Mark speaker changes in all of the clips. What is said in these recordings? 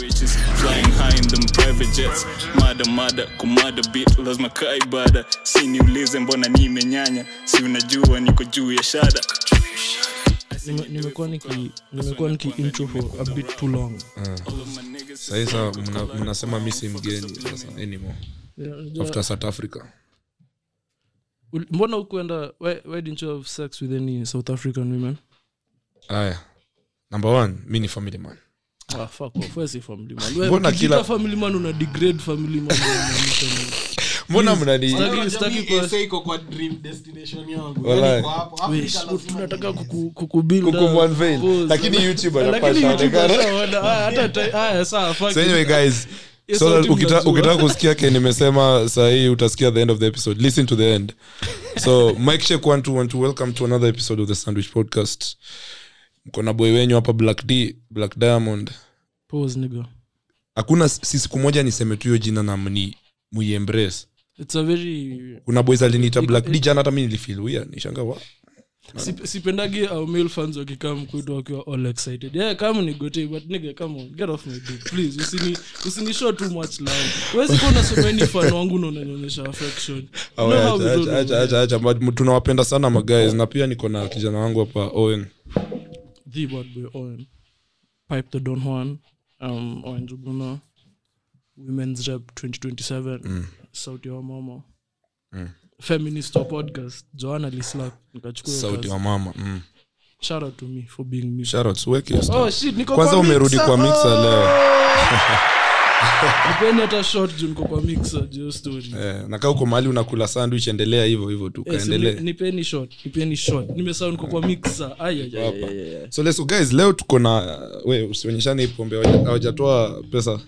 Speaker 1: Riches flying high in them private jets mada mada kumada bit lazima kaa ibada si niulize mbona nimenyanya si unajua niko juu ya shada
Speaker 2: Nime- nimekuwa niki nimekuwa niki intro for a bit too long
Speaker 3: sahii saa mna- mnasema mi si mgeni sasa anymore after south africa
Speaker 2: Ul- mbona ukuenda why, why didn't you have sex with any south african women
Speaker 3: aya number one mi ni family man
Speaker 2: ah, fuck off wewe si family man Wewe
Speaker 3: Mbona
Speaker 2: ukijiita
Speaker 3: kila-
Speaker 2: family man una degrade family man unamaanisha nini?
Speaker 3: mbona mnani
Speaker 2: Sitaki-
Speaker 4: Jamii,
Speaker 2: sitaki
Speaker 4: eh,
Speaker 2: kwa-
Speaker 4: sasa iko kwa dream destination yangu.
Speaker 3: Walai.
Speaker 4: Yaani iko hapo. Afrika
Speaker 2: Wesh,
Speaker 4: lazima
Speaker 2: tunataka
Speaker 4: niende.
Speaker 2: kuku- kukubuild
Speaker 3: Kuku
Speaker 2: up.
Speaker 3: unveil.
Speaker 2: Pose.
Speaker 3: Lakini YouTube
Speaker 2: Lakini
Speaker 3: anapasha
Speaker 2: YouTube
Speaker 3: aonekane.
Speaker 2: ashaona. Ah, hata ta- haya, sawa, fuck
Speaker 3: so anyway
Speaker 2: it.
Speaker 3: guys
Speaker 2: Yes,
Speaker 3: so that
Speaker 2: sauti
Speaker 3: ukita-
Speaker 2: mnajua.
Speaker 3: ukitaka kusikia ke nimesema sahii utasikia the end of the episode listen to the end so mike shek 121 welcome to another episode of the sandwich podcast mko na boy wenyu hapa black d black diamond
Speaker 2: Pause, nigga.
Speaker 3: hakuna s- si siku moja niseme tu hiyo jina na mni muiembrace
Speaker 2: It's a very-
Speaker 3: kuna boys aliniita black d jana hata mi nilifeel weird nishanga wa
Speaker 2: Sip- sipendagi our male fans wakikam kwetu wakiwa all excited yeah come nigote but nigga come on get off my dick please usini usini show too much love wezi kuona so many fan wangu na unanionyesha affection
Speaker 3: Oh,
Speaker 2: You know how we don't know.
Speaker 3: tunawapenda sana maguys na pia niko na kijana wangu hapa owen
Speaker 2: the bad boy Owen, Pipe the Don Juan, um, Owen Juguna, Women's Rep 2027,
Speaker 3: Mm.
Speaker 2: Sauti ya Mama, Feminist or Podcast, Joanna Lislak,
Speaker 3: sauti
Speaker 2: nikachukua
Speaker 3: wa mama mm.
Speaker 2: shout out to me for being me.
Speaker 3: Shout out, suweke hiyo
Speaker 2: Oh shit, niko
Speaker 3: kwanza
Speaker 2: kwa
Speaker 3: umerudi
Speaker 2: mixer. Oh.
Speaker 3: kwa mixer leo
Speaker 2: Nipeni hata short juu niko kwa mixer juu ya story.
Speaker 3: eh, nakaa uko mahali unakula sandwich endelea hivyo hivyo tu
Speaker 2: Eh, si ni-
Speaker 3: kaendelee
Speaker 2: nipeni short, nipeni short. Nimesahau niko kwa mixer. Ai, ai, ai, ai, ai, ai.
Speaker 3: so let's go guys leo tuko na we usionyeshane hii pombe hawaja- hawajatoa pesa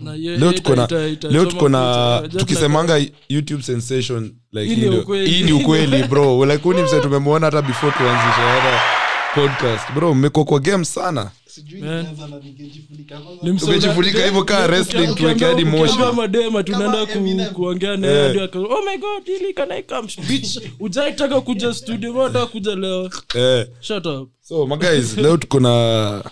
Speaker 2: Na ye-
Speaker 3: leo
Speaker 2: Eh, ita-
Speaker 3: tuko na
Speaker 2: ita- ita-
Speaker 3: leo
Speaker 2: soma
Speaker 3: tuko na
Speaker 2: mixer. Just
Speaker 3: tukisemanga youtube sensation like
Speaker 2: Hii ni
Speaker 3: hii ndio-
Speaker 2: ukweli.
Speaker 3: hii ni ukweli bro like huu ni mse tumemwona hata before tuanzishe hata podcast bro mmekuwa kwa game sana
Speaker 4: Sijui
Speaker 2: Man.
Speaker 4: nimeanza na ningejifunika. Kwanza
Speaker 2: Ni msela-
Speaker 3: Umejifunika
Speaker 2: de-
Speaker 3: hivyo kaa
Speaker 2: de-
Speaker 3: wrestling,
Speaker 2: ukiambiwa-
Speaker 3: tuweke hadi
Speaker 2: ukiambiwa
Speaker 3: moshi.
Speaker 2: madema tunaenda
Speaker 4: Kama
Speaker 2: ku-
Speaker 4: Eminem.
Speaker 2: kuongea na
Speaker 3: Eh.
Speaker 2: yeye, ndio aka- oh my god ili can I come bitch hujaitaka kuja studio mbona unataka kuja leo
Speaker 3: eh.
Speaker 2: shut up
Speaker 3: so maguys leo tuko na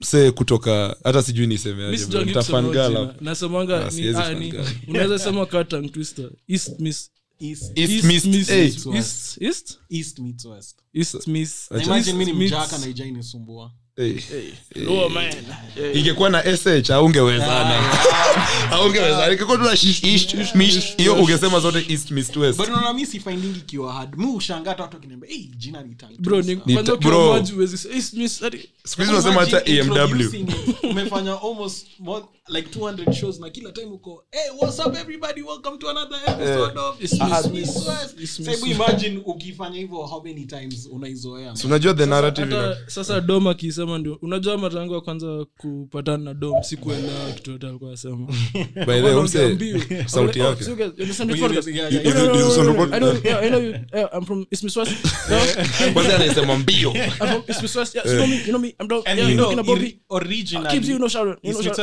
Speaker 3: msee kutoka hata sijui
Speaker 2: Mimi
Speaker 3: nisemeaje bro,
Speaker 2: sijaongea
Speaker 3: mtafan
Speaker 2: kusema
Speaker 3: girl
Speaker 2: jina.
Speaker 3: hapa.
Speaker 2: nasemanga
Speaker 3: Ah,
Speaker 2: ni-
Speaker 3: siwezi
Speaker 2: ah,
Speaker 3: fan
Speaker 2: ni-
Speaker 3: girl.
Speaker 2: unaweza sema cut tongue twister east miss
Speaker 4: East-
Speaker 3: East
Speaker 2: east
Speaker 3: Mist,
Speaker 2: miss
Speaker 3: eh.
Speaker 2: east- east east
Speaker 4: East meets West.
Speaker 2: east miss
Speaker 4: Na imagine mi ni mjaka na ijai nisumbua.
Speaker 3: Eh.
Speaker 2: oh man
Speaker 4: eh.
Speaker 3: ingekuwa na sh
Speaker 4: Ah,
Speaker 3: aungewezana aungewezana ingekuwa tu na shish, ish, mish, hiyo ungesema zote east mist west
Speaker 4: But unaona mi sifindingi ikiwa hard. Mi hushangaa hata watu wakiniambia, "Hey, jina ni tamu."
Speaker 2: bro ni
Speaker 3: Ni-
Speaker 2: kwanza
Speaker 3: bro.
Speaker 2: kwa uwezi east miss ati-
Speaker 3: siku hizi unasema hata
Speaker 4: Imagine
Speaker 3: amw
Speaker 4: introducing it. umefanya almost more, like 200 shows na kila time uko hey, what's up everybody welcome to another episode of
Speaker 2: It's
Speaker 4: East
Speaker 2: Miss-
Speaker 4: Meets
Speaker 2: Miss-
Speaker 4: West."
Speaker 2: Miss-
Speaker 4: Sasa hebu imagine ukifanya hivyo how many times unaizoea
Speaker 3: Si unajua the narrative ina-
Speaker 2: hata sasa dom akisema ndio unajua mara yangu ya kwanza kupatana na dom sikuelewa kitu yote alikuwa asema
Speaker 3: by the way umse sauti yake you sound about- kwanza anasema mbio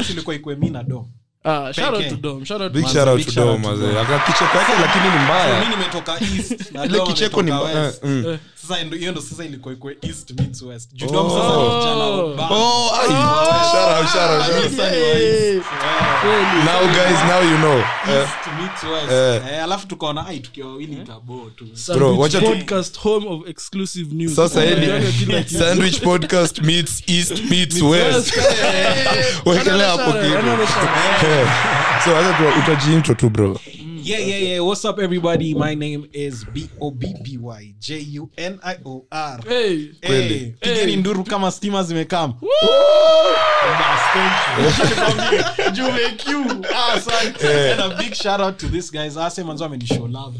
Speaker 4: ilikuwa ikwe mi na dom
Speaker 2: Ah,
Speaker 3: big shout out to
Speaker 4: Big shout
Speaker 3: dom
Speaker 4: out to
Speaker 3: mazee Aka- kicheko yake lakini ni mbaya
Speaker 4: mi nimetoka east na
Speaker 3: Eh. ile
Speaker 4: dom
Speaker 3: kicheko ni
Speaker 4: ametoka
Speaker 3: mbaya
Speaker 4: west. Eh.
Speaker 3: Mm.
Speaker 4: sasa ndo- hiyo ndo sasa ilikuwa ikwe east meets west Juu dom
Speaker 3: Oh.
Speaker 4: sasa ni kijana wa ubao.
Speaker 3: Oh, ai. Shout out, shout out, shout out.
Speaker 4: Sasa ni wa east. Eh.
Speaker 3: now guys now you know Eh,
Speaker 4: East meets west.
Speaker 3: eh.
Speaker 4: Eh, alafu tukaona ai tukiwa wawili itabo tu
Speaker 3: sasa hili sandwich podcast meets east meets west wekelea hapo kitu Eh, so acha tu- utajiintro tu bro
Speaker 4: yeah yeah yeah what's up everybody my name is b-o-b-b-y-j-u-n-i-o-r
Speaker 3: Kweli.
Speaker 4: Hey, pigeni nduru kama stima zimekam Ah,
Speaker 3: Eh.
Speaker 4: manzo amenishow love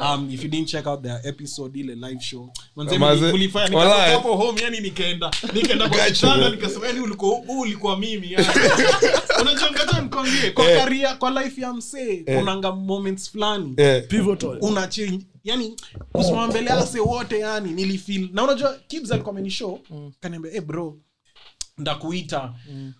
Speaker 4: Um, if you didn't check out their episode ile live show manze
Speaker 3: Maze-
Speaker 4: mli- mlifanya
Speaker 3: Walai.
Speaker 4: nikatoka hapo home yani nikaenda nikaenda kwa
Speaker 3: Gotcha,
Speaker 4: kitanda
Speaker 3: bro.
Speaker 4: nikasema yani ulikuwa huu ulikuwa mimi yani." unajua ngacha nikwambie kwa
Speaker 3: Eh.
Speaker 4: career kwa life ya msee kunanga moments fulani
Speaker 3: Eh,
Speaker 4: una change yani kusimama mbele ase wote yani nilifil na unajua kids alikuwa amenishow kaniambia hey bro ndakuita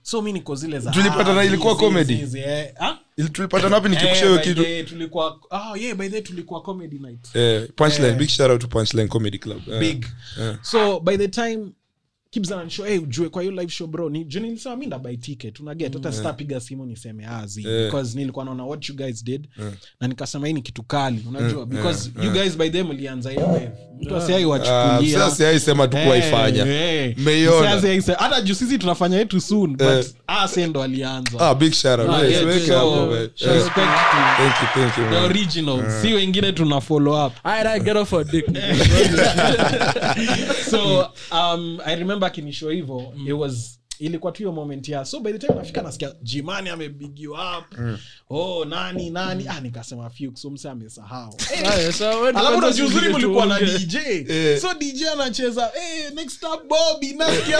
Speaker 4: so mi niko zile za
Speaker 3: Tulipata na
Speaker 4: ah,
Speaker 3: ilikuwa
Speaker 4: hizi,
Speaker 3: comedy?
Speaker 4: hizi, hizi, eh. Ah?
Speaker 3: ili- tulipata napi nikikusha
Speaker 4: Eh,
Speaker 3: hiyo
Speaker 4: by
Speaker 3: kitu
Speaker 4: the- tulikuwa ah, yeah, by the tulikuwa comedy night
Speaker 3: Eh, punchline big shout out to punchline comedy club Eh,
Speaker 4: big
Speaker 3: eh.
Speaker 4: so by the time Kibz ananishow, "Hey, ujue kwa hiyo live show bro ni juu nilisema mi ndabai ticket unaget hata sitapiga simu niseme azi
Speaker 3: Yeah.
Speaker 4: because nilikuwa naona what you guys did na nikasema hii ni kitu kali unajua because you guys by them mlianza hiyo wave mtu asiai
Speaker 3: Ah,
Speaker 4: wachukulia
Speaker 3: sasa siaisema tu kuwaifanya
Speaker 4: Eh, eh.
Speaker 3: Mmeiona.
Speaker 4: Sasa hii sasa- hata juu sisi tunafanya yetu soon
Speaker 3: Eh.
Speaker 4: but ase ndo alianza
Speaker 3: ah, big shout out.
Speaker 2: Ah,
Speaker 3: Yes,
Speaker 2: yeah,
Speaker 3: weke
Speaker 2: so-
Speaker 3: hapo, man.
Speaker 4: So
Speaker 3: Eh,
Speaker 4: respect to
Speaker 3: thank you, thank you,
Speaker 4: the
Speaker 3: man.
Speaker 4: original si wengine tuna follow up
Speaker 2: Alright, alright, get off our dick, nigga.
Speaker 4: so um, i remember akinishow hivo it was ilikuwa tu hiyo moment ya so by the time nafika nasikia jimani amebig you up oh nani nani ah nikasema few so mse amesahau Eh,
Speaker 2: Aya, so wewe
Speaker 4: alafu
Speaker 2: kwanza
Speaker 4: najuzuri
Speaker 2: usingine
Speaker 4: mlikuwa na
Speaker 2: tuongee.
Speaker 4: dj
Speaker 3: Eh.
Speaker 4: so dj anacheza eh, next up bobby nasikia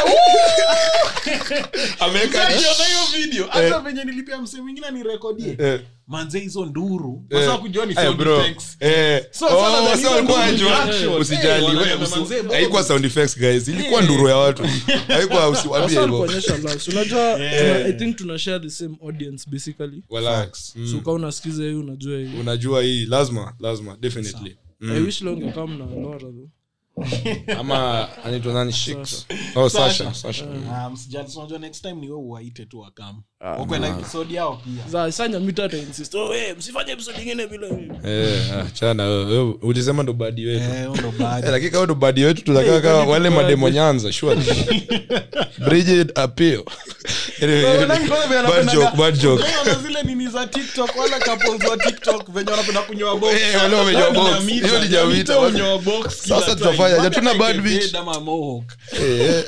Speaker 3: Ameweka-
Speaker 4: Msaiona hiyo video hata venye nilipea msee mwingine nirekodie
Speaker 3: Eh,
Speaker 4: manze hizo nduru
Speaker 3: eh.
Speaker 4: Sasa kujua ni
Speaker 3: Aya,
Speaker 4: sound
Speaker 3: bro.
Speaker 4: effects.
Speaker 3: Eh,
Speaker 4: So,
Speaker 3: oh,
Speaker 4: sasa ndio
Speaker 3: sasa
Speaker 4: hizo
Speaker 3: walikuwa
Speaker 4: ndio
Speaker 3: wanajua.
Speaker 4: reaction.
Speaker 3: Usijali,
Speaker 4: Eh,
Speaker 3: we-
Speaker 4: wanasema
Speaker 3: usi-
Speaker 4: manzee, bro. Eh.
Speaker 3: haikuwa sound effects, guys ilikuwa nduru ya watu haikuwa usiwambie
Speaker 2: Sasa
Speaker 3: hivyo
Speaker 2: alikuonyesha love. So unajua tuna- i think tuna share the same audience basically
Speaker 3: Relax. Mm.
Speaker 2: so kaa unasikiza hiyo unajua hiyo
Speaker 3: unajua hii lazima lazima definitely
Speaker 2: i wish leo ungekuwa mnalora though
Speaker 3: ama anaitwa nani Shakes? Oh, Sasha, Sasha.
Speaker 4: Ah, msijali, so unajua next time ni wewe uwaite tu wakam
Speaker 3: Ah,
Speaker 4: wakwe na episode yao pia
Speaker 2: Za- sanya mita ata insist oh, hey, msifanye episode ingine bila mimi."
Speaker 3: Eh, ah, chana wewe, wewe, ulisema ndo badi wetu
Speaker 4: Eh, huo ndo
Speaker 3: Eh,
Speaker 4: bad.
Speaker 3: lakini kama ndo badi wetu
Speaker 4: Eh,
Speaker 3: tutakaa kama wale mademo nyanza surely. Bridget Apio. Anyway,
Speaker 4: Wewe nani kwanza vile
Speaker 3: bad joke,
Speaker 4: anapenda-
Speaker 3: bad joke.
Speaker 4: Wewe una zile nini za tiktok wala couples wa tiktok venye wanapenda kunywa box
Speaker 3: Eh, wale wamenywa
Speaker 4: Wewe ni
Speaker 3: box.
Speaker 4: jamii,
Speaker 3: Hiyo ni
Speaker 4: jamii
Speaker 3: jamii,
Speaker 4: tu
Speaker 3: tawala.
Speaker 4: hunywa box kila
Speaker 3: Sasa
Speaker 4: time.
Speaker 3: tutafanya,
Speaker 4: Wapi
Speaker 3: hatuna
Speaker 4: hata
Speaker 3: bad bitch.
Speaker 4: kebeda ama mohawk.
Speaker 3: Eh,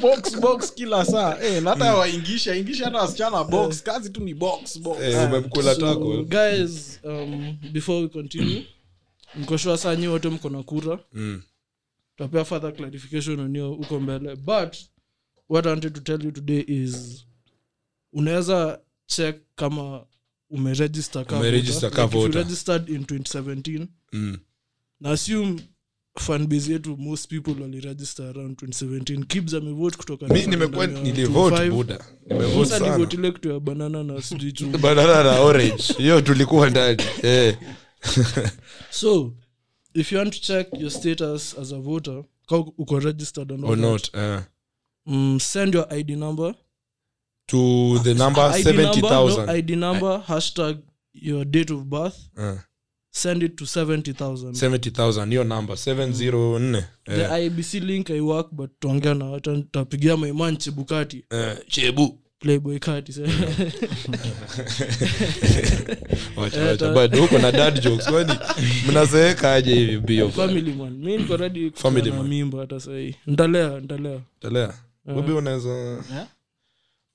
Speaker 4: box box kila saa Eh, na
Speaker 3: Mm.
Speaker 4: hata waingisha ingisha hata wasichana box kazi tu ni box box Ah.
Speaker 3: eh, umemkula
Speaker 2: so,
Speaker 3: tako.
Speaker 2: guys um, before we continue mkoshua saa nyi wote mko na kura
Speaker 3: Mm.
Speaker 2: tutapea further clarification on hiyo huko mbele but what I wanted to tell you today is unaweza check kama umeregister ka
Speaker 3: Umeregister
Speaker 2: voter.
Speaker 3: ka
Speaker 2: Like if you
Speaker 3: voter.
Speaker 2: registered in 2017
Speaker 3: Mm.
Speaker 2: na assume fanbase yetu most people waliregister around 2017 kibs amevote kutoka
Speaker 3: Mi nimekuwa nilivote buda. Nimevote sana.
Speaker 2: nilivotile kitu ya banana na sijui chungwa.
Speaker 3: Banana na orange. Hiyo tulikuwa ndani. Eh.
Speaker 2: so if you want to check your status as a voter ka uko registered or not,
Speaker 3: Or not. eh.
Speaker 2: Mm, send your id number
Speaker 3: To the number
Speaker 2: id number, no,
Speaker 3: 70,000.
Speaker 2: id number hashtag your date of birth
Speaker 3: Eh.
Speaker 2: send it to 70000
Speaker 3: 70000 hiyo namba 704 Eh,
Speaker 2: the ibc link i work but tuongea na watu tapigia maiman chebukati
Speaker 3: eh, chebu
Speaker 2: playboy kati Eh,
Speaker 3: Wacha, wacha, bado huko na dad jokes kwani mnazeeka aje hivi bio
Speaker 2: family man mi niko radi
Speaker 3: Family
Speaker 2: na
Speaker 3: man.
Speaker 2: mimba hata sahii ntalea ntalea
Speaker 3: endelea Bobi unaweza
Speaker 4: Eh?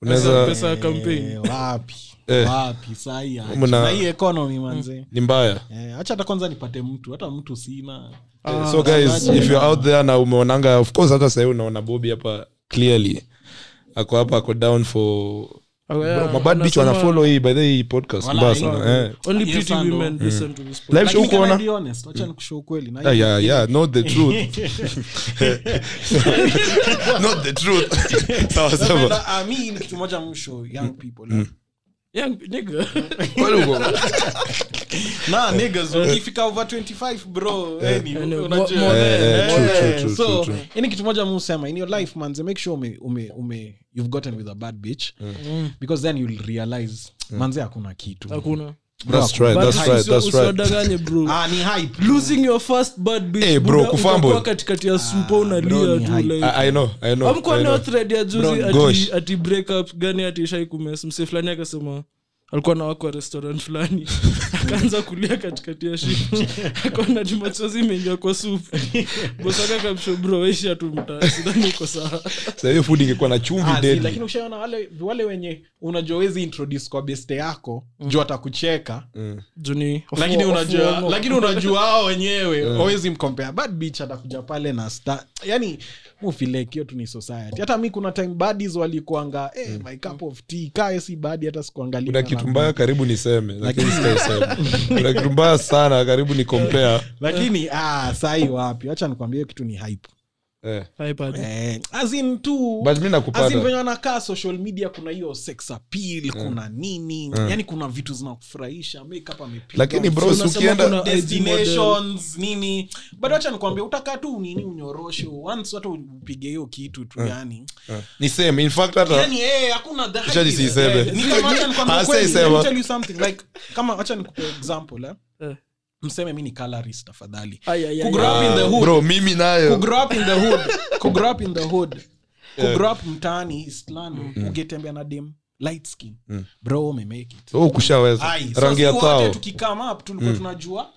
Speaker 3: unaweza
Speaker 2: pesa ya campaign
Speaker 4: Eh, wapi
Speaker 3: Eh.
Speaker 4: wapi sahi acha.
Speaker 3: Mna-
Speaker 4: na hii economy manzee
Speaker 3: ni mbaya
Speaker 4: Eh, acha hata kwanza nipate mtu hata mtu sina
Speaker 2: Ah,
Speaker 3: so guys if you're out there na umeonanga of course hata sahii unaona bobi hapa clearly ako hapa ako down for
Speaker 2: Okay,
Speaker 3: Bro,
Speaker 2: yeah,
Speaker 3: mabad bitch
Speaker 2: anasema-
Speaker 3: wanafollow hii by the way, hii podcast
Speaker 4: Wala,
Speaker 3: mbaya
Speaker 4: hilo-
Speaker 3: sana eh.
Speaker 2: only
Speaker 4: Yes,
Speaker 2: pretty
Speaker 4: and
Speaker 2: women
Speaker 4: all.
Speaker 2: listen to this
Speaker 3: Live
Speaker 2: podcast.
Speaker 3: show
Speaker 4: Lakini can
Speaker 3: kuona?
Speaker 4: I be honest? Wacha nikushow ukweli. Na
Speaker 3: Ah,
Speaker 4: hii-
Speaker 3: yeah, yeah, not the truth. Not the truth. Sawa, sawa.
Speaker 4: Napenda- ah, mi ni kitu moja mwisho
Speaker 3: Mm.
Speaker 4: young people eh.
Speaker 2: Yeah, nigga.
Speaker 3: Kwani uko-
Speaker 4: na
Speaker 3: Eh.
Speaker 4: niggas ukifika over 25 bro eh, ni-
Speaker 2: Yaani,
Speaker 4: unajua.
Speaker 2: mo- more
Speaker 3: Eh, eh,
Speaker 2: than-
Speaker 3: true,
Speaker 2: more
Speaker 3: true,
Speaker 2: than-
Speaker 3: true, true,
Speaker 4: so
Speaker 3: true.
Speaker 4: hii ni kitu moja musema in your life manze make sure ume, ume, ume you've gotten with a bad bitch
Speaker 3: Mm.
Speaker 4: because then you'll realize manze hakuna kitu
Speaker 2: Mm. hakuna
Speaker 4: Bro,
Speaker 3: That's right,
Speaker 2: But
Speaker 3: that's
Speaker 2: hype,
Speaker 3: right,
Speaker 2: usio-
Speaker 3: that's right.
Speaker 2: usiwadanganye, bro
Speaker 4: ah, ni hype
Speaker 2: losing your first bad bitch,
Speaker 3: Eh, bro,
Speaker 2: buda,
Speaker 3: kufumble.
Speaker 2: utakuwa katikati ya supa unalia
Speaker 4: ni
Speaker 2: tu
Speaker 4: hype.
Speaker 2: like.
Speaker 3: I, I know, I know.
Speaker 2: amkuwa
Speaker 3: ah, I
Speaker 2: nao
Speaker 3: know.
Speaker 2: thread ya juzi
Speaker 3: Bro,
Speaker 2: ati-
Speaker 3: gosh.
Speaker 2: ati breakup gani ati ishai kumes mse fulani akasema alikuwa na wako wa restaurant fulani akaanza kulia katikati ya shift akaona ati machozi imeingia kwa supu bosaka kamsho bro weisha tu mtaa sidhani uko sawa
Speaker 3: Sasa hiyo food ingekuwa na chumvi
Speaker 4: Ah, si,
Speaker 3: deadly.
Speaker 4: lakini ushaona wale wale wenye unajua wezi introduce kwa beste yako
Speaker 2: Mm.
Speaker 4: juu atakucheka
Speaker 3: Mm.
Speaker 2: juni
Speaker 4: lakini
Speaker 2: ofu-
Speaker 4: unajua
Speaker 2: ofu-
Speaker 4: lakini unajua hao wenyewe hawezi mkompea bad bitch atakuja pale na star yani mufilek hiyo tu ni society hata mi kuna time badis walikuanga eh, my cup of tea kae si badi hata sikuangalia
Speaker 3: Mm. kuna kitu mbaya karibu niseme lakini Eh. sitaisema kuna kitu mbaya sana karibu ni compare
Speaker 4: lakini ah, sahi wapi hacha nikwambia hiyo kitu ni hype
Speaker 3: eh.
Speaker 2: iPad.
Speaker 4: Eh, as in tu
Speaker 3: but mi
Speaker 4: as in
Speaker 3: nakupata Mm.
Speaker 4: venye wanakaa social media kuna hiyo sex appeal kuna nini yani kuna vitu zinakufurahisha makeup amepiga
Speaker 3: lakini bro si
Speaker 2: Unasema
Speaker 3: ukienda
Speaker 2: kuna-
Speaker 4: destinations nini but wacha nikwambia utakaa tu nini unyoroshe once hata upige hiyo kitu tu
Speaker 3: Eh.
Speaker 4: yani
Speaker 3: ni same Yaani, in fact hata
Speaker 4: yani eh hakuna the hype
Speaker 3: Shadi si
Speaker 4: is
Speaker 3: iseme.
Speaker 4: there. Ni kama acha nikwambie
Speaker 3: Ah, si
Speaker 4: ukweli, let
Speaker 3: iseme.
Speaker 4: me tell you something like kama acha nikupe example eh
Speaker 2: Eh.
Speaker 4: mseme mi ni colorist tafadhali
Speaker 2: Ai, ai, ai,
Speaker 4: Kugrow
Speaker 2: ai.
Speaker 4: up in the hood.
Speaker 3: ah, bro mimi nayo
Speaker 4: kugrow up in the hood kugrow up in the hood
Speaker 3: Eh.
Speaker 4: kugrow up mtaani East London
Speaker 3: Mm.
Speaker 4: ugetembea na dem light skin bro umemake it
Speaker 3: oh kushaweza
Speaker 4: Ai, so
Speaker 3: Mm. rangi ya
Speaker 4: siku wote
Speaker 3: tao Mm.
Speaker 4: tukikama up tulikuwa tunajua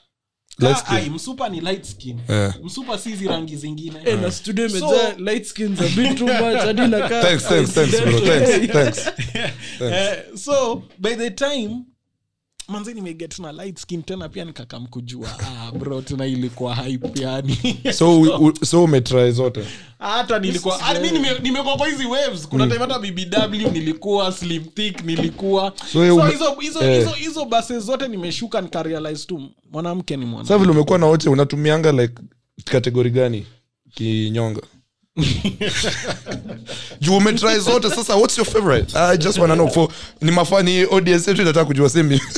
Speaker 3: Light
Speaker 4: ka
Speaker 3: skin.
Speaker 4: Ah, ai, msupa ni light skin
Speaker 3: Eh.
Speaker 4: msupa sizi rangi zingine
Speaker 2: Eh, na studio
Speaker 4: So-
Speaker 2: imejaa light skins a bit too much hadi inakaa
Speaker 3: thanks thanks thanks bro thanks thanks
Speaker 4: Eh, so by the time manze nimeget na light skin tena pia nikakam kujua ah, bro tena ilikuwa hype yani
Speaker 3: so u- u- so umetry zote
Speaker 4: hata nilikuwa ah, mi nime- nimekuwa kwa hizi waves kuna
Speaker 3: Mm.
Speaker 4: time hata bbw nilikuwa slim thick nilikuwa so
Speaker 3: hiyo ume-
Speaker 4: hizo hizo
Speaker 3: eh.
Speaker 4: hizo hizo base zote nimeshuka nikarealize tu mwanamke ni
Speaker 3: sasa
Speaker 4: mwana
Speaker 3: vile umekuwa na wote unatumianga like kategori gani kinyonga juu umetry zote sasa what's your favorite i just wanna know for ni mafani audience yetu inataka kujua semi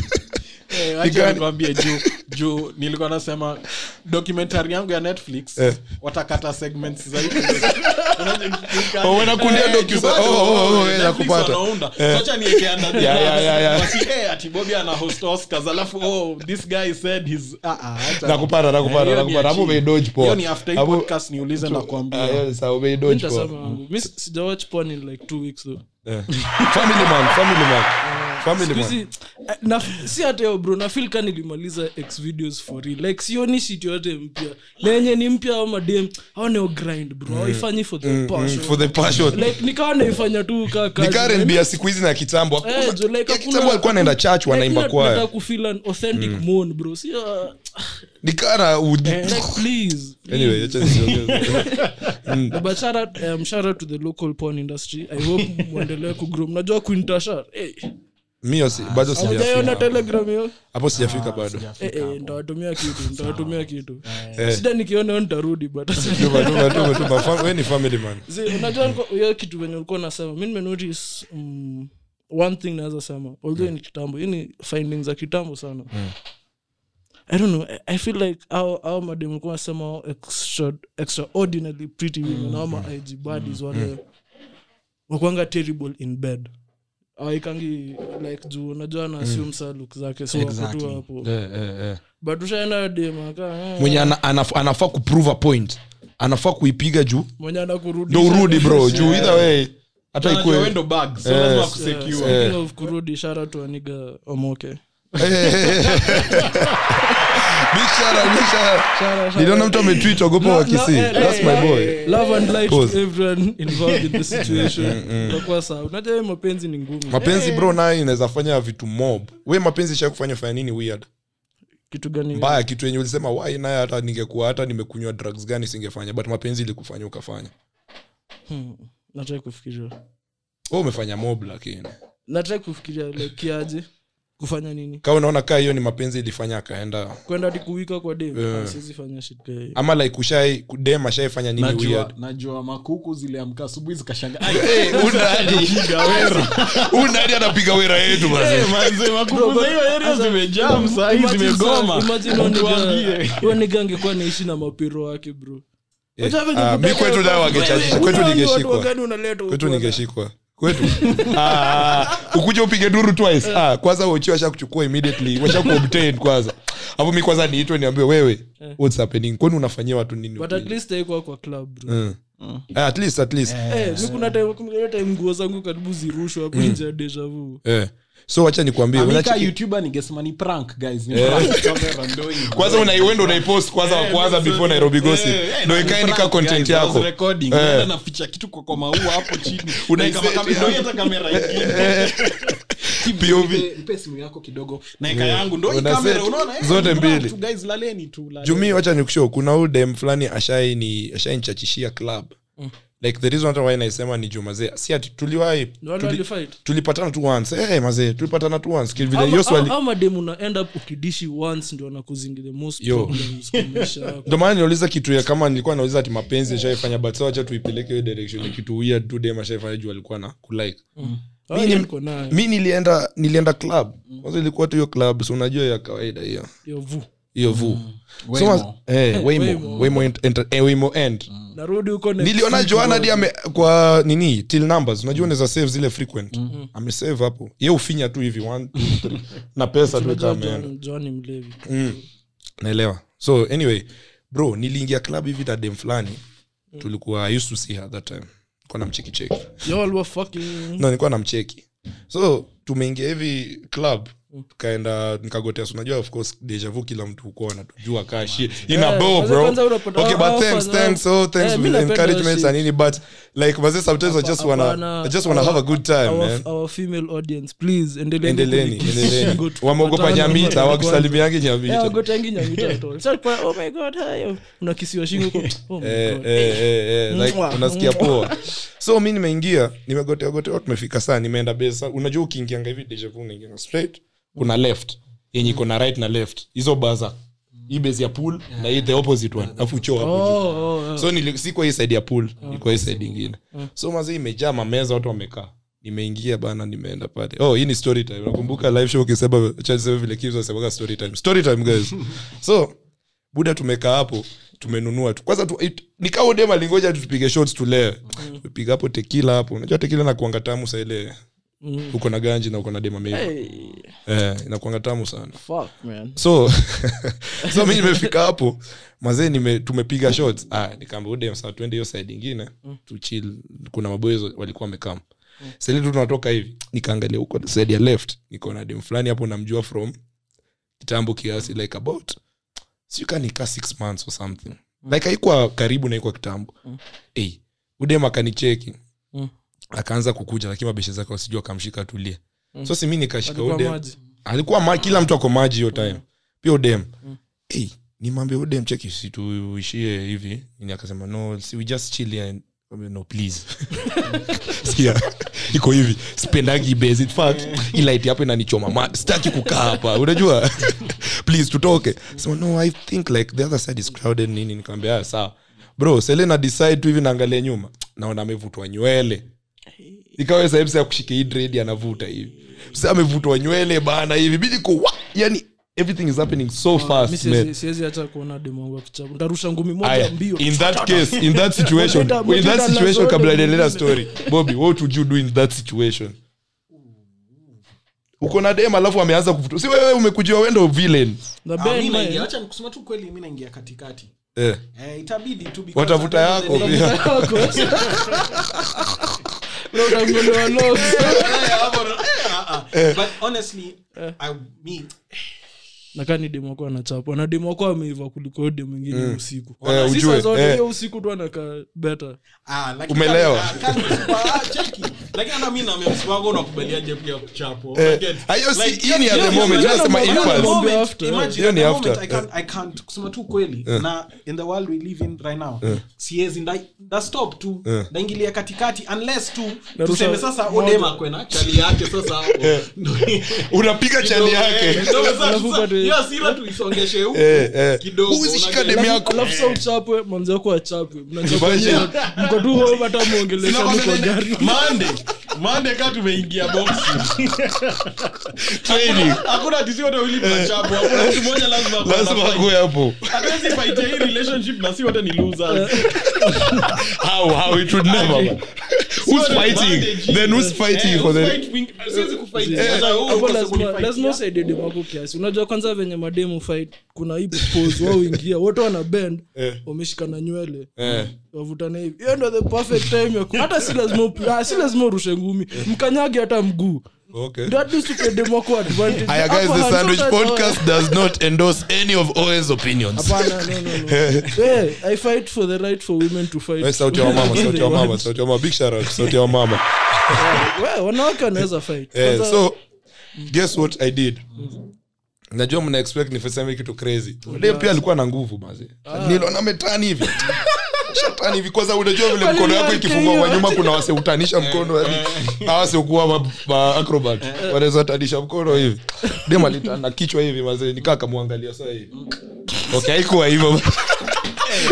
Speaker 4: Eh,
Speaker 3: Ni
Speaker 4: acha
Speaker 3: gani?
Speaker 4: nikwambie juu juu nilikuwa nasema documentary yangu ya netflix
Speaker 3: Eh.
Speaker 4: watakata segments zaidi Eh,
Speaker 3: Oh, wanakundia docu- oh, oh, oh, eh, nakupata. Eh. Yeah, yeah, yeah, yeah.
Speaker 4: atibobi eh, ana host oscars alafu oh, this guy said his ah, ah, acha.
Speaker 3: nakupata
Speaker 4: Eh,
Speaker 3: nakupata
Speaker 4: hiyo ni
Speaker 3: nakupata hapo
Speaker 4: achieve.
Speaker 3: umeidoji poa
Speaker 4: Hiyo ni after hii
Speaker 3: Hapo-
Speaker 4: podcast niulize na kuambia.
Speaker 3: Ah, yeah, sawa, umeidoji poa.
Speaker 2: Nitasema wangu. Mi si- sijawatch porn in like two weeks though
Speaker 3: Yeah. Eh. Family man, family man. Family man.
Speaker 2: Sikuizi, eh, na- si hata yo bro nafil ka nilimaliza x videos for real like sioni shit yote mpya na yenye ni mpya au madem au neo grind bro hawaifanyi for the passion.
Speaker 3: Mm, for the passion
Speaker 2: like nikawa naifanya tu kaa
Speaker 3: ni
Speaker 2: kazi.
Speaker 3: Karen Bia siku hizi na kitambo
Speaker 2: Eh, jo, like,
Speaker 3: Ya
Speaker 2: hakuna-
Speaker 3: kitambo alikuwa anaenda church wanaimba Mm.
Speaker 2: Like,
Speaker 3: kwaya
Speaker 2: nataka kufeel an authentic moan, bro si ah,
Speaker 3: ni kana u-
Speaker 2: Eh, like please
Speaker 3: Anyway, acha nisiongeze.
Speaker 2: but shout out, um, shout out to the local porn industry i hope mwendelee kugrow mnajua quintashar hey,
Speaker 3: Mio si- bado sijafika
Speaker 2: hujaiona telegram hiyo
Speaker 3: hapo sijafika bado
Speaker 2: Eh, eh, nitawatumia kitu nitawatumia kitu
Speaker 3: Eh.
Speaker 2: shida nikiona ntarudi but
Speaker 3: Tuma, tuma, tuma, tuma. Fam- wewe ni family man
Speaker 2: Zi, unajua nilikuwa- hiyo kitu venye ulikuwa unasema mi nimenotice mm, one thing naweza sema although ni kitambo hii ni finding za kitambo sana
Speaker 3: Hmm.
Speaker 2: i don't know I- i feel like au au madem ulikuwa unasema hao extra, extraordinarily pretty
Speaker 3: Hmm.
Speaker 2: women au ma ig bodies wale wakwanga terrible in bed awaikangi like juu unajua
Speaker 3: Hmm.
Speaker 2: na assume saa look zake so wako tu hapo but ushaenda eh, demaka
Speaker 3: Eh, mwenye ana- anaf- anafaa kuprove a point anafaa kuipiga juu
Speaker 2: mwenye anakurudisha
Speaker 3: ndo urudi bro juu either way hata
Speaker 4: Unajua
Speaker 3: ikue
Speaker 4: wewe ndo bag, so lazima
Speaker 3: Eh.
Speaker 4: akusecure.
Speaker 2: Yeah, speaking of kurudi shout out to aniga omoke
Speaker 3: bishara bishara niliona mtu ametweet ogopa
Speaker 2: eh, No,
Speaker 3: wakisi
Speaker 2: no, eh,
Speaker 3: that's
Speaker 2: eh,
Speaker 3: my
Speaker 2: eh,
Speaker 3: boy
Speaker 2: love and light
Speaker 3: Pause. Mm,
Speaker 2: to everyone involved in the situation utakuwa sawa unajua hiyo mapenzi ni ngumu
Speaker 3: mapenzi bro nayo inaweza fanya vitu mob we mapenzi sha kufanya fanya nini weird
Speaker 2: kitu gani
Speaker 3: mbaya kitu yenye ulisema wai nayo hata ningekuwa hata nimekunywa drugs gani singefanya but mapenzi ilikufanya ukafanya
Speaker 2: natrai kufikiria
Speaker 3: we umefanya mob lakini
Speaker 2: natrai kufikiria like kiaje kufanya nini
Speaker 3: kaa unaona kaa hiyo ni mapenzi ilifanya akaenda
Speaker 2: kwenda hadi kuwika kwa dem
Speaker 3: Yeah.
Speaker 2: Ah, siwezi fanya shit ka hiyo.
Speaker 3: ama like ushai dem ashaifanya nini
Speaker 4: najua
Speaker 3: weird
Speaker 4: najua makuku ziliamka asubuhi zikashanga eh,
Speaker 3: unadi anapiga wera
Speaker 2: Eh,
Speaker 3: yetu Ah,
Speaker 2: Imagine sasa, imagine huyo nigga- huyo nigga angekuwa naishi na mapiro wake bro Unajua venye
Speaker 3: ah,
Speaker 2: kudai
Speaker 3: mi kwetu
Speaker 2: watu-
Speaker 3: nayo wangechachisha, kwetu
Speaker 2: Unaambiwa
Speaker 3: ningeshikwa.
Speaker 2: watu wagani unaleta
Speaker 3: kwetu
Speaker 2: huko?
Speaker 3: ningeshikwa kwetu Ah, ukuja upige duru twice ah, kwanza uchi washakuchukua immediately washakuobtain kwanza hapo mi kwanza niitwe niambiwe wewe
Speaker 4: Eh.
Speaker 3: what's happening kwani unafanyia watu nini
Speaker 2: but at least haikuwa kwa club bro
Speaker 3: Mm. Ah, at least at least
Speaker 2: Eh, mi kuna time- kuna ile time nguo zangu karibu zirushwe hapo nje ya deja vu
Speaker 3: Eh. so wacha nikwambie
Speaker 4: amika
Speaker 3: unachi-
Speaker 4: youtuber ningesema ni prank guys ni prank Kamera ndo hii.
Speaker 3: kwanza unaiwendo unaipost Eh. kwanza wa kwanza before nairobi gossip
Speaker 4: Eh,
Speaker 3: ndo
Speaker 4: ni
Speaker 3: ikae nika
Speaker 4: prank,
Speaker 3: content
Speaker 4: guys. I was
Speaker 3: yako
Speaker 4: recording.
Speaker 3: Eh.
Speaker 4: Naenda naficha kitu kwa- kwa maua hapo chini.
Speaker 3: Unaise- Eh,
Speaker 4: Naika makam- ndo hii hata kamera ingine.
Speaker 3: POV.
Speaker 4: Nipe- nipe simu yako kidogo naeka yangu ndo hii
Speaker 3: Una
Speaker 4: kamera,
Speaker 3: set.
Speaker 4: unaona, eh,
Speaker 3: Eh, Zote
Speaker 4: ni prank
Speaker 3: mbili.
Speaker 4: tu, guys, laleni tu, laleni. Mm.
Speaker 3: jumi wacha nikushow kuna udem fulani ashaini ashainchachishia club like the reason hata why naisema ni juu mazee si ati tuliwahi
Speaker 2: Ni wale
Speaker 3: tuli-
Speaker 2: walifight?
Speaker 3: tulipatana tu once hey, mazee tulipatana tu once kivile hiyo swali
Speaker 2: au mademu una end up ukidishi once ndio anakuzing the most
Speaker 3: Yo.
Speaker 2: problems kwa maisha yako
Speaker 3: ndio maana niuliza kitu ya kama nilikuwa nauliza ati mapenzi nishaifanya but sasa wacha tuipeleke hiyo direction ya kitu weird tu dem ashaifanya juu alikuwa na kulike
Speaker 2: Au
Speaker 3: Mimi-
Speaker 2: yeye Mm. Ah, yaani niko nayo
Speaker 3: mi nilienda nilienda club kwanza ilikuwa tu hiyo club so unajua ya kawaida hiyo
Speaker 2: yo vu
Speaker 3: hiyo vu So
Speaker 5: Waymo.
Speaker 3: mas- eh, Waymo.
Speaker 2: Mm. Waymo. Mm.
Speaker 3: Waymo ent- ent- eh, Waymo end.
Speaker 2: narudi huko next
Speaker 3: niliona
Speaker 2: week,
Speaker 3: joana
Speaker 2: bro.
Speaker 3: di ame kwa nini till numbers unajua
Speaker 2: Mm.
Speaker 3: unaweza save zile frequent
Speaker 2: Mm-hmm.
Speaker 3: amesave hapo ye ufinya tu hivi one, two, three. na pesa tu
Speaker 2: Unajua
Speaker 3: kama ameenda.
Speaker 2: John- John ni mlevi
Speaker 3: Mm. naelewa so anyway bro niliingia club hivi na dem fulani
Speaker 2: Mm.
Speaker 3: tulikuwa I used to see her that time nilikuwa namchekicheki
Speaker 2: yo alikuwa fucking
Speaker 3: no nilikuwa namcheki so tumeingia hivi club
Speaker 2: Mm.
Speaker 3: tukaenda nikagotea so unajua of course deja vu kila mtu huko anatujua kaa shi ina
Speaker 2: Yeah,
Speaker 3: bow
Speaker 2: kwanza
Speaker 3: bro
Speaker 2: kwanza unapata
Speaker 3: okay
Speaker 2: hao
Speaker 3: but thanks
Speaker 2: fans,
Speaker 3: thanks
Speaker 2: hao-
Speaker 3: oh thanks
Speaker 2: Eh, mi
Speaker 3: with
Speaker 2: napenda
Speaker 3: encouragement
Speaker 2: hiyo
Speaker 3: and nini but like mazee sometimes i just wanna
Speaker 2: Hapana.
Speaker 3: i just wanna have a good time
Speaker 2: our,
Speaker 3: man
Speaker 2: our female audience please endeleeni
Speaker 3: endeleeni
Speaker 2: kuni-
Speaker 3: endeleeni
Speaker 2: Go to-
Speaker 3: wameogopa
Speaker 2: watana-
Speaker 3: nyamita hawakusalimiangi
Speaker 2: Yeah,
Speaker 3: nyamita
Speaker 2: wagotangi nyamita at all. Sasa kwa, oh my god hayo unakisiwa shingo huko oh my
Speaker 3: Eh,
Speaker 2: god
Speaker 3: eh, eh, eh, like,
Speaker 2: Mwah.
Speaker 3: unasikia poa so mi nimeingia nimegoteagotewa tumefika saa nimeenda besa unajua ukiingianga hivi dejavu unaingianga straight kuna left yenye iko na right na left hizo baza hii base ya pool na hii the opposite one afu choo hapo juu.
Speaker 2: Oh, oh, oh.
Speaker 3: so nili- si kwa hii side ya pool ni kwa hii side ingine so mazi imejaa mameza watu wamekaa nimeingia bana nimeenda pale oh hii ni story time nakumbuka live show ukisema chasema vile kids wasemaga story time story time guys so buda tumekaa hapo tumenunua tu kwanza tu, it- nikao dem alingoja tu tupige shots tulewe tupiga hapo tekila hapo unajua tekila na kuanga tamu sa ile uko na ganji na uko na dema mimi
Speaker 2: Hey,
Speaker 3: eh inakuanga tamu sana
Speaker 2: fuck man
Speaker 3: so so mi nimefika hapo mazee nime, tumepiga shots ah, nikaambia udem saa tuende hiyo side ingine
Speaker 2: Mm.
Speaker 3: tuchil kuna maboezo walikuwa wamekama sahili tu tunatoka hivi nikaangalia huko side ya left nikaona dem fulani hapo namjua from kitambo
Speaker 2: Mm.
Speaker 3: kiasi like about siukanikaa six months or something
Speaker 2: Mm.
Speaker 3: like aikwa karibu na ikwa kitambo hey, udem akanicheki
Speaker 2: Mm.
Speaker 3: akaanza kukuja lakini mabeshe zake wasijua akamshika tulie
Speaker 2: Mm.
Speaker 3: so simi nikashika
Speaker 2: alikuwa
Speaker 3: udem
Speaker 2: maji
Speaker 3: alikuwa ma, kila mtu ako maji hiyo time pia udem hey, nimwambia udem cheki situishie hivi Nini akasema no si we just chill here and Nikamwambia, no please sikia iko hivi sipendangi base in fact hii light hapa inanichoma ma sitaki kukaa hapa unajua please tutoke sema no i think like the other side is crowded nini nikamwambia "Ah, sawa bro selena decide tu hivi naangalia nyuma naona amevutwa nywele ikawa sehemu ya kushika hii dread anavuta hivi sasa amevutwa nywele bana hivi mimi niko "Wah!" yani everything is happening so
Speaker 2: mi
Speaker 3: fast man
Speaker 2: siwezi- siwezi hata kuona demu wangu akichapa ntarusha ngumi
Speaker 3: Aya,
Speaker 2: moja mbio
Speaker 3: in that case in that situation
Speaker 2: Mwenda-
Speaker 3: in that
Speaker 2: mwenda
Speaker 3: situation
Speaker 2: lazole
Speaker 3: kabla
Speaker 2: mwingine.
Speaker 3: niendelea story bobby what would you do in that situation uko na dem alafu ameanza kufutu si wewe umekujiwa wendo villain
Speaker 2: na
Speaker 4: Ah,
Speaker 2: bear
Speaker 4: mi
Speaker 2: in mind-
Speaker 4: naingia- acha nikusema tu kweli mi naingia katikati
Speaker 3: eh.
Speaker 4: eh, itabidi tu because-
Speaker 3: watavuta yako pia
Speaker 2: Utavuta yako. Na utangolewa logs.
Speaker 3: Eh.
Speaker 4: But honestly, I mean,
Speaker 2: nakaa ni demu wako anachapa na demu wako ameiva kuliko huyo demu ingine ya usiku
Speaker 3: Eh,
Speaker 2: Si
Speaker 3: ujue,
Speaker 2: saa zote
Speaker 3: eh.
Speaker 2: hiyo usiku tu anakaa beta
Speaker 4: ah, lakini
Speaker 3: Umelewa.
Speaker 4: kama- ah, kama super- ah, cheki. Lakini hata mi na memes wangu unakubaliaje pia kuchapo?
Speaker 3: Eh,
Speaker 4: Get-
Speaker 3: hiyo si-
Speaker 4: oh, like,
Speaker 3: hii ni
Speaker 4: yeah,
Speaker 3: at the
Speaker 4: yeah,
Speaker 3: moment,
Speaker 4: yeah,
Speaker 3: tunasema
Speaker 4: yeah,
Speaker 3: impulse.
Speaker 4: at the moment,
Speaker 2: Hiyo ni after,
Speaker 4: imagine
Speaker 3: hiyo
Speaker 4: at
Speaker 3: ni
Speaker 4: the
Speaker 3: after, Eh.
Speaker 4: moment, I can't- I can't, kusema tu kweli na in the world we live in right now siezi nda- nda stop tu
Speaker 3: Eh.
Speaker 4: ndaingilia katikati unless tu
Speaker 2: Narusha
Speaker 4: tuseme sasa
Speaker 2: moja.
Speaker 4: odema kwena chali yake sasa hapo Ndio-
Speaker 3: unapiga Eh. chali
Speaker 4: eh,
Speaker 3: yake
Speaker 4: Ndio sasa-
Speaker 2: Alafu
Speaker 4: sasa,
Speaker 2: bado-
Speaker 4: hiyo hasira tuisongeshe huku
Speaker 3: Eh, eh.
Speaker 4: kidogo,
Speaker 3: Huwezi shika
Speaker 4: unajua.
Speaker 3: demu yako.
Speaker 2: alafu sa uchapwe manzi wako achapwe
Speaker 3: Imagine.
Speaker 2: mnachapmko tu home hata mwongelesha
Speaker 3: Sinakwambia
Speaker 2: kwa
Speaker 3: nini?
Speaker 2: gari
Speaker 4: Monday. Monday kaa tumeingia boxing.
Speaker 3: training
Speaker 4: hakuna tisiwote wili tunachapwa. Hakuna mtu mmoja lazima akuwe
Speaker 3: Eh. lazima
Speaker 4: anafight.
Speaker 3: akue hapo
Speaker 4: Hatuwezi fight hii relationship na si wote ni losers.
Speaker 2: Eh.
Speaker 3: how how it would never who's
Speaker 4: Sio
Speaker 3: fighting
Speaker 4: advantage.
Speaker 3: then who's fighting
Speaker 4: Eh,
Speaker 3: for the
Speaker 4: ufight wing- siwezi kufight.
Speaker 2: Eh,
Speaker 4: Sasa wewe
Speaker 2: hapo
Speaker 4: ukose
Speaker 2: lazima-
Speaker 4: kunifight.
Speaker 2: lazima usaidie demu wako kiasi unajua kwanza venye mademu fight kuna hii pose wao ingia wote wana bend
Speaker 3: Eh.
Speaker 2: wameshikana nywele
Speaker 3: Eh.
Speaker 2: wavutana hivi hiyo ndo the perfect time ya ku- hata si lazima upi- ah, si lazima urushe ngumi
Speaker 3: Eh.
Speaker 2: mkanyage hata mguu
Speaker 3: okay
Speaker 2: ndio at least upe demu wako advantage
Speaker 3: Aya guys,
Speaker 2: Hapo
Speaker 3: the
Speaker 2: hand
Speaker 3: Sandwich
Speaker 2: sometimes-
Speaker 3: Podcast does not endorse any of OA's opinions.
Speaker 2: Hapana, no, no, no. Eh, I fight for the right for women to fight.
Speaker 3: Eh, sauti ya wamama, sauti ya wamama, sauti ya wamama. Big shout out, sauti ya wamama.
Speaker 2: Wewe, wanawake wanaweza fight
Speaker 3: Eh,
Speaker 2: Kwanza-
Speaker 3: so guess what I did? najua mna expect nifeseme kitu crazy Ule pia alikuwa na nguvu mazi niliona ametani hivi shetani hivi kwanza unajua vile mkono yako ikifungwa kwa nyuma kuna waseutanisha mkono yani awasekuwa ma, ma acrobat wanaezatanisha mkono hivi dem alitana kichwa hivi mazee nikaa kamwangalia saa hivi okay haikuwa hivyo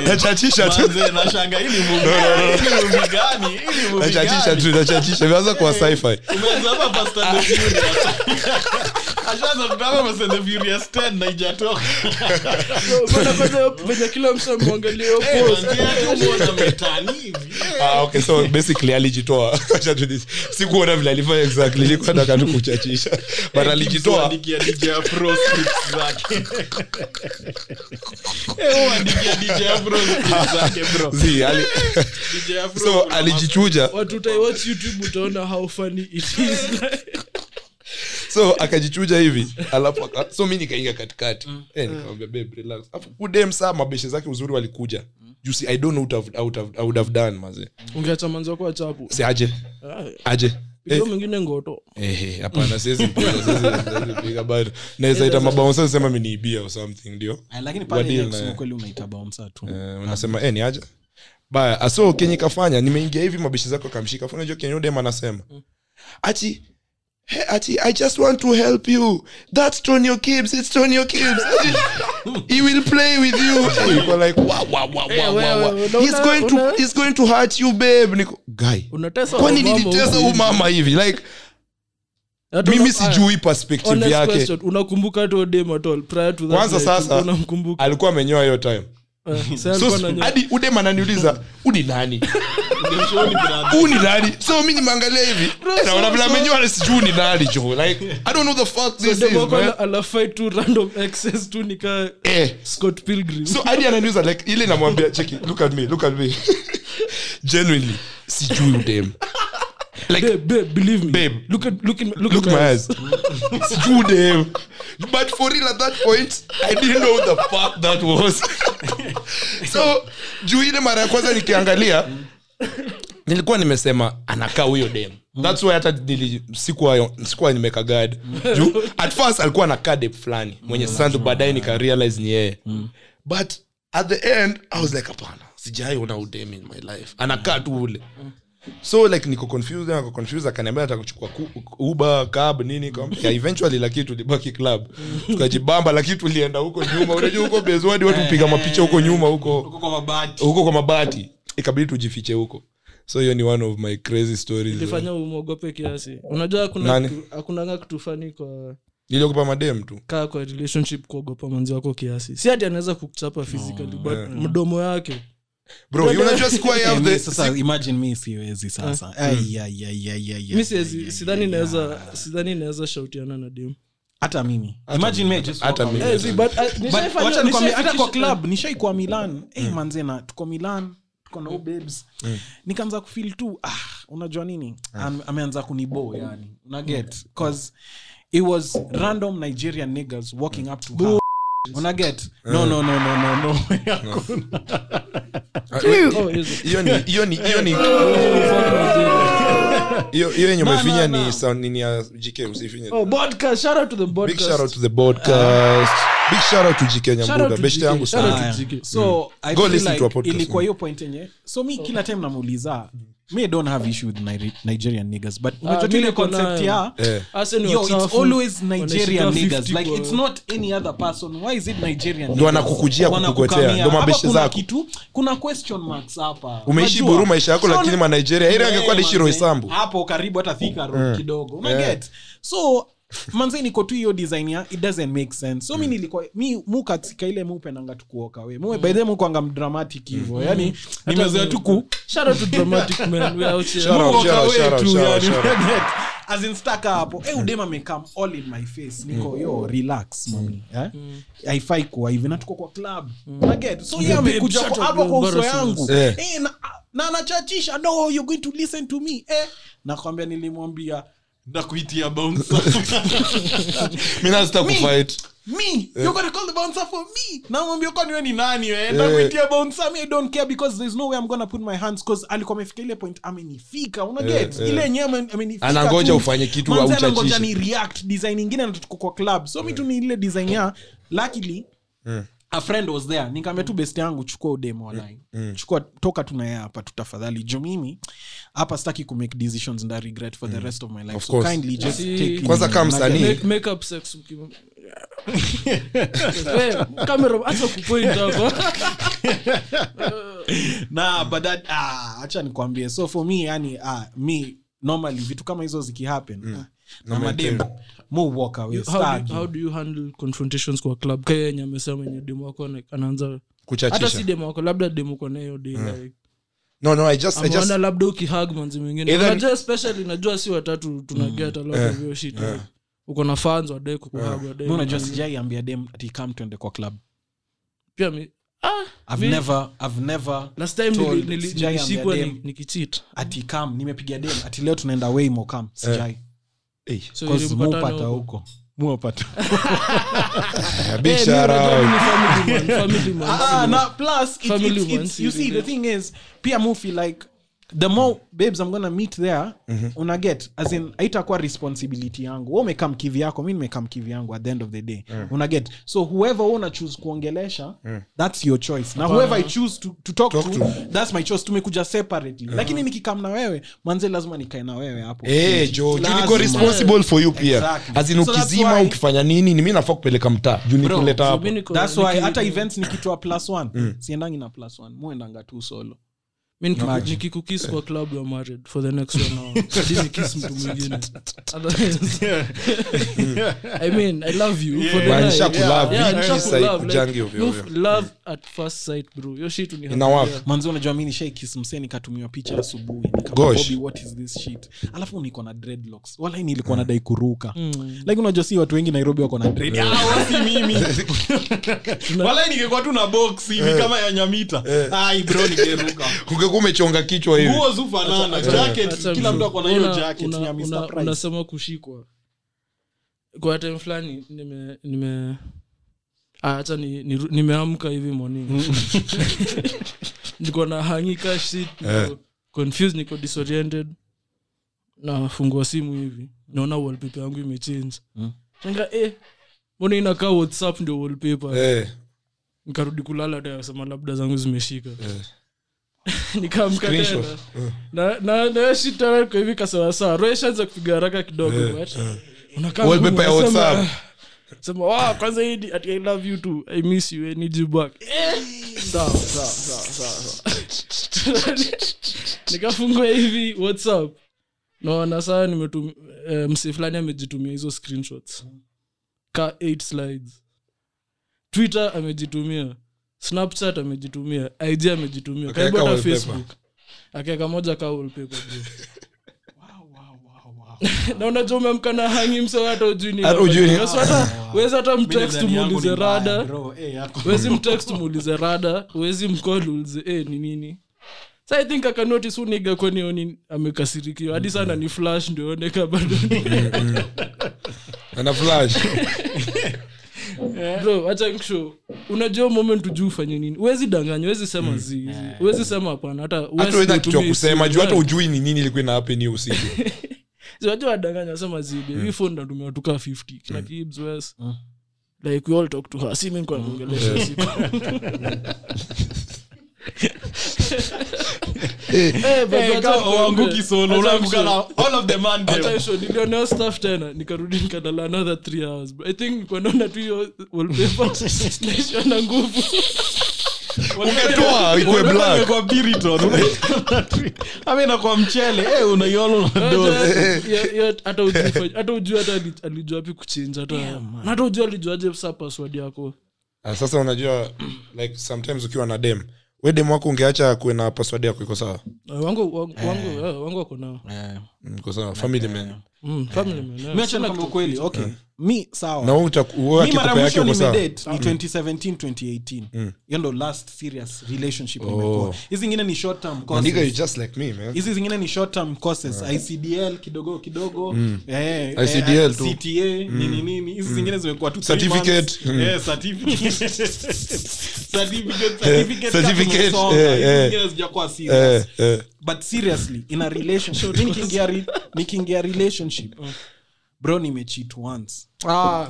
Speaker 3: nachachisha tu
Speaker 5: nashanga hii ni movie gani? Hii ni movie gani? Hii ni movie
Speaker 3: nachachisha
Speaker 5: gani?
Speaker 3: tu nachachisha imeanza kuwa sci-fi
Speaker 5: Umeanza hapa Fast and the Furious. Ashaanza kutazama Fast and the Furious 10 na haijatoka.
Speaker 2: Bwana, kwanza venye kila mtu amwangalia huko.
Speaker 5: Eh, manzi yake umeona metani hivi. Eh,
Speaker 3: Ah, okay so basically alijitoa Acha tu this. sikuona vile alifanya exactly nilikuwa nataka tu kuchachisha but alijitoa
Speaker 5: Andikia DJ Afro scripts zake. Eh, wewe andikia DJ Afro scripts zake, bro.
Speaker 3: Zii, ali-
Speaker 5: DJ Afro
Speaker 3: so
Speaker 5: kuna
Speaker 3: alijichuja
Speaker 2: watu utaiwatch youtube utaona how funny it is
Speaker 3: so akajichuja hivi alafu aka- so mi nikaingia katikati Eh, nikamwambia babe relax alafu udem saa mabeshe zake uzuri walikuja you see i don't know what I've- I would have- I would have done maze
Speaker 2: ungeacha manzi wako achapu
Speaker 3: si aje aje Eh,
Speaker 2: io mwingine ngoto
Speaker 3: eh, eh, hapana siwezi mpiga, siwezi- siwezi mpiga bado naweza ita mabaonsa sema miniibia or something ndio
Speaker 4: Eh,
Speaker 3: Wadili
Speaker 4: lakini pale ile
Speaker 3: na-
Speaker 4: kusema kweli unaita bouncer tu
Speaker 3: Eh, unasema eh, ni aje baya so kenye kafanya nimeingia hivi mabishi zako akamshika Afu unajua kenye udem anasema
Speaker 2: Mm.
Speaker 3: ati "Hey, ati i just want to help you that's tonyo kibs it's tonyo kibs he will play with you Niko like wow, wow, wow, wow, wow, wow.
Speaker 2: Eh, wewe, unaona-
Speaker 3: he's going to
Speaker 2: unaona?
Speaker 3: he's going to hurt you babe niko guy
Speaker 2: unatesa
Speaker 3: kwani
Speaker 2: wamama
Speaker 3: niliteza
Speaker 2: huko.
Speaker 3: huu mama hivi like
Speaker 2: Hata
Speaker 3: mimi
Speaker 2: una-
Speaker 3: sijui
Speaker 2: Ah, honest
Speaker 3: perspective yake
Speaker 2: question, unakumbuka hata dem at all prior to that
Speaker 3: Kwanza
Speaker 2: night,
Speaker 3: sasa-
Speaker 2: ulikuwa unamkumbuka
Speaker 3: alikuwa amenyoa hiyo time
Speaker 2: Eh, sasa
Speaker 3: so
Speaker 2: alikuwa ananyoa.
Speaker 3: hadi udem ananiuliza uni nani
Speaker 5: mwishoni kuna
Speaker 3: huu ni nani so mi nimeangalia hivi
Speaker 2: Bro,
Speaker 3: naona
Speaker 2: so-
Speaker 3: vile
Speaker 2: so-
Speaker 3: amenyoa sijui huu ni nani jo like i don't know the fuck this
Speaker 2: Dem
Speaker 3: is
Speaker 2: wako
Speaker 3: man.
Speaker 2: ana- anafight tu random access tu nikaa
Speaker 3: eh
Speaker 2: scott pilgrim
Speaker 3: so hadi ananiuza like ile namwambia cheki look at me look at me genuinely sijui udem like
Speaker 2: babe, babe, believe me
Speaker 3: Babe.
Speaker 2: look at look in look,
Speaker 3: look
Speaker 2: at
Speaker 3: my eyes sijui udem but for real at that point i didn't know the fuck that was so juu ile mara ya kwanza nikiangalia nilikuwa nimesema anakaa huyo dem thats why hata nili- sikuwa sikuwa nimeka guard juu at first alikuwa anakaa dep fulani mwenye sandu baadaye nikarealize ni yeye but at the end i was like hapana sijaiona udem in my life anakaa tu ule so like niko confused niko confused akaniambia nataka kuchukua ku- uber cab nini nikamwambia, yeah, eventually lakini tulibaki club tukajibamba lakini tulienda huko nyuma unajua huko bezwadi watu piga mapicha huko nyuma huko
Speaker 5: huko kwa mabati.
Speaker 3: huko kwa mabati ikabidi tujifiche huko so hiyo ni one of my crazy stories
Speaker 2: ilifanya umwogope kiasi unajua hakuna
Speaker 3: Nani?
Speaker 2: hakunanga kitu fani kwa
Speaker 3: niliogopa madem tu
Speaker 2: kaa kwa relationship kuogopa mwenzi wako kiasi si hati anaweza kukuchapa physically but mdomo yake
Speaker 3: bro you unajua sikuwa I
Speaker 4: Eh,
Speaker 3: have
Speaker 4: mi
Speaker 3: the Eh.
Speaker 4: sasa imagine mi siwezi sasa Ai, ai, ai, ai, ai,
Speaker 2: mi
Speaker 4: ai,
Speaker 2: siwezi-
Speaker 4: ai, ai,
Speaker 2: sidhani
Speaker 4: ai,
Speaker 2: naweza sidhani naweza shautiana na dem
Speaker 4: hata mimi imagine me I just
Speaker 3: hata
Speaker 4: walk
Speaker 3: mimi.
Speaker 4: away.
Speaker 2: Eh, zi, but, ah,
Speaker 4: But
Speaker 2: nishaifanya-
Speaker 4: wacha nikwambie, hata kwa
Speaker 2: nishaifikisha-
Speaker 4: club nishaikuwa milan hey,
Speaker 3: Mm.
Speaker 4: manzena tuko milan tuko na huu babes nikaanza kufil tu ah, unajua nini
Speaker 3: Mm.
Speaker 4: Am- ameanza kunibo yani unaget cause it was random nigerian niggas walking up to her
Speaker 3: Eh.
Speaker 4: unaget no no no no no no
Speaker 2: Oh, yes. Eh,
Speaker 3: Ah, hiyo ni hiyo ni hiyo ni hiyo hiyo yenye umefinya ni sound nini ya JK usifinye
Speaker 2: Oh, podcast. Shout out to the
Speaker 3: big
Speaker 2: podcast.
Speaker 3: shout out to the podcast big shout out to JK
Speaker 2: Shout out
Speaker 3: Nyambuga
Speaker 2: to
Speaker 3: best
Speaker 2: JK.
Speaker 3: yangu
Speaker 2: Shout out
Speaker 3: sana
Speaker 2: to
Speaker 4: Aya.
Speaker 2: JK.
Speaker 4: so I
Speaker 3: Ah, Mm. Go
Speaker 4: feel
Speaker 3: listen to a
Speaker 4: like
Speaker 3: podcast,
Speaker 4: ilikuwa
Speaker 3: man.
Speaker 4: hiyo point yenye so mi kila time namuuliza mi I don't have issue with Nigeri- nigerian niggas but unajua tu
Speaker 2: Ah, mi
Speaker 4: ile
Speaker 2: niko
Speaker 4: concept
Speaker 2: nayo.
Speaker 4: ya
Speaker 3: eh
Speaker 2: Asa ni
Speaker 4: yo it's
Speaker 2: wachafu.
Speaker 4: always
Speaker 2: Wanashika
Speaker 4: nigerian
Speaker 2: 50
Speaker 4: niggas like
Speaker 2: kwa-
Speaker 4: it's not any other person why is it nigerian
Speaker 3: Ndio
Speaker 4: niggas?
Speaker 3: wanakukujia kukugotea,
Speaker 4: Wanakukamia.
Speaker 3: ndio mabishi
Speaker 4: Hapa kuna
Speaker 3: zako.
Speaker 4: kitu kuna question marks hapa
Speaker 3: umeishi
Speaker 4: Unajua?
Speaker 3: buru maisha yako
Speaker 4: So
Speaker 3: lakini
Speaker 4: ni-
Speaker 3: ma Nigeria ile angekuwa
Speaker 4: Yeah,
Speaker 3: aliishi
Speaker 4: manze.
Speaker 3: Roysambu Mm.
Speaker 4: hapo karibu hata thika road kidogo unaget so manze niko tu hiyo design ya it doesn't make sense so mi
Speaker 3: Mm.
Speaker 4: nilikuwa mi mu katika ile muupenanga tukuoka we muwe by the mukwanga mdramatic
Speaker 3: Mm.
Speaker 4: hivo yani nimezoea tu ku
Speaker 2: Shout out to Dramatic Man. We are out here.
Speaker 3: Shout out,
Speaker 4: Walk
Speaker 3: shout out,
Speaker 4: away
Speaker 3: shout out,
Speaker 4: tu,
Speaker 3: shout out,
Speaker 4: yani,
Speaker 3: shout out.
Speaker 4: unaget? As in stuck hapo Eh, udem amekam all in my face niko
Speaker 3: Mm.
Speaker 4: yo relax mami eh? haifai kuwa hivi na tuko kwa club
Speaker 3: Mm.
Speaker 4: Unaget? so yeye amekuja
Speaker 2: shut
Speaker 4: kwa-
Speaker 2: up,
Speaker 4: hapo kwa
Speaker 2: you're
Speaker 4: uso
Speaker 2: embarrassing
Speaker 4: yangu
Speaker 3: us. Eh.
Speaker 4: Eh, na- na anachachisha no you're going to listen to me eh? nakwambia nilimwambia
Speaker 5: na kuitia bouncer.
Speaker 3: mimi nasita
Speaker 4: Me.
Speaker 3: kufight Eh.
Speaker 4: me you're gonna call the bouncer for me namwambia kwani we ni nani we na
Speaker 3: Eh.
Speaker 4: kuitia bouncer me i don't care because there's no way i'm gonna put my hands cause alikuwa amefika ile point amenifika una get
Speaker 3: eh.
Speaker 4: ile yenyewe ame- amenifika
Speaker 3: Anangoja
Speaker 4: tu.
Speaker 3: ufanye kitu
Speaker 4: Manze
Speaker 3: auchachishe. Eh.
Speaker 4: anangoja ni react design ingine na tuko kwa club so mi tu ni ile design ya luckily a friend was there nikamwambia tu best yangu chukua udemo
Speaker 3: Eh,
Speaker 4: walai chukua toka tunaye hapa tu tafadhali juu mimi hapa sitaki kumake decisions nda regret for the rest of my life
Speaker 3: Mm. Of
Speaker 4: so
Speaker 3: course.
Speaker 4: kindly just
Speaker 2: Si-
Speaker 4: take it
Speaker 3: Kwanza
Speaker 4: easy.
Speaker 3: kama msanii- Nani?
Speaker 2: Make- make up sex mkiwa- Wewe, camera, acha kupoint hapo.
Speaker 4: na but that ah, acha nikwambie so for me yani ah, me normally vitu kama hizo zikihappen ah, na madem mo walk away
Speaker 2: You- how do
Speaker 4: stag
Speaker 2: you- how do you handle confrontations kwa club kaya yenye amesema yenye demo wako ana- anaanza hata si
Speaker 3: kuchachisha
Speaker 2: demo wako labda demo uko nayo day like
Speaker 3: no no Mm. i just i just
Speaker 2: ameona labda ukihag manzi mwingine
Speaker 3: Either- Mm.
Speaker 2: unajua especially najua si watatu tunaget a lot of hiyo shit like, uko na fans wadai kukuhag wadai
Speaker 4: Mi unajua
Speaker 2: kukuhug.
Speaker 4: sijai ambia dem ati come tuende kwa club
Speaker 2: pia mi ah,
Speaker 4: i've
Speaker 2: mi-
Speaker 4: never i've never
Speaker 2: last time nili-
Speaker 4: told,
Speaker 2: nili-
Speaker 4: sijai
Speaker 2: nilishikwa
Speaker 4: ambia
Speaker 2: ni-
Speaker 4: dem.
Speaker 2: nikicheat
Speaker 4: ati kam nimepiga dem ati leo tunaenda way mo kam sijai
Speaker 3: hey,
Speaker 2: So
Speaker 4: Cause
Speaker 2: ilipatana
Speaker 4: mupata
Speaker 2: huko. Eh,
Speaker 4: huko muwapata
Speaker 3: a big shout out
Speaker 4: Ah, na plus it,
Speaker 2: Family
Speaker 4: it, it,
Speaker 2: ones,
Speaker 4: you see the thing is pia mu feel like the more babes i'm gonna meet there
Speaker 3: Mm-hmm.
Speaker 4: una get as in haitakuwa responsibility yangu wewe umekaa mkivi yako mi nimekaa mkivi yangu at the end of the day
Speaker 3: Mm.
Speaker 4: una get so whoever wewe una choose kuongelesha that's your choice na whoever i choose to, to talk,
Speaker 3: Talk
Speaker 4: to,
Speaker 3: to. Mm.
Speaker 4: that's my choice tumekuja separately lakini nikikam na wewe manze lazima nikae na wewe hapo
Speaker 3: Eh, jo juu niko
Speaker 4: Lazima.
Speaker 3: responsible for you pia
Speaker 4: Exactly.
Speaker 3: As in
Speaker 4: So that's
Speaker 3: ukizima
Speaker 4: why-
Speaker 3: ukifanya nini ni mi nafaa kupeleka mtaa juu ni
Speaker 4: Bro,
Speaker 3: kuleta hapo
Speaker 4: that's why hata events nikitoa plus one
Speaker 3: Mm.
Speaker 4: siendangi na plus one muendanga tu solo
Speaker 2: nikikukis kwa club ya married for the next one hour Hadi nikis mtu mwingine Otherwise- i mean i love you for the
Speaker 3: Man,
Speaker 2: night.
Speaker 3: nishakulove.
Speaker 2: Yeah,
Speaker 3: Hii
Speaker 2: nishakulove.
Speaker 3: side
Speaker 2: Like,
Speaker 3: kujangi ovyo
Speaker 2: you
Speaker 3: ovyo.
Speaker 2: love at first sight bro yo shit unihappy.
Speaker 3: Ina work.
Speaker 4: manzi unajua mi nishaikis msee nikatumiwa picha asubuhi
Speaker 3: Gosh.
Speaker 4: nikabobi what is this shit alafu niko na dreadlocks walai nilikuwa
Speaker 5: Mm.
Speaker 4: nadai kuruka
Speaker 2: Mm. Hmm.
Speaker 4: lakini unajua si watu wengi nairobi wako na dread
Speaker 5: Ah, wasi mimi walai ningekuwa tu na box hivi kama ya nyamita
Speaker 4: Ah,
Speaker 5: ai bro ningeruka
Speaker 3: Eh. ungekuwa umechonga kichwa hivi
Speaker 5: nguo zufanana
Speaker 2: Acha
Speaker 5: jacket kila
Speaker 2: mtu.
Speaker 5: mtu ako na hiyo
Speaker 2: Una-
Speaker 5: jacket
Speaker 2: una-
Speaker 5: ya
Speaker 2: una-
Speaker 5: Mr. Price
Speaker 2: unasema kushikwa kwa time fulani nime nime ah, hata ni, ni, nimeamka hivi morning niko na hangika shit niko
Speaker 3: Eh.
Speaker 2: confused niko disoriented nafungua simu hivi naona wallpaper yangu imechange
Speaker 5: Hmm.
Speaker 2: Nanga, eh, mbona inakaa whatsapp ndio wallpaper
Speaker 3: Eh,
Speaker 2: nikarudi kulala tasema labda zangu zimeshika nikamka tena
Speaker 3: Eh. Screenshot. Eh,
Speaker 2: na- na- na hiyo shit tena iko hivi kasawasawa roeshaanza kupiga haraka kidogo
Speaker 3: Eh,
Speaker 2: but unakaa
Speaker 3: Wallpaper
Speaker 2: ngumu,
Speaker 3: ya
Speaker 2: unasema,
Speaker 3: WhatsApp.
Speaker 2: ah, sema "Wow, kwanza hii ni- ati i love you too i miss you I need you back Eh, sawa sawa sawa sawa sawa. nikafungua hivi whatsapp naona saa nimetum eh, msi fulani amejitumia hizo screenshots ka 8 slides twitter amejitumia snapchat amejitumia ig amejitumia karibu
Speaker 3: Akaeka
Speaker 2: hata
Speaker 3: wallpaper.
Speaker 2: facebook akiaka moja ka wallpaper juu na unajua umeamka na hangi mseo hata ujuni
Speaker 3: Hata ujui ni-
Speaker 2: wezi hata mtext
Speaker 4: Dread yangu ni
Speaker 2: umuulize
Speaker 4: mbaya,
Speaker 2: rada
Speaker 4: bro. Eh, yako.
Speaker 2: wezi mtext umuulize rada wezi mcall uulize eh, ni nini so i think akanotis uniga kwanioni amekasirikiwa hadi
Speaker 4: Mm-hmm.
Speaker 2: sana ni flash ndio oneka bado ni-
Speaker 3: ana flash
Speaker 2: bro wacha nikushow. unajua moment ujuu ufanye nini uwezi danganya uwezi sema zi uwezi sema hapana hata
Speaker 3: hata
Speaker 2: West
Speaker 3: weza
Speaker 2: ndio
Speaker 3: kitu ya
Speaker 2: utumie
Speaker 3: kusema
Speaker 2: simu.
Speaker 3: juu hata ujui ni nini ilikuwa ina happen hiyo usiku
Speaker 2: Si wajua wadanganya sema zi baby hii phone natumia watu kaa 50 kina Gibbs, Wes. like we all talk to her si mimi nilikuwa namuongelesha siku. Eh, but
Speaker 5: Eh,
Speaker 2: wacha
Speaker 5: kama
Speaker 2: nikwambie.
Speaker 5: uanguki solo,
Speaker 2: Wacha
Speaker 5: unaanguka na
Speaker 2: nikushow.
Speaker 5: all of the man them.
Speaker 2: Wacha nikushow. Nilionea stuff tena nikarudi nikadala another three hours bro. i think nilikuwa naona tu hiyo wallpaper naishiwa na nguvu
Speaker 3: ungetoa ikuwe
Speaker 5: Unataka
Speaker 3: black
Speaker 5: iwe kwa Piriton, unataka- ama inakuwa Ah, mchele eh, unaiona na dozi.
Speaker 2: Ya- ya- hata ujui- hata ujua hata ali- alijua api kuchinja hata na hata ujua alijuaje sa password yako
Speaker 3: Ah, sasa unajua like sometimes ukiwa na dem we dem wako ungeacha kuwe na password yako iko sawa
Speaker 2: Eh, wangu wangu wangu- eh, wangu wako nao
Speaker 3: Mm, iko sawa family man
Speaker 2: Mm, family man, eh.
Speaker 4: Mi acha nikwambie ukweli okay mi sawa
Speaker 3: na wewe utaku- wewe
Speaker 4: mi mara
Speaker 3: akikupa yake
Speaker 4: mwisho
Speaker 3: uko sawa Mm.
Speaker 4: nimedate ni 2017 2018 hiyo ndo last serious relationship nimekuwa hizi zingine ni short term
Speaker 3: Oh. Nigga,
Speaker 4: courses
Speaker 3: you just like me man
Speaker 4: hizi zingine ni short term courses icdl kidogo kidogo
Speaker 3: Mm.
Speaker 4: eh, eh,
Speaker 3: ICDL tu. Mm.
Speaker 4: cta nini nini hizi zingine zimekuwa tu three
Speaker 3: Certificate.
Speaker 4: months.
Speaker 3: Mm.
Speaker 4: Eh, certificate. Certificate, certificate
Speaker 3: Eh, certificate,
Speaker 4: kama umesoma.
Speaker 3: eh,
Speaker 4: Hizi
Speaker 3: eh.
Speaker 4: zingine hazijakuwa serious
Speaker 3: eh eh
Speaker 4: but seriously in a relationship mi nikiingia re- nikiingia relationship
Speaker 6: bro nimecheat once
Speaker 2: Ah,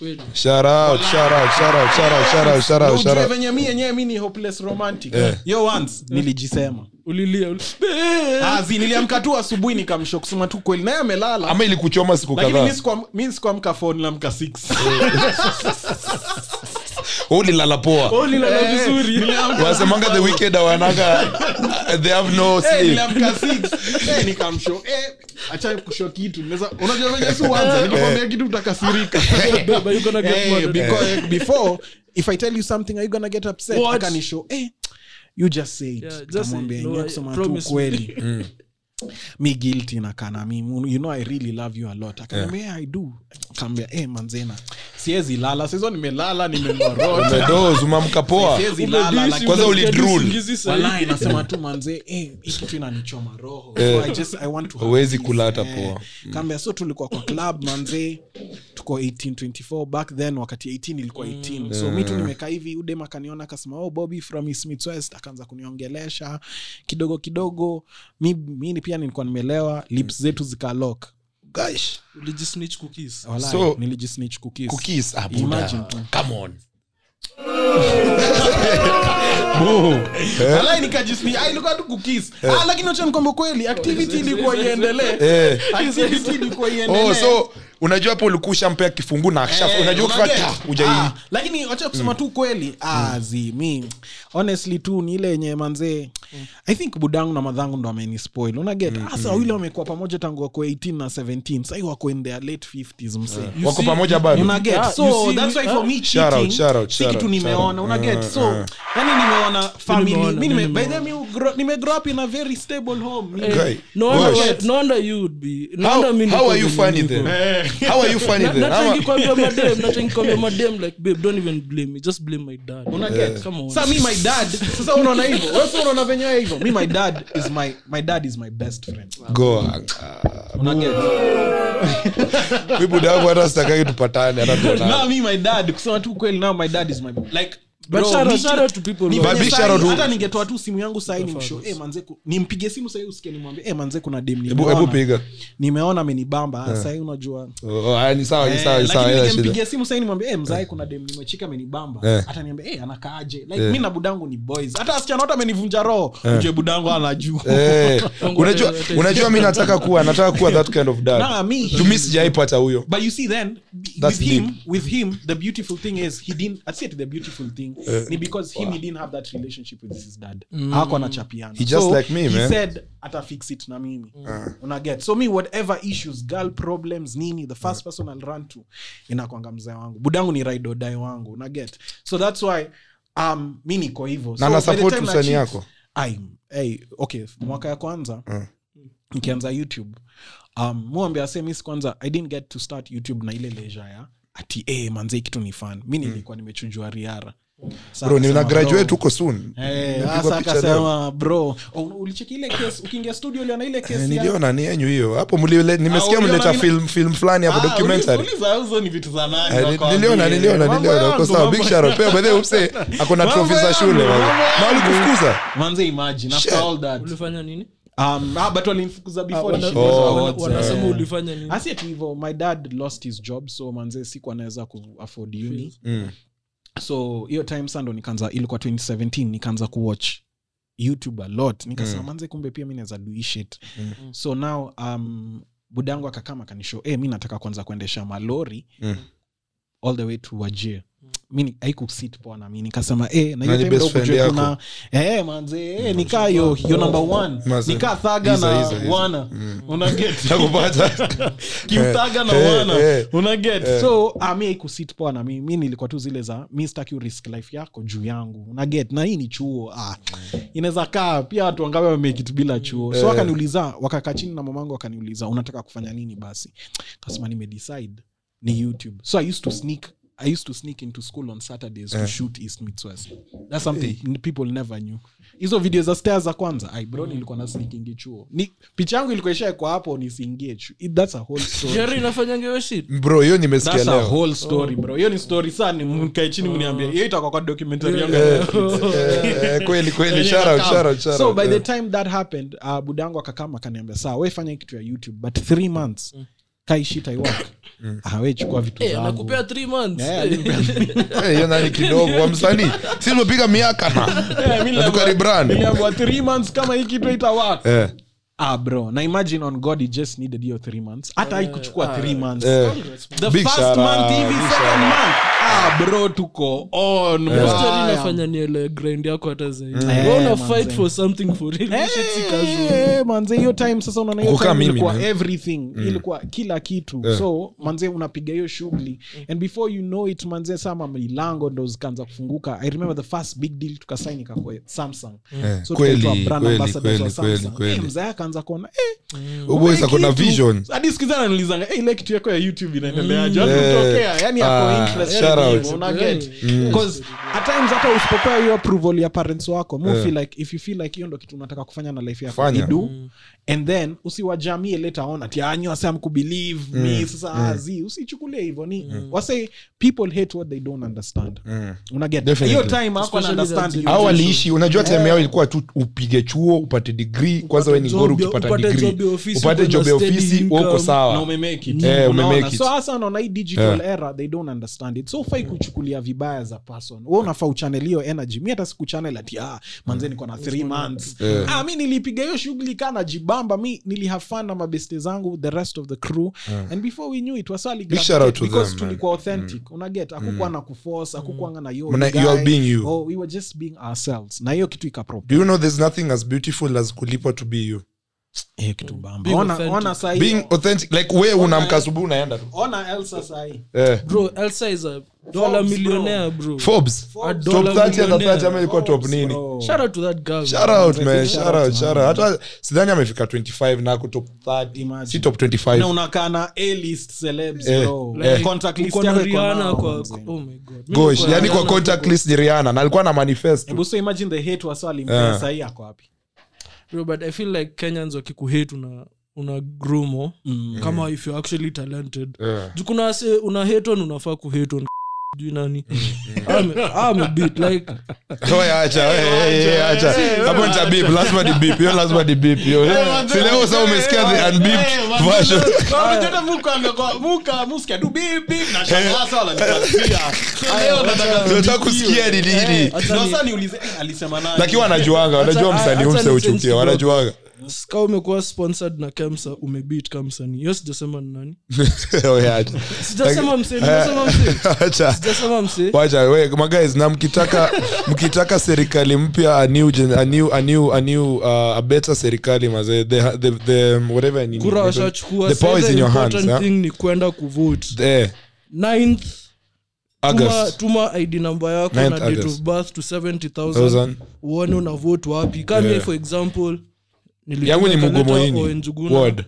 Speaker 2: wait.
Speaker 3: Shout out, shout out, shout out, shout out, shout out, shout out, shout out.
Speaker 4: venye mi yenyewe mi ni hopeless romantic
Speaker 3: Eh.
Speaker 6: yo once nilijisema
Speaker 2: ulilia
Speaker 3: Eh.
Speaker 2: uli-
Speaker 4: Ah, zi, niliamka tu asubuhi nikamsho kusema tu kweli naye amelala
Speaker 3: ama ilikuchoma siku
Speaker 4: lakini mi
Speaker 3: kadhaa Eh.
Speaker 4: sikuam- mi sikuamka fo nilamka six.
Speaker 3: ulilala poa
Speaker 2: ulilala
Speaker 4: Eh,
Speaker 2: vizuri
Speaker 4: niliamka-
Speaker 3: wasemanga the wicked awananga they have no
Speaker 4: Eh,
Speaker 3: sleep
Speaker 4: niliamka six. Eh, nikamsho eh, acha kusho kitu Naweza- unajua venye si uanze nikikwambia kitu utakasirika
Speaker 2: Babe, are you gonna get
Speaker 4: Eh,
Speaker 2: murdered?
Speaker 4: because- before if i tell you something are you gonna get upset
Speaker 2: What?
Speaker 4: akanisho eh, you just say it
Speaker 2: Yeah, just
Speaker 4: Nikamwambia
Speaker 2: say it. No,
Speaker 4: yenyewe
Speaker 2: I
Speaker 4: kusema tu
Speaker 2: promise me.
Speaker 4: kweli mi guilty nakana mi you know i really love you a lot akaniambia yeah. i do akaambia eh manzena siwezi lala saizo nimelala nimemorota
Speaker 3: medos umamka poa
Speaker 4: siwezi lala
Speaker 2: Umedishi,
Speaker 4: lakini-
Speaker 3: Kwanza
Speaker 2: unasikia tu
Speaker 3: ulidrool.
Speaker 2: usingizi sahi.
Speaker 4: Walai, nasema tu manze eh, hii kitu inanichoma roho
Speaker 3: Eh.
Speaker 4: so I just, I want to have
Speaker 3: Huwezi
Speaker 4: peace.
Speaker 3: kula hata
Speaker 4: Eh,
Speaker 3: poa.
Speaker 4: kaambia so tulikuwa kwa club manze tuko 1824 back then wakati 18 ilikuwa 18 so
Speaker 3: Eh.
Speaker 4: mi tu nimekaa hivi udem akaniona akasema oh bobby from East Smiths west akaanza kuniongelesha kidogo kidogo mi, mi pia nilikuwa nimelewa lips
Speaker 3: Mm.
Speaker 4: zetu zikalok
Speaker 3: Gosh,
Speaker 2: Ulijisnitch cookies.
Speaker 3: So,
Speaker 4: so, nilijisnich kukis
Speaker 3: cookies, ah, Buddha.
Speaker 4: Imagine tu.
Speaker 3: Come on. Boo. Eh,
Speaker 4: Walai, nikajisni- ah, ilikuwa tu kukis ah, lakini acha nikwambie kweli activity ilikuwa iendelee
Speaker 3: eh.
Speaker 2: Ah,
Speaker 4: activity ilikuwa iendelee
Speaker 3: Oh, so unajua hapo ulikuwa ushampea kifungu na akisha-
Speaker 4: Eh,
Speaker 3: unajua
Speaker 4: unaget?
Speaker 3: ukifata ujai
Speaker 4: Ah, lakini wacha kusema tu kweli
Speaker 3: Mm.
Speaker 4: Ah, zi, mi honestly tu ni ile yenye manzee
Speaker 3: Mm.
Speaker 4: i think budangu na madhangu ndo amenispoil unaget hasa Ah,
Speaker 3: mm.
Speaker 4: wawili wamekuwa pamoja tangu wako 18 na 17 sahii wako in their late 50s msee
Speaker 2: You
Speaker 3: wako
Speaker 2: see-
Speaker 3: pamoja bado
Speaker 4: unaget
Speaker 2: Ah, you
Speaker 4: so
Speaker 2: see,
Speaker 4: that's why
Speaker 2: ah.
Speaker 4: for me
Speaker 3: Shout out,
Speaker 4: cheating,
Speaker 3: shout out,
Speaker 4: si
Speaker 3: shout
Speaker 4: kitu
Speaker 3: out, shout
Speaker 4: nimeona
Speaker 3: out.
Speaker 4: unaget
Speaker 3: Ah,
Speaker 4: so
Speaker 3: ah.
Speaker 4: yani nimeona family
Speaker 2: nimeona,
Speaker 4: mi nime-
Speaker 2: mi
Speaker 4: by the way, mi ugro- nime grow up in a very stable home Mi-
Speaker 3: Guy,
Speaker 2: Eh, No wonder-
Speaker 3: gosh.
Speaker 2: no wonder you would be- no
Speaker 3: How-
Speaker 2: wonder mi
Speaker 3: how
Speaker 2: niko
Speaker 3: are you
Speaker 2: venye
Speaker 3: funny
Speaker 2: niko.
Speaker 3: then? How are you funny
Speaker 2: Na-
Speaker 3: then?
Speaker 2: nacha
Speaker 3: How are-
Speaker 2: nikikwambia madem, nacha nikikwambia madem, like, babe, don't even blame me, just blame my dad. Come on.
Speaker 4: sa mi my dad sasa unaona hivyo Wewe sasa unaona venye wewe hivyo mi my dad is my my dad is my best friend
Speaker 3: Go, ah,
Speaker 4: unaget
Speaker 3: mi buda wangu hata sitaki tupatane hata tuonane.
Speaker 4: now me my dad kusema tu kweli now my dad is my like
Speaker 2: But
Speaker 4: bro,
Speaker 2: shout out-
Speaker 4: ni-
Speaker 2: shout out to people
Speaker 4: ni
Speaker 2: who-
Speaker 3: But
Speaker 4: venye
Speaker 3: big
Speaker 4: sahi,
Speaker 3: shout out to-
Speaker 4: hata ningetoa tu simu yangu sahi nimsho eh manze ku- nimpige simu sahi usikie nimwambie eh manze kuna dem
Speaker 3: Hebu- hebu
Speaker 4: nimeona
Speaker 3: piga
Speaker 4: nimeona amenibamba yeah. sahi unajua
Speaker 3: Oh, oh, ah, ni sawa ni
Speaker 4: Eh,
Speaker 3: sawa ni sawa
Speaker 4: lakini
Speaker 3: haina shida
Speaker 4: nikimpigia simu sahi nimwambie eh mzae kuna dem nimechika amenibamba
Speaker 3: Eh.
Speaker 4: ataniambia eh anakaaje like
Speaker 3: Eh.
Speaker 4: mimi na budangu ni boys hata asichana wote amenivunja roho ujue budangu anajua
Speaker 3: Eh,
Speaker 2: Mungu
Speaker 3: unajua
Speaker 2: atetea.
Speaker 3: unajua mi nataka kuwa nataka kuwa that kind of
Speaker 4: na
Speaker 3: dad
Speaker 4: mi
Speaker 3: jumi sijaipata huyo
Speaker 4: but you see then b-
Speaker 3: That's
Speaker 4: with him
Speaker 3: deep.
Speaker 4: with him the beautiful thing is he didn't i said the beautiful thing
Speaker 3: Uh,
Speaker 4: ni because him he didn't have that relationship with his dad hako anachapiana
Speaker 3: He just like me,
Speaker 4: he
Speaker 3: man. Uh.
Speaker 4: said ata fix it na mimi una get so me whatever issues girl problems nini the first person i'll run to inakwanga mzee wangu budangu ni ride or die wangu una get so that's why um mi niko hivyo
Speaker 3: na
Speaker 4: so, by
Speaker 3: na
Speaker 4: the
Speaker 3: support
Speaker 4: time na
Speaker 3: usani
Speaker 4: cheat-
Speaker 3: yako
Speaker 4: Ay, hey, okay mwaka ya kwanza
Speaker 3: Mm.
Speaker 4: nikianza youtube um, muambia semis kwanza i didn't get to start youtube na ile leisure ya ati hey, manze hii kitu ni fan mi
Speaker 2: Hmm.
Speaker 4: nilikuwa nimechujua riara Sasa
Speaker 3: bro ni
Speaker 4: akasema,
Speaker 3: na graduate
Speaker 4: bro,
Speaker 3: huko soon
Speaker 4: eh,
Speaker 3: Nimepigwa
Speaker 4: sasa
Speaker 3: picha leo.
Speaker 4: akasema bro oh, ulicheki ile case ukiingia studio uliona ile
Speaker 3: Eh,
Speaker 4: case ya-
Speaker 3: niliona ni yenyu hiyo hapo mlile- nimesikia
Speaker 4: Ah,
Speaker 3: mlileta
Speaker 4: uliona
Speaker 3: film film fulani hapo
Speaker 4: Ah,
Speaker 3: documentary
Speaker 4: uliza, hizo ni vitu za nani,
Speaker 3: Eh,
Speaker 4: wakaambie.
Speaker 3: niliona niliona
Speaker 4: Mambo
Speaker 3: niliona uko
Speaker 4: yangu,
Speaker 3: sawa
Speaker 4: mambo
Speaker 3: big shout out pia by the way upse akona
Speaker 4: Mambo
Speaker 3: trophy za
Speaker 4: yangu,
Speaker 3: shule
Speaker 4: mambo
Speaker 3: na walikufukuza
Speaker 4: manze imagine after
Speaker 3: Shit.
Speaker 4: all that
Speaker 2: Ulifanya nini?
Speaker 4: um, ah, but walinifukuza
Speaker 2: Ah,
Speaker 4: before
Speaker 2: wana-
Speaker 4: nishindiwe
Speaker 3: Oh,
Speaker 2: wana-
Speaker 4: awards,
Speaker 2: wanasema
Speaker 4: eh.
Speaker 2: ulifanya nini?
Speaker 4: asiet hivo my dad lost his job so manze siku anaweza kuafford uni so hiyo time sando nikaanza ilikuwa 2017 nikaanza kuwatch youtube a lot nikasema
Speaker 3: Mm.
Speaker 4: manze kumbe pia mi naweza do hii shit so now um, budangu akakama kanisho e mi nataka kwanza kuendesha malori
Speaker 3: Mm.
Speaker 4: all the way to wajie mi aikusit poa nami nikasema e na
Speaker 3: Na
Speaker 4: hiyo
Speaker 3: ni
Speaker 4: time
Speaker 3: best
Speaker 4: ndo
Speaker 3: friend
Speaker 4: kujua
Speaker 3: yako.
Speaker 4: kuna eh manze eh nikaa yo yo number one
Speaker 3: Maze.
Speaker 4: nikaa thaga
Speaker 3: Hizo,
Speaker 4: na
Speaker 3: hizo, hizo.
Speaker 4: wana unaget
Speaker 3: nakupata
Speaker 4: kimtaga na
Speaker 3: Eh,
Speaker 4: wana
Speaker 3: eh.
Speaker 4: unaget so ami aikusit poa na mi mi nilikuwa tu zile za mi staki urisk life yako juu yangu unaget na hii ni chuo ah, inaweza kaa pia watu wangapi wamekit bila chuo
Speaker 3: Eh.
Speaker 4: so wakaniuliza wakakaa chini na mamangu wakaniuliza unataka kufanya nini basi kasema nimedecide ni youtube so i used to sneak i used to sneak into school on saturdays
Speaker 3: Eh.
Speaker 4: to shoot east meets west that's something people never knew hizo video za stairs za kwanza ai bro nilikuwa na sneakingi chuo ni picha yangu ilikuwa ishaekwa hapo nisiingie chu It- that's a whole story
Speaker 2: Jerry, inafanyaga hiyo shit?
Speaker 3: bro hiyo nimesikia
Speaker 4: that's a
Speaker 3: leo
Speaker 4: whole story bro hiyo ni story sana mkae chini mniambie hiyo itakuwa kwa documentary yangu
Speaker 3: Eh,
Speaker 4: ya Netflix.
Speaker 3: eh, eh, kweli kweli
Speaker 4: Yenye
Speaker 3: shout out
Speaker 4: nakam.
Speaker 3: shout out shout
Speaker 4: so
Speaker 3: out
Speaker 4: by the
Speaker 3: eh.
Speaker 4: time that happened uh, budangu akakama akaniambia saa wefanya kitu ya youtube but three months mm. taishi taiwak
Speaker 3: Mm.
Speaker 4: awechukua Ah, vitu
Speaker 2: Eh,
Speaker 4: zangu
Speaker 2: anakupea three months
Speaker 4: Eh,
Speaker 2: Eh,
Speaker 3: Eh, hiyo nani kidogo wa msanii si tumepiga miaka na
Speaker 4: Eh, mi
Speaker 3: na tukaribrand
Speaker 4: niliambiwa three months kama hii kitu itawak
Speaker 3: Eh,
Speaker 4: ah bro na imagine on god he just needed hiyo three months hata haikuchukua three months
Speaker 3: eh.
Speaker 4: the
Speaker 3: Big
Speaker 4: first
Speaker 3: shout
Speaker 4: month
Speaker 3: out,
Speaker 4: hivi
Speaker 3: big
Speaker 4: second
Speaker 3: shout
Speaker 4: month ah bro tuko on
Speaker 2: Hiyo
Speaker 4: bro.
Speaker 2: story Oh, inafanya nielewe grind yako hata zaidi
Speaker 4: Eh,
Speaker 2: Wewe una
Speaker 4: manze.
Speaker 2: fight for something for real
Speaker 4: Eh,
Speaker 2: shit si casual.
Speaker 4: manze hiyo time sasa unaona hiyo
Speaker 3: Kukaa
Speaker 4: time
Speaker 3: mimi,
Speaker 4: ilikuwa
Speaker 3: man. Mm.
Speaker 4: everything ilikuwa kila kitu
Speaker 3: Eh.
Speaker 4: so manze unapiga hiyo shughuli and before you know it manze sama milango ndo zikaanza kufunguka i remember the first big deal tukasaini ikakuwa samsung
Speaker 3: Eh,
Speaker 4: so
Speaker 3: kweli,
Speaker 4: tukaitwa brand
Speaker 3: kweli,
Speaker 4: ambassadors wa
Speaker 3: kweli, kweli,
Speaker 4: Samsung.
Speaker 3: kweli.
Speaker 4: Eh, mzee akaanza kuona eh,
Speaker 3: Uboys ako na
Speaker 4: kitu.
Speaker 3: vision.
Speaker 4: hadi siku hizi ananilizanga eh, ile kitu yako ya youtube inaendeleaje Watu
Speaker 3: Eh.
Speaker 4: hutokea, yani yako
Speaker 3: Ah,
Speaker 4: interest
Speaker 3: shout
Speaker 4: yani
Speaker 3: out.
Speaker 4: hivyo, una get. 'Cause at times hata usipopewa hiyo approval ya parents wako mo feel like if you feel like hiyo ndo kitu unataka kufanya na life yako
Speaker 3: Fanya.
Speaker 4: idu and then usiwajamie later on ati anyo wase amkubelieve me sasa ah, zi usichukulie hivyo ni wase people hate what they don't understand una get
Speaker 3: Definitely.
Speaker 4: hiyo time hako
Speaker 2: Especially
Speaker 4: understand
Speaker 2: that-
Speaker 4: you.
Speaker 3: au waliishi unajua time yao ilikuwa tu upige chuo upate digri kwanza we ni
Speaker 2: job
Speaker 3: ngori
Speaker 2: ya-
Speaker 3: ukipata
Speaker 2: upate
Speaker 3: digri
Speaker 2: job ya ofisi, uko
Speaker 3: upate
Speaker 2: na
Speaker 3: job ya
Speaker 2: steady
Speaker 3: ofisi we uko
Speaker 2: income.
Speaker 4: na
Speaker 3: sawa
Speaker 4: umemake it.
Speaker 3: Eh,
Speaker 4: Unaona?
Speaker 3: umemake it.
Speaker 4: so hasa naona hii digital
Speaker 3: Eh.
Speaker 4: era they don't understand it so ufai kuchukulia vibaya za person we unafaa uchanel hiyo energy mi hata sikuchanel ati ah, manze niko na three months
Speaker 3: Eh.
Speaker 4: ah, mi nilipiga hiyo shughuli kaa najibamba mi nilihafan na mabeste zangu the rest of the crew and before we knew it wasali
Speaker 3: Big shout out to them, man. Mm.
Speaker 4: tulikuwa authentic unaget akukwa na kuforce akukwanga na yo
Speaker 3: Mna- you are being you.
Speaker 4: oh, we were just being ourselves na hiyo kitu ikaprop
Speaker 3: do you know there's nothing as beautiful as kulipwa to be you
Speaker 4: eh, kitu bamba
Speaker 2: Oh. Being
Speaker 4: ona,
Speaker 2: authentic.
Speaker 4: ona sahi
Speaker 3: being authentic like we unamka asubuhi unaenda tu
Speaker 4: ona elsa sahi
Speaker 3: eh.
Speaker 2: bro elsa is a dollar
Speaker 4: Forbes, bro.
Speaker 2: millionaire bro
Speaker 3: forbes
Speaker 2: A
Speaker 3: top
Speaker 2: dollar
Speaker 3: 30 na 30 ama
Speaker 2: millionaire.
Speaker 4: Oh,
Speaker 2: Oh.
Speaker 3: ilikuwa top nini
Speaker 2: shout out to that girl
Speaker 3: Shout out, man.
Speaker 4: Shout
Speaker 3: Shout
Speaker 4: out,
Speaker 3: out, shout out. hata sidhani amefika 25 na ako top 30
Speaker 4: Imagine.
Speaker 3: si top 25
Speaker 4: na unakaa na A-list celebs,
Speaker 3: Eh,
Speaker 4: bro.
Speaker 2: Like,
Speaker 4: Contact list
Speaker 2: uko na
Speaker 4: yako iko
Speaker 2: Rihanna
Speaker 4: nao,
Speaker 2: kwa
Speaker 4: manze.
Speaker 2: oh my god Mimi
Speaker 3: gosh
Speaker 2: niko na
Speaker 3: yani kwa
Speaker 2: Rihanna
Speaker 3: contact list ni riana na alikuwa na manifest
Speaker 4: Hebu so imagine the hate
Speaker 7: Eh.
Speaker 4: wasa walimpea
Speaker 3: Yeah.
Speaker 4: sahi yako wapi
Speaker 2: bro but i feel like kenyans wakikuhate una una grumo kama if you're actually talented
Speaker 3: Eh.
Speaker 2: Juu kuna wase una hate on unafaa kuhate on juu nani
Speaker 3: Mm,
Speaker 2: I'm- I'm a bit like
Speaker 3: Oya, acha, eh, eh, eh, acha. Hapo nita beep, lazima ni beep, hiyo lazima ni beep, hiyo. Si leo sasa umesikia the unbeeped version.
Speaker 2: Ah,
Speaker 3: Tunataka kusikia ni nini.
Speaker 7: eh,
Speaker 3: Lakini wanajuanga wanajua
Speaker 2: Acha-
Speaker 3: msanii
Speaker 2: acha
Speaker 3: humse
Speaker 2: ni sense
Speaker 3: uchukia
Speaker 2: kidogo.
Speaker 3: wanajuanga
Speaker 2: ska umekuwa sponsored na kemsa umebeat kamsani hiyo sijasema ni nani
Speaker 3: Oya, acha.
Speaker 2: sijasema msee nimesema msee
Speaker 3: Acha.
Speaker 2: sijasema msee
Speaker 3: wacha we magais na mkitaka mkitaka serikali mpya a new gen, a new, a new, a new uh, a better serikali maze the, the, the um, whatever nini-
Speaker 2: kura washachukua
Speaker 3: the power is in your hands
Speaker 2: important
Speaker 3: yeah?
Speaker 2: thing ni kwenda kuvote
Speaker 3: eh,
Speaker 2: ninth tuma,
Speaker 3: august
Speaker 2: tuma id namba yako na
Speaker 3: 9th
Speaker 2: date
Speaker 3: August.
Speaker 2: of birth to
Speaker 3: 1000.
Speaker 2: 70000 uone una vote wapi kama
Speaker 3: Yeah.
Speaker 2: yeah. for example nilipiga
Speaker 3: yangu ni
Speaker 2: kaleta
Speaker 3: mugomoini
Speaker 2: Oenjuguna,
Speaker 3: ward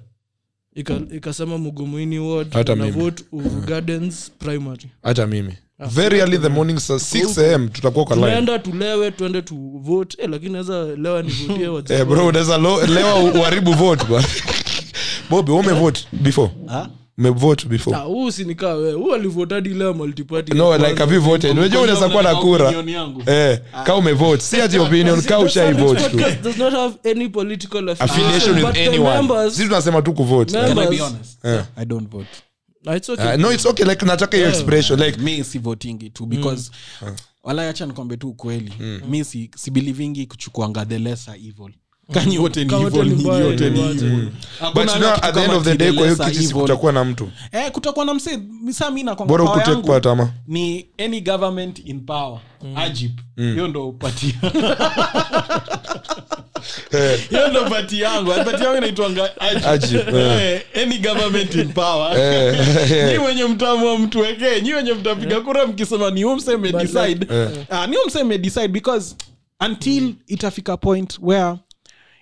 Speaker 2: ika- ikasema mugomoini ward
Speaker 3: Hata
Speaker 2: una
Speaker 3: mimi.
Speaker 2: vote uru gardens primary
Speaker 3: hata mimi
Speaker 2: Ah.
Speaker 3: very early in the morning sa 6 am tutakuwa kwa line
Speaker 2: tunaenda tulewe tuende tu vote eh, lakini naweza lewa nivotie wazee
Speaker 3: eh, bro unaweza lo- lewa u- uharibu vote bwana. bobi wewe umevote before umevote before
Speaker 2: Ah, huu usinikaa wewe huu alivotadi leo multiparty
Speaker 3: no like have you voted unajua unaweza kuwa na kura eh kama umevote si ati opinion kama ushaivote tu
Speaker 2: Podcast does not have any political
Speaker 3: affiliation with
Speaker 2: but the
Speaker 3: anyone
Speaker 2: members-
Speaker 3: sisi tunasema tu kuvote
Speaker 2: Members-
Speaker 7: Can I be honest?
Speaker 3: Eh.
Speaker 7: I don't vote.
Speaker 2: Ah, it's okay.
Speaker 3: Uh, no it's okay like nataka hiyo expression like
Speaker 7: mi si votingi
Speaker 2: Mm.
Speaker 7: tu because walayacha nikwambe tu ukweli mi si, si belivingi kuchukuanga the lesser evil kani wote ni
Speaker 2: Mm. Kama wote
Speaker 7: evil,
Speaker 2: ni
Speaker 7: nyinyi
Speaker 2: mbaya,
Speaker 7: wote ni
Speaker 2: ni
Speaker 7: evil.
Speaker 2: waje.
Speaker 3: but
Speaker 7: Hakuna
Speaker 3: you know
Speaker 7: kitu
Speaker 3: at the
Speaker 7: kama
Speaker 3: end of the
Speaker 7: ati
Speaker 3: day kwa hiyo
Speaker 7: lesser
Speaker 3: kiti si
Speaker 7: evil.
Speaker 3: kutakuwa na mtu
Speaker 4: eh, kutakuwa na mse saa mi nakwanga
Speaker 3: bora
Speaker 4: power
Speaker 3: ukute
Speaker 4: yangu
Speaker 3: kwa tama
Speaker 4: ni any government in power
Speaker 2: Mm.
Speaker 4: ajib
Speaker 3: Mm.
Speaker 4: hiyo ndo upatia
Speaker 3: Eh,
Speaker 4: hiyo ndo pati yangu pati yangu inaitwanga ajib.
Speaker 3: Ajib, eh.
Speaker 4: Eh, any government in power
Speaker 3: eh,
Speaker 4: nyi
Speaker 3: eh.
Speaker 4: wenye mtamua mtuwekee nyi wenye mtapiga kura mkisema ni umse medecide
Speaker 3: Eh.
Speaker 4: Ah, ni umse medecide because until itafika point where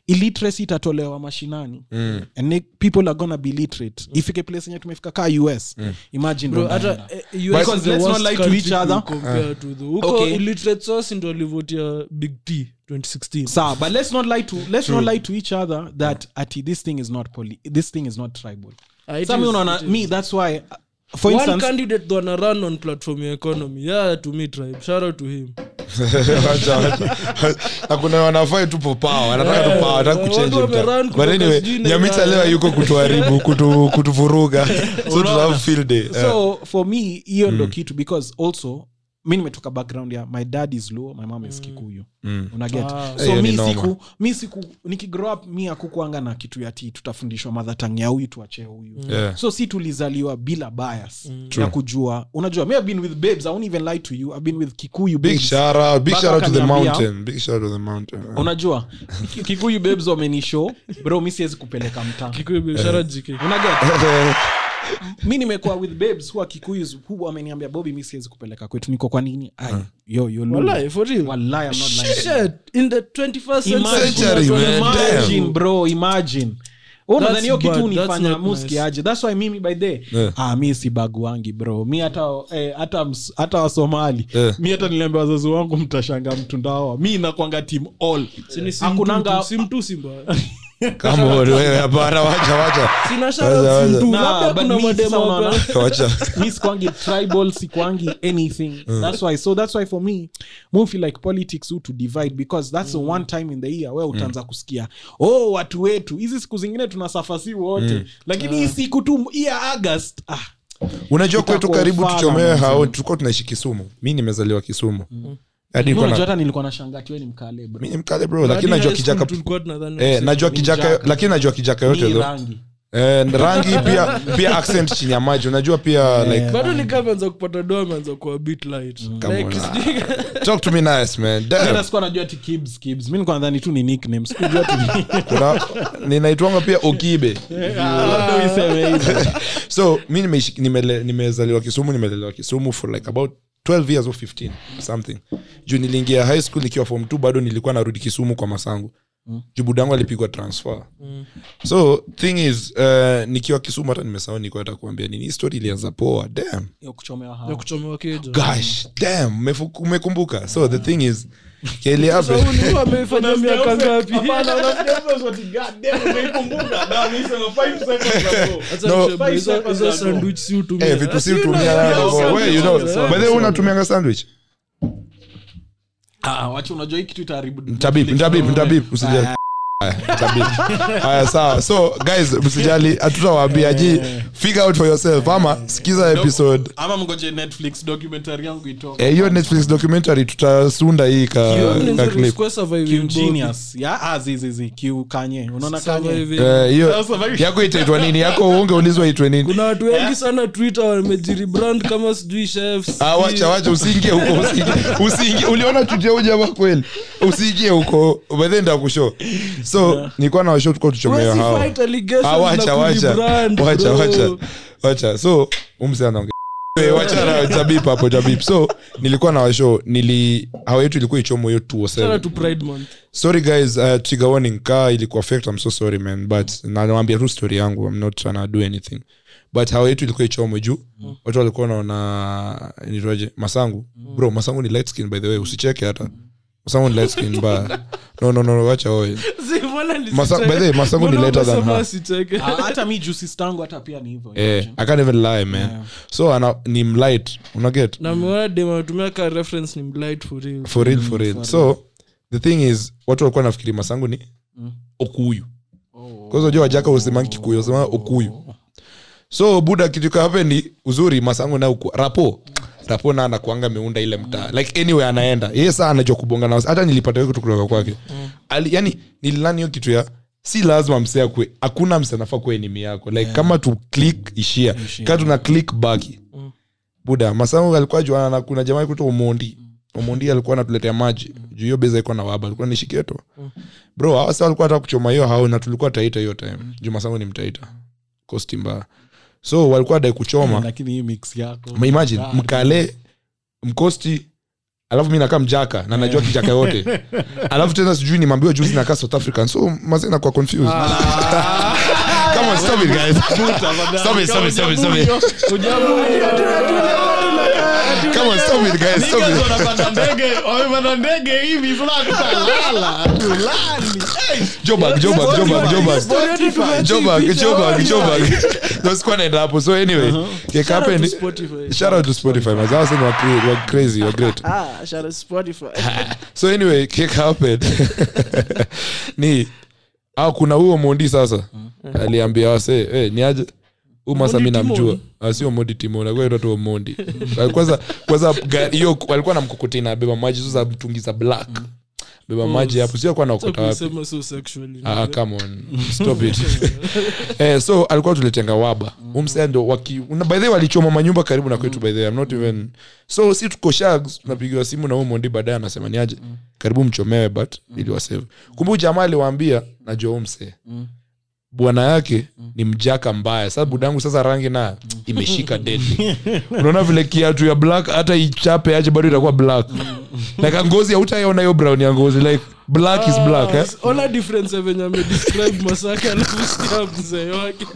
Speaker 4: illiteracy itatolewa mashinani mm. and ne- people are gonna be literate ifike place yenye tumefika ka us mm. imagine
Speaker 2: Mm. Bro,
Speaker 4: ndo
Speaker 2: hata,
Speaker 4: naenda.
Speaker 2: eh, US
Speaker 4: Because
Speaker 2: is the
Speaker 4: let's not
Speaker 2: worst
Speaker 4: lie to
Speaker 2: country
Speaker 4: each other.
Speaker 2: compared to the- huko
Speaker 4: Okay.
Speaker 2: illiterate source ndio walivotia big t 2016
Speaker 4: Sawa, but let's not lie to let's not lie to each other that ati this thing is not poly, this thing is not tribal
Speaker 2: Ah, it
Speaker 4: Sa mi
Speaker 2: is-
Speaker 4: unaona
Speaker 2: it is.
Speaker 4: me that's why uh, for
Speaker 2: one
Speaker 4: instance
Speaker 2: candidate though ana run on platform ya economy yeah to me tribe shout out to him
Speaker 3: Wacha, wacha. Na kuna wanafai tu popawa wanataka tu power, wanataka
Speaker 2: Yeah,
Speaker 3: kuchange
Speaker 2: watu
Speaker 3: mtaa.
Speaker 2: wamerun
Speaker 3: But
Speaker 2: kutoka
Speaker 3: anyway,
Speaker 2: sijui na
Speaker 3: Nyamita
Speaker 2: Ulaya.
Speaker 3: leo yuko kutuharibu kutu- kutuvuruga so tuna field day Eh.
Speaker 4: so for me hiyo
Speaker 3: Mm.
Speaker 4: ndo kitu because also mi nimetoka background ya my dad is luo my mom is kikuyu
Speaker 3: Mm.
Speaker 4: unaget
Speaker 2: Ah.
Speaker 4: so
Speaker 3: Hiyo ni
Speaker 4: mi
Speaker 3: noma.
Speaker 4: siku mi siku nikigrow up mi akukuanga na kitu ya ti tutafundishwa madhatang ya huyu tuachee huyu
Speaker 2: Mm.
Speaker 3: Yeah.
Speaker 4: so si tulizaliwa bila bias
Speaker 3: True.
Speaker 4: ya kujua unajua mi have been with babes i won't even lie to you i've been with kikuyu
Speaker 3: Big
Speaker 4: babes.
Speaker 3: shout out, big
Speaker 4: Baka
Speaker 3: shout out to the
Speaker 4: akaniambia-
Speaker 3: mountain, big shout out to the mountain.
Speaker 4: Mm. unajua ki- kikuyu babes wamenishow bro mi siwezi kupeleka mtaa
Speaker 2: Kikuyu biashara jike
Speaker 4: unaget mi nimekuwa with babes huwa kikuyus hu ameniambia bobi mi siwezi kupeleka kwetu niko kwa nini Ai,
Speaker 3: Mm.
Speaker 4: yo, yo, Lulu.
Speaker 2: Walai, for real.
Speaker 4: Walai, I'm not lying.
Speaker 2: Shit, in the 21st
Speaker 4: Imagine,
Speaker 2: century, kuna
Speaker 3: man,
Speaker 2: watu wanafanya-
Speaker 4: Imagine, bro imagine Wewe
Speaker 2: That's
Speaker 4: unadhani hiyo
Speaker 2: bad,
Speaker 4: kitu
Speaker 2: that's
Speaker 4: unifanya
Speaker 2: not nice.
Speaker 4: muskiaje thats why mimi by the
Speaker 3: Yeah.
Speaker 4: ah, mi sibaguangi bro mi hata eh, hata ms- hata wasomali
Speaker 3: Yeah.
Speaker 4: mi hata niliambia wazazi wangu mtashanga mtundawa mi nakwanga team all
Speaker 2: Si ni si
Speaker 4: Hakunanga-
Speaker 2: mtu, si mtu Simba.
Speaker 3: Come on, wewe, hapana, wacha, wacha.
Speaker 2: Sina shout out
Speaker 3: Wacha,
Speaker 2: si
Speaker 3: wacha.
Speaker 2: mtu.
Speaker 4: Nah,
Speaker 2: Labda
Speaker 4: but
Speaker 2: kuna
Speaker 4: mi
Speaker 2: mademo
Speaker 4: sasa unaona-
Speaker 2: wako-
Speaker 3: Wacha.
Speaker 4: mi sikwangi tribal sikwangi anything
Speaker 3: Mm.
Speaker 4: that's why so that's why for me mo feel like politics hu to divide because that's
Speaker 3: Mm.
Speaker 4: the one time in the year where utaanza kusikia oh watu wetu hizi siku zingine tuna safasi wote
Speaker 3: Mm.
Speaker 4: lakini
Speaker 3: Ah.
Speaker 4: hii siku tu hii ya august ah,
Speaker 3: unajua kwetu
Speaker 4: Itakuwa
Speaker 3: karibu
Speaker 4: ufala,
Speaker 3: tuchomewe
Speaker 4: man.
Speaker 3: hao tulikuwa tunaishi kisumu mi nimezaliwa kisumu Hadi
Speaker 4: mi
Speaker 3: nilikuwa na-
Speaker 4: unajua hata nilikuwa na shangatiwe ni mkale bro
Speaker 3: mi ni mkale bro lakini
Speaker 2: Hadi
Speaker 3: najua
Speaker 2: high
Speaker 3: kijaka
Speaker 2: school tulikuwa tunadhani
Speaker 3: eh,
Speaker 2: ni
Speaker 3: najua
Speaker 4: ni
Speaker 3: kijaka
Speaker 4: mjaka.
Speaker 3: lakini najua kijaka yote
Speaker 4: ni
Speaker 3: though.
Speaker 4: rangi
Speaker 3: eh, rangi pia pia accent chini ya maji unajua pia like
Speaker 2: bado nikaa ameanza kupata doa ameanza kuwa bit light
Speaker 3: Come
Speaker 2: Like,
Speaker 3: on.
Speaker 2: sijui-
Speaker 3: talk to me nice man Damn.
Speaker 4: hata sikuwa najua ti kibs kibs mi nikuwa nadhani tu ni nickname sikujua tu ni-
Speaker 3: kuna ninaitwanga pia okibe
Speaker 4: Ah, ndo iseme hivyo.
Speaker 3: so mi nimeishi- nimele- nimezaliwa kisumu nimelelewa kisumu for like about 12 years or 15 something juu niliingia high school ikiwa form t bado nilikuwa narudi kisumu kwa masangu juu budangu alipigwa transfer so thing is uh, nikiwa kisumu hata nimesahau nilikuwa hata kuambia nini hii story ilianza poa damn
Speaker 4: Ya kuchomewa
Speaker 2: ya
Speaker 4: hao.
Speaker 2: kuchomewa kejo
Speaker 3: gosh damn umefu- umekumbuka so the thing is keli happen
Speaker 2: Sauni, huyu ameifanya miaka ngapi Hata
Speaker 3: No.
Speaker 2: niseme, hizo- hizo sandwich si hutumia.
Speaker 3: Eh, vitu
Speaker 2: Ah,
Speaker 3: si
Speaker 2: si
Speaker 3: utumia
Speaker 2: unajua,
Speaker 3: nani,
Speaker 2: sandwich
Speaker 3: we, you know.
Speaker 2: sandwich.
Speaker 3: By the way, unatumianga sandwich
Speaker 4: Ah, wacha unajua hii kitu itaharibu Ah,
Speaker 3: mtabib mtabib mtabib usijali Haya, mtabib. haya sawa so guys msijali hatutawaambia ji figure out for yourself ama sikiza episode
Speaker 4: ama mgoje netflix documentary yangu itoke
Speaker 3: Eh, hiyo netflix documentary tutasunda hii ka,
Speaker 2: Hiyo ni
Speaker 3: ka
Speaker 2: nzuri,
Speaker 3: Uh, clip
Speaker 2: sikuwa surviving
Speaker 4: Kiu
Speaker 2: Bobby.
Speaker 4: genius ya ah, zi, zi, zi, kiu kanye unaona kanye
Speaker 2: Surviving.
Speaker 3: Eh, hiyo
Speaker 4: Sasa baki-
Speaker 3: yako itaitwa nini yako unge ulizwa itwe nini
Speaker 2: kuna watu wengi sana twitter wamejirebrand kama sijui chefs
Speaker 3: Ah, wacha wacha usiingie huko usiingie usiingie uliona chutia ujamaa kweli usiingie huko by the end kushow so nilikuwa na washow tulikuwa tuchomewa
Speaker 2: Huwezi
Speaker 3: hao
Speaker 2: fight allegations
Speaker 3: Ah, wacha
Speaker 2: na
Speaker 3: wacha
Speaker 2: kujibrand,
Speaker 3: wacha
Speaker 2: bro.
Speaker 3: wacha wacha so Eh, umsanaongewachanabip hapo tabip so nilikuwa na washo nili hawa yetu ilikuwa ichomo hiyo
Speaker 2: Shout
Speaker 3: 207
Speaker 2: out to Pride Month.
Speaker 3: sorry guys uh, trigger warning ka ilikuwa affect i'm so sorry man but nawambia tu story yangu i'm not trying to do anything but hawa yetu ilikuwa ichomo juu watu walikuwa naona nitwaje masangu bro masangu ni light skin by the way usicheke hata masangu ni light skin ba no no no wacha oe
Speaker 2: Si, mbona nisicheke?
Speaker 3: Masa- by the way, masango ni
Speaker 2: Mbona
Speaker 3: later than
Speaker 2: umesema
Speaker 3: her.
Speaker 2: asicheke?
Speaker 4: Ah, hata mi juu sister yangu hata pia ni hivyo
Speaker 3: Eh, I can't even lie, man. So ana, ni mlight, unaget?
Speaker 2: na mmeona dem anatumia ka reference ni mlight for real.
Speaker 3: For real, for real. Mm. So the thing is, watu walikuwa nafikiri masangu ni Okuyu. Kwa hiyo unajua wajaka usema Kikuyu, usema Okuyu. So buda kitu ka happen ni uzuri masangu na uku rapo rapo na anakuanga ameunda ile mtaa like anyway anaenda yeye saa anajua kubonga na wasi- hata nilipata hiyo kitu kutoka kwake Ali, yani nililani hiyo kitu ya si lazima msee akue hakuna msee anafaa kuwa enemy yako like kama tu click ishia kama tuna click baki buda masangu alikuwa juana na kuna jamaa kutoka umondi umondi alikuwa anatuletea maji juu hiyo beza iko na waba alikuwa nishiketo bro hawa sasa walikuwa hata kuchoma hiyo hao na tulikuwa taita hiyo time juu masangu ni mtaita kosti mbaya so walikuwa dai kuchoma
Speaker 4: lakini hii mix yako
Speaker 3: Ma- imagine mkale mkosti alafu mi nakaa mjaka na najua kijaka yote alafu tena sijui nimeambiwa juzi nakaa south african so mazee nakuwa confused Come on, stop it, guys. Stop it, stop it, stop it, stop it. Come on, stop it, guys. Stop
Speaker 5: Niggas
Speaker 3: it.
Speaker 5: wanapanda ndege wamepanda ndege hivi fulani tutalala tulali
Speaker 3: Jobag, jobag, jobag, jobag. Jobag, jobag, jobag. Ndio sikuwa naenda hapo. So anyway, Kek
Speaker 2: Shout out
Speaker 3: happened-
Speaker 2: to Spotify.
Speaker 3: Shout out to Spotify. Mazao wasema wa cra- wa crazy, wa great.
Speaker 2: Ah, shout out Spotify.
Speaker 3: so anyway kick happened ni au kuna huo mondi sasa
Speaker 2: Uh-huh.
Speaker 3: aliambia wase hey, ni aje huyu masa mi namjua Ah, sio modi timon alikuwa aitwa tu omondi Ah, kwanza kwanza ga- hiyo alikuwa na mkokoteni abeba maji tu za mtungi za black
Speaker 2: Mm.
Speaker 3: beba maji
Speaker 2: Oh,
Speaker 3: hapo sio
Speaker 2: Sasa
Speaker 3: alikuwa naokota wapi
Speaker 2: kuisema so sexually.
Speaker 3: Ah, come on. Stop it. eh, so alikuwa tuletenga waba umse ndo waki una- by the way walichoma manyumba karibu na kwetu by the way I'm not even so si tuko shags tunapigiwa simu na huyo mondi baadaye anasema ni aje karibu mchomewe but iliwasave kumbe huyu jamaa aliwaambia najua umse bwana yake ni mjaka mbaya sasa budangu sasa rangi na imeshika deti unaona vile kiatu ya black hata ichape aje bado itakuwa black like ngozi hautaiona hiyo brown ya ngozi like black
Speaker 2: Ah,
Speaker 3: is black eh?
Speaker 2: ona difference ya venye amedescribe masaka alafu skia mzee wake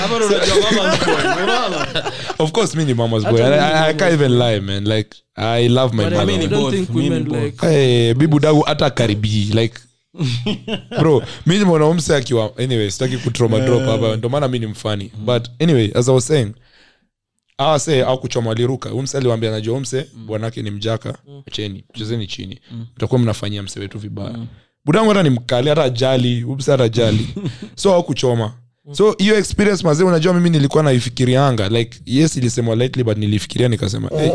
Speaker 5: hapa ndo unajua mama mkwe unaona
Speaker 3: of course mi ni mama's boy
Speaker 2: Hata
Speaker 3: I,
Speaker 2: mimi ni
Speaker 3: I, I can't even lie man like i love my
Speaker 2: But I
Speaker 3: mother
Speaker 2: mean, I
Speaker 3: man.
Speaker 2: don't
Speaker 5: both,
Speaker 2: think
Speaker 5: mimi
Speaker 2: women
Speaker 5: both.
Speaker 2: like
Speaker 3: hey, bibu dagu eh, hata karibii like bro mi nimeona umse akiwa anyway sitaki kutroma drop hapa ndio maana mi ni mfani but anyway as i was saying awase au kuchoma waliruka umse aliwambia najua umse bwanake ni mjaka cheni chezeni chini mtakuwa mnafanyia mse wetu vibaya budangu hata ni mkali hata ajali umse hata ajali so au kuchoma so hiyo experience mazee unajua mimi nilikuwa naifikirianga like yes ilisemwa lightly but nilifikiria nikasema hey,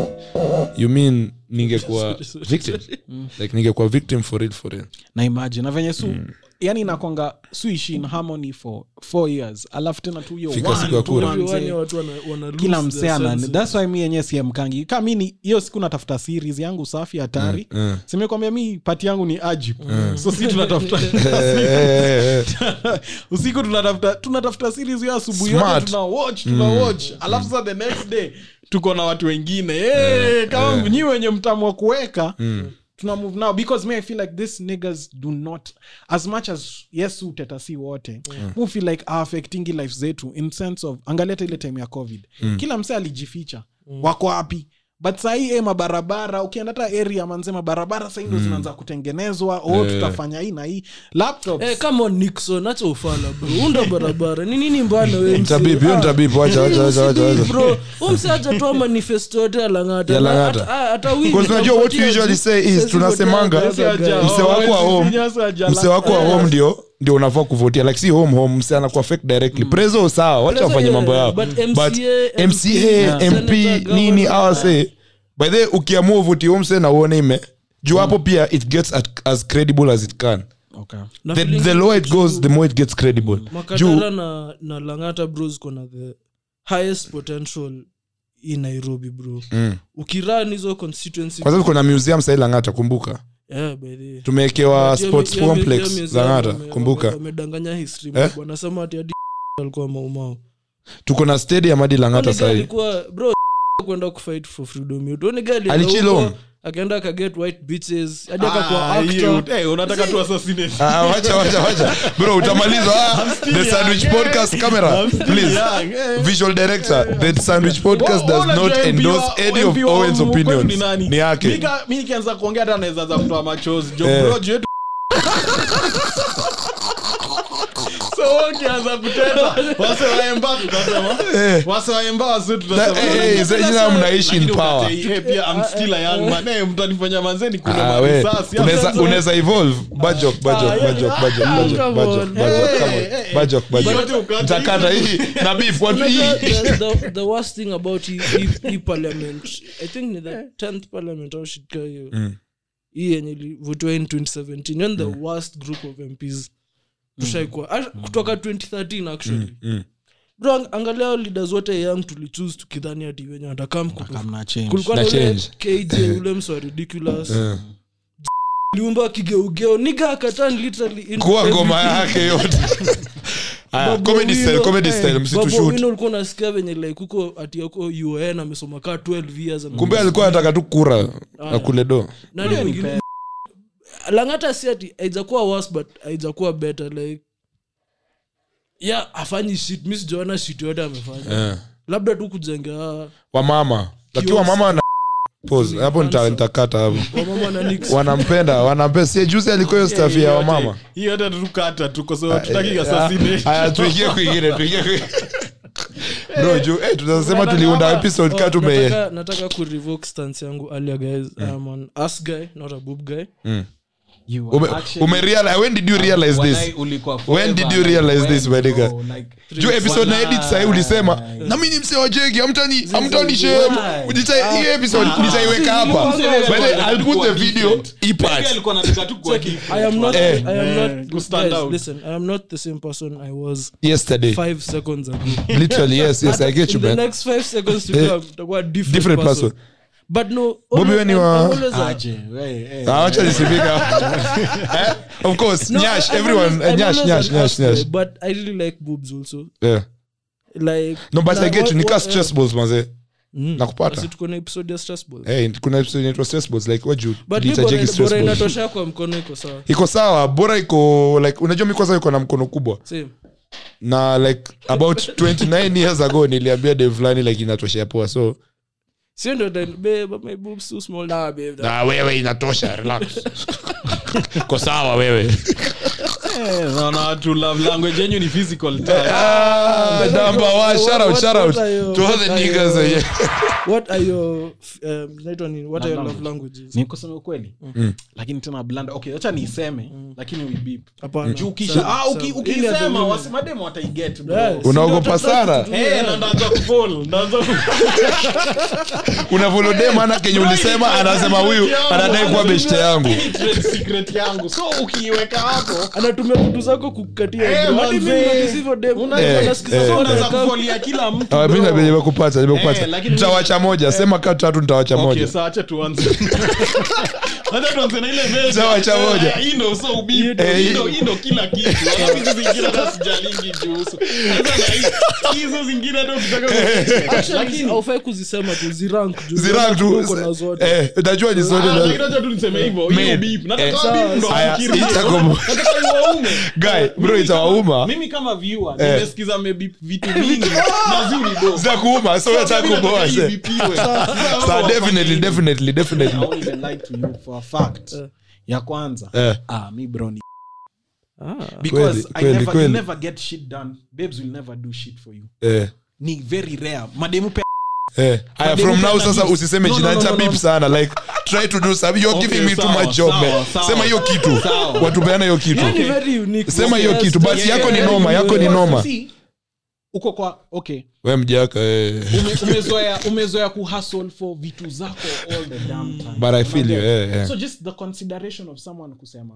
Speaker 3: you mean ningekuwa victim Mm. like ningekuwa victim for real for real
Speaker 4: na imagine na venye su
Speaker 3: Mm.
Speaker 4: yani inakwanga suishi in harmony for four years alafu tena tu hiyo
Speaker 3: Fika
Speaker 4: one,
Speaker 3: siku ya
Speaker 4: two
Speaker 3: kura.
Speaker 4: months,
Speaker 2: everyone
Speaker 4: eh.
Speaker 2: ya watu wana- wana
Speaker 4: kila
Speaker 2: lose their
Speaker 4: mseana
Speaker 2: senses.
Speaker 4: thats why mi yenyewe siemkangi ka mi ni- hiyo siku natafuta series yangu safi hatari mm,
Speaker 3: mm.
Speaker 4: simekwambia mi pati yangu ni ajib so si tunatafuta
Speaker 3: Eh,
Speaker 4: usiku tunatafuta tunatafuta series hiyo asubuhi yote
Speaker 3: Smart.
Speaker 4: tuna watch tuna watch alafu sasa the next day tuko na watu wengine hey, kama yeah. nyi wenye mtamu wa kuweka tuna move now because me i feel like this niggas do not as much as yes uteta si wote mu feel like are affecting life zetu in sense of angaleta ile time ya covid kila msee alijificha wako wapi but sahii e mabarabara ukienda hata area manze mabarabara sahii ndo zinaanza kutengenezwa o tutafanya hii na hii laptops
Speaker 2: Eh, come on, Nixon, acha ufala, bro. Unda barabara ni nini mbana we msee?
Speaker 3: Mtabibu, hiyo
Speaker 2: Ah,
Speaker 3: mtabibu, wacha, wacha, wacha, wacha, wacha.
Speaker 2: msee, bro. Huyu msee hajatoa manifesto yote ya Lang'ata.
Speaker 3: Ya Lang'ata.
Speaker 2: Hata- ah, hata wiki
Speaker 3: Because unajua what
Speaker 2: tampatia
Speaker 3: you usually
Speaker 2: tu.
Speaker 3: say is,
Speaker 2: Sasa
Speaker 3: tunasemanga,
Speaker 2: hiyo tabia
Speaker 4: Msee
Speaker 2: gani?
Speaker 4: haja-
Speaker 3: mse wako wa home
Speaker 4: Mwenye haja-
Speaker 3: mse wako wa home ndio ndio unafaa kuvutia like si home home mse anakuwa fake directly prezo sawa wacha
Speaker 2: Prezo,
Speaker 3: wafanye
Speaker 2: yeah,
Speaker 3: mambo yao
Speaker 2: but MCA,
Speaker 3: mca
Speaker 2: yeah.
Speaker 3: mp
Speaker 2: Senator,
Speaker 3: nini
Speaker 2: governor.
Speaker 3: awase by the way, ukiamua uvutie huo mse na uone ime juu hapo pia it gets at, as credible as it can
Speaker 2: Na
Speaker 3: the,
Speaker 2: feeling
Speaker 3: the lower it goes the more it gets credible juu
Speaker 2: makadara na, na langata bros kona the highest potential in nairobi bro mm. ukiran hizo constituency
Speaker 3: kwa sababu kuna museum sahii lang'ata kumbuka
Speaker 2: yeah, by the way.
Speaker 3: tumewekewa
Speaker 2: Yame-
Speaker 3: sports
Speaker 2: yame-
Speaker 3: complex
Speaker 2: yame-
Speaker 3: lang'ata
Speaker 2: wame-
Speaker 3: kumbuka
Speaker 2: wamedanganya history
Speaker 3: Eh?
Speaker 2: bwana sema ati hadi alikuwa maumao
Speaker 3: tuko na stadium hadi lang'ata
Speaker 2: Kwani guy
Speaker 3: sahii
Speaker 2: alikuwa bro kwenda kufight for freedom yetu ni gari
Speaker 3: Alichill on.
Speaker 2: akaenda akaget white bitches hadi akakuwa
Speaker 5: Ah, hiyo,
Speaker 2: actor
Speaker 5: eh, unataka tu assassinate
Speaker 3: Ah, wacha wacha wacha bro utamaliza ah, the sandwich podcast camera please visual director the sandwich podcast does not endorse any of owen's opinions ni yake
Speaker 5: mi nikianza kuongea hata naweza za kutoa machozi
Speaker 3: Eh.
Speaker 5: jobroji wetu so wewe ukianza kuteta wase waemba tutasema
Speaker 3: Eh.
Speaker 5: wase waemba wase
Speaker 3: Na-
Speaker 5: tutasema
Speaker 3: eh, eh, ze- jina mnaishi in power
Speaker 5: Lakini utasema, eh, pia I'm still a young man Eh, mtanifanya manzeni kuna
Speaker 3: Ah, we,
Speaker 5: marisasi
Speaker 3: unaweza- unaweza evolve bajok bajok bajok bajok bajok
Speaker 2: come
Speaker 3: bajok
Speaker 2: on.
Speaker 3: bajok come on.
Speaker 5: Eh, eh,
Speaker 3: bajok
Speaker 5: yote
Speaker 3: bajok
Speaker 5: ukate.
Speaker 3: mtakata hii na beef watu hii
Speaker 2: Unajua, the, the, the worst thing about hii hii- hii parliament i think ni the 10th parliament au shika hiyo hii yenye ilivutiwa in 2017 yani the worst group of mps tushaikuwa Ash- kutoka 2013
Speaker 3: Mm.
Speaker 2: actually bro ang- angalia leaders wote young tulichoose tukidhani ati wenye watakam
Speaker 4: Hamna change.
Speaker 2: kulikuwa na
Speaker 3: Na
Speaker 2: ule
Speaker 3: change.
Speaker 2: kj ule mswa ridiculous liumba kigeugeo niga akatan literally in
Speaker 3: kuwa ngoma
Speaker 2: everything.
Speaker 3: yake yote Aya,
Speaker 2: Babu
Speaker 3: Ah, comedy style,
Speaker 2: Owino,
Speaker 3: comedy
Speaker 2: eh,
Speaker 3: style,
Speaker 2: Babu
Speaker 3: msitushute
Speaker 2: Owino ulikuwa unasikia venye like huko ati ako un amesoma kaa 12 years ame-
Speaker 3: kumbe alikuwa anataka tu kura
Speaker 5: Ah.
Speaker 3: na kuledo
Speaker 2: Nani
Speaker 5: Mm,
Speaker 2: mwingine? langata si ati haijakuwa worse but haijakuwa better like ya afanyi shit mi sijaona shit yote amefanya
Speaker 3: Eh.
Speaker 2: labda tu kujengea
Speaker 3: wamama lakini
Speaker 2: Kiosk.
Speaker 3: wamama wana pause hapo nita-
Speaker 2: Handsome.
Speaker 3: nitakata hapo
Speaker 2: wamama na Eh, nicks.
Speaker 3: wanampenda wanampenda si juzi alikuwa hiyo staff ya Ah, wamama
Speaker 5: hiyo hata tukata tu kwa sababu
Speaker 3: eh,
Speaker 5: tutaki assassinate
Speaker 3: haya tuingie kwingine tuingie kwingine. bro juu eh, tunasema tuliunda episode
Speaker 2: Oh,
Speaker 3: kaa tume
Speaker 2: nataka- nataka ku revoke stance yangu earlier guys
Speaker 3: Eh.
Speaker 2: I'm an ass guy not a boob guy
Speaker 4: You
Speaker 3: ume,
Speaker 4: are actually-
Speaker 3: ume realize, when did you realize
Speaker 4: Walai,
Speaker 3: this
Speaker 4: ulikuwa
Speaker 3: When did
Speaker 4: forever,
Speaker 3: you realize
Speaker 4: like,
Speaker 3: this,
Speaker 4: when,
Speaker 3: Medica?
Speaker 4: bro, like,
Speaker 3: juu episode na edit sahi ulisema nami ni msee wa jegi amtani amtani shame Nita-
Speaker 4: Ah.
Speaker 3: hiyo episode nitaiweka hapa By the way, I'll put the video
Speaker 4: Maybe
Speaker 3: ipat
Speaker 4: alikuwa anataka tu kuwa different.
Speaker 2: I am not,
Speaker 3: Eh.
Speaker 2: I am
Speaker 5: Eh,
Speaker 2: not
Speaker 5: ku stand
Speaker 2: guys,
Speaker 5: out.
Speaker 2: listen I am not the same person I was
Speaker 3: yesterday
Speaker 2: five seconds ago
Speaker 3: literally yes yes Eh. i get you
Speaker 2: In the
Speaker 3: man
Speaker 2: next five seconds to
Speaker 3: Eh,
Speaker 2: come, itakuwa different,
Speaker 3: different person.
Speaker 2: but no
Speaker 3: Bobby,
Speaker 2: always-
Speaker 3: when you
Speaker 2: I'm-
Speaker 3: are-
Speaker 2: I'm always a-
Speaker 4: Aje, we, eh.
Speaker 3: Ah, wacha nisifika. Eh? of course
Speaker 2: No,
Speaker 3: nyash
Speaker 2: I- I'm
Speaker 3: everyone
Speaker 2: always-
Speaker 3: eh,
Speaker 2: I'm
Speaker 3: nyash
Speaker 2: always
Speaker 3: nyash
Speaker 2: an
Speaker 3: nyash
Speaker 2: ass
Speaker 3: nyash
Speaker 2: guy, but I really like boobs also
Speaker 3: yeah
Speaker 2: like
Speaker 3: no but i
Speaker 2: like what-
Speaker 3: get you
Speaker 2: what- eh,
Speaker 3: nika stress balls manze
Speaker 2: Mm.
Speaker 3: nakupata
Speaker 2: Basi tuko na episode ya stress balls.
Speaker 3: hey, kuna episode inaitwa stress balls like waju
Speaker 2: But mi bora-
Speaker 3: litajeki
Speaker 2: bora
Speaker 3: stress balls
Speaker 2: inatoshea kwa mkono iko sawa
Speaker 3: iko sawa bora iko like unajua mi kwanza iko na mkono kubwa
Speaker 2: Same.
Speaker 3: na like about 29 years ago niliambia de fulani like inatoshea poa so
Speaker 2: Sio ndio then, babe, but my boobs too small. Nah, babe, that-
Speaker 3: na wewe inatosha relax ko sawa wewe
Speaker 5: Eh, naona watu love language yenyu ni physical touch.
Speaker 3: Ah, number one, shout out, shout out to all the niggas eh,
Speaker 2: What are your, um, inaitwa nini? What are your love languages?
Speaker 4: Ni kusema ukweli
Speaker 3: Mm.
Speaker 4: lakini tena blanda okay wacha niiseme
Speaker 5: Mm.
Speaker 4: lakini uibip
Speaker 3: Mm.
Speaker 2: Hapana.
Speaker 4: juu kisha
Speaker 2: Sawa,
Speaker 4: ah, uki-
Speaker 2: sawa. Ili
Speaker 4: ukiisema
Speaker 2: atuelewe.
Speaker 4: wasi- mademu wataiget bro.
Speaker 2: Yeah, si
Speaker 3: Unaogopa
Speaker 2: ndio tutaki
Speaker 3: Sara?
Speaker 2: tutumie
Speaker 5: Eh,
Speaker 2: hela.
Speaker 5: na ndaanza kufall, ndaanza ku-
Speaker 3: una volodem maana kenye ulisema anasema huyu anadai kuwa beshte yangu
Speaker 5: Eh,
Speaker 4: Trade secret yangu so ukiiweka hapo
Speaker 2: anatumia vitu zako kukatia
Speaker 4: Eh,
Speaker 2: Hadi mimi
Speaker 4: manze.
Speaker 2: nilisivo dem.
Speaker 4: Una-
Speaker 2: Unajua
Speaker 3: Eh,
Speaker 2: nasikiza
Speaker 3: eh.
Speaker 2: sound
Speaker 4: unaweza
Speaker 2: ya kama-
Speaker 4: kufolia kila mtu
Speaker 3: Ah, mimi
Speaker 4: bro.
Speaker 3: nime- nimekupata
Speaker 4: Eh,
Speaker 3: nimekupata
Speaker 4: lakini-
Speaker 3: nitawacha moja sema kaa tatu nitawacha
Speaker 5: Eh. Okay,
Speaker 3: moja
Speaker 5: sasa acha tuanze. Acha tuanze na ile verse.
Speaker 3: Zawacha moja.
Speaker 5: Eh, hii ndo so ubibi.
Speaker 3: Eh,
Speaker 5: Hii ndo- hii ndo kila kitu. Hata hizi zingine hata sijalingi juu. So, hata na hii- hizo zingine hata ukitaka ku-
Speaker 2: Lakini haufai kuzisema tu zirank juu.
Speaker 3: zirang tu
Speaker 2: Uko na zote.
Speaker 3: eh, najua ni
Speaker 5: Ah,
Speaker 3: zote
Speaker 5: lakini
Speaker 3: na-
Speaker 5: acha tu niseme hivyo. Hiyo
Speaker 3: Man.
Speaker 5: ubibi. Nataka
Speaker 3: Eh,
Speaker 5: ubibi ndo
Speaker 3: haya,
Speaker 5: afikirie.
Speaker 3: itakomo-
Speaker 5: Nataka iwaume.
Speaker 3: Guy, bro,
Speaker 5: Mimi
Speaker 3: itawauma.
Speaker 5: kama- mimi kama viewer
Speaker 3: Ah. Eh.
Speaker 5: nimesikiza maybe vitu vingi mazuri do
Speaker 3: za kuuma so
Speaker 5: Sasa
Speaker 3: hata
Speaker 5: mimi nataka
Speaker 3: kuboa
Speaker 5: hii
Speaker 3: se.
Speaker 5: ibipiwe.
Speaker 3: Sa,
Speaker 5: Sasa
Speaker 3: definitely definitely
Speaker 4: I
Speaker 3: definitely
Speaker 4: only lie to you for a fact.
Speaker 2: Eh.
Speaker 4: ya kwanza
Speaker 3: eh
Speaker 4: ah, mi bro ni
Speaker 2: Ah.
Speaker 4: because
Speaker 3: Kweli,
Speaker 4: I
Speaker 3: kweli,
Speaker 4: never,
Speaker 3: kweli.
Speaker 4: you never get shit done babes will never do shit for you
Speaker 3: eh
Speaker 4: ni very rare mademu pe
Speaker 3: eh haya
Speaker 4: Mademu
Speaker 3: from now
Speaker 4: tena
Speaker 3: sasa
Speaker 4: beef.
Speaker 3: usiseme
Speaker 4: No,
Speaker 3: jina
Speaker 4: no, no,
Speaker 3: nita
Speaker 4: no,
Speaker 3: beep
Speaker 4: no.
Speaker 3: sana like try to do something you're
Speaker 5: Okay,
Speaker 3: giving me too
Speaker 5: sawa,
Speaker 3: much job
Speaker 5: sawa,
Speaker 3: man
Speaker 5: sawa.
Speaker 3: sema hiyo kitu
Speaker 4: Sawa.
Speaker 3: watu peana hiyo kitu
Speaker 2: Yaani very unique.
Speaker 3: Sema
Speaker 2: Yes,
Speaker 3: hiyo kitu, but
Speaker 2: yes,
Speaker 3: yako ni
Speaker 2: yes,
Speaker 3: noma,
Speaker 2: yes.
Speaker 3: yako ni noma.
Speaker 4: See, uko kwa okay
Speaker 3: we mjaka eh
Speaker 4: Ume- umezoea umezoea kuhustle for vitu zako all the damn
Speaker 2: Mm.
Speaker 4: time
Speaker 3: but i feel you eh eh.
Speaker 4: so just the consideration of someone kusema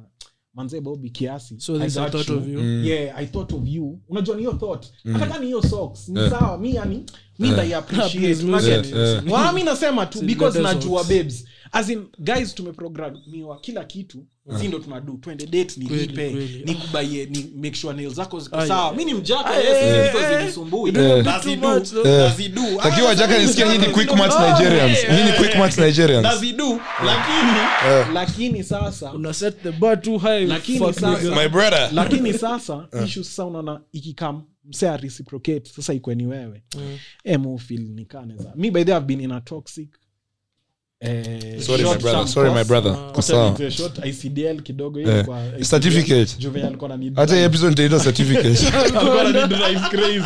Speaker 4: manze bobi kiasi
Speaker 2: So there's
Speaker 4: I
Speaker 2: a
Speaker 4: got
Speaker 2: thought
Speaker 4: you.
Speaker 2: of you.
Speaker 3: Mm.
Speaker 4: yeah i thought of you unajua ni hiyo thought hata kama ni hiyo socks ni sawa mi yani mi ndai appreciate
Speaker 2: Please,
Speaker 4: Unajua
Speaker 2: music.
Speaker 3: Yeah, yeah.
Speaker 4: Well, mi nasema tu
Speaker 2: Si
Speaker 4: because
Speaker 2: leather
Speaker 4: najua
Speaker 2: socks.
Speaker 4: babes as in guys tumeprogramiwa kila kitu si ndo tunadu twende date nilipe
Speaker 2: kweli.
Speaker 4: nikubaie ni make sure nails zako ziko
Speaker 2: Ai.
Speaker 4: sawa mi ni mjaka
Speaker 2: Ai,
Speaker 4: yes
Speaker 2: eh,
Speaker 4: hizo
Speaker 2: eh.
Speaker 4: zinisumbui
Speaker 3: Eh.
Speaker 4: Does it do?
Speaker 2: Too much, no?
Speaker 3: Eh.
Speaker 4: Does it do? Ah,
Speaker 3: lakini wajaka
Speaker 4: sasa
Speaker 3: nisikia
Speaker 4: mi
Speaker 3: nyinyi ni
Speaker 4: mjaka,
Speaker 3: quick
Speaker 4: si ndo-
Speaker 3: mats
Speaker 4: Ah,
Speaker 3: nigerians
Speaker 4: eh,
Speaker 3: nyinyi ni quick mats nigerians
Speaker 5: Does it do? Lakini-
Speaker 3: Eh.
Speaker 4: lakini sasa
Speaker 2: Una set the bar too high,
Speaker 4: Lakini
Speaker 2: fuck
Speaker 4: sasa-
Speaker 2: nigga.
Speaker 3: my brother
Speaker 4: lakini sasa ishu sasa unaona ikikam msea reciprocate sasa ikwe ni wewe mm. mufil nikaneza mi by the way, I've been in a toxic eh,
Speaker 3: sorry my
Speaker 4: short
Speaker 3: brother
Speaker 4: term
Speaker 3: sorry my
Speaker 4: course.
Speaker 3: brother kwa
Speaker 4: Wacha
Speaker 3: sawa
Speaker 4: niite short ICDL kidogo hii
Speaker 3: Eh.
Speaker 4: kwa ICDL.
Speaker 3: Certificate.
Speaker 4: Juve alikuwa anani-
Speaker 3: hata hii episode nitaita certificate Eh.
Speaker 5: alikuwa na drive crazy.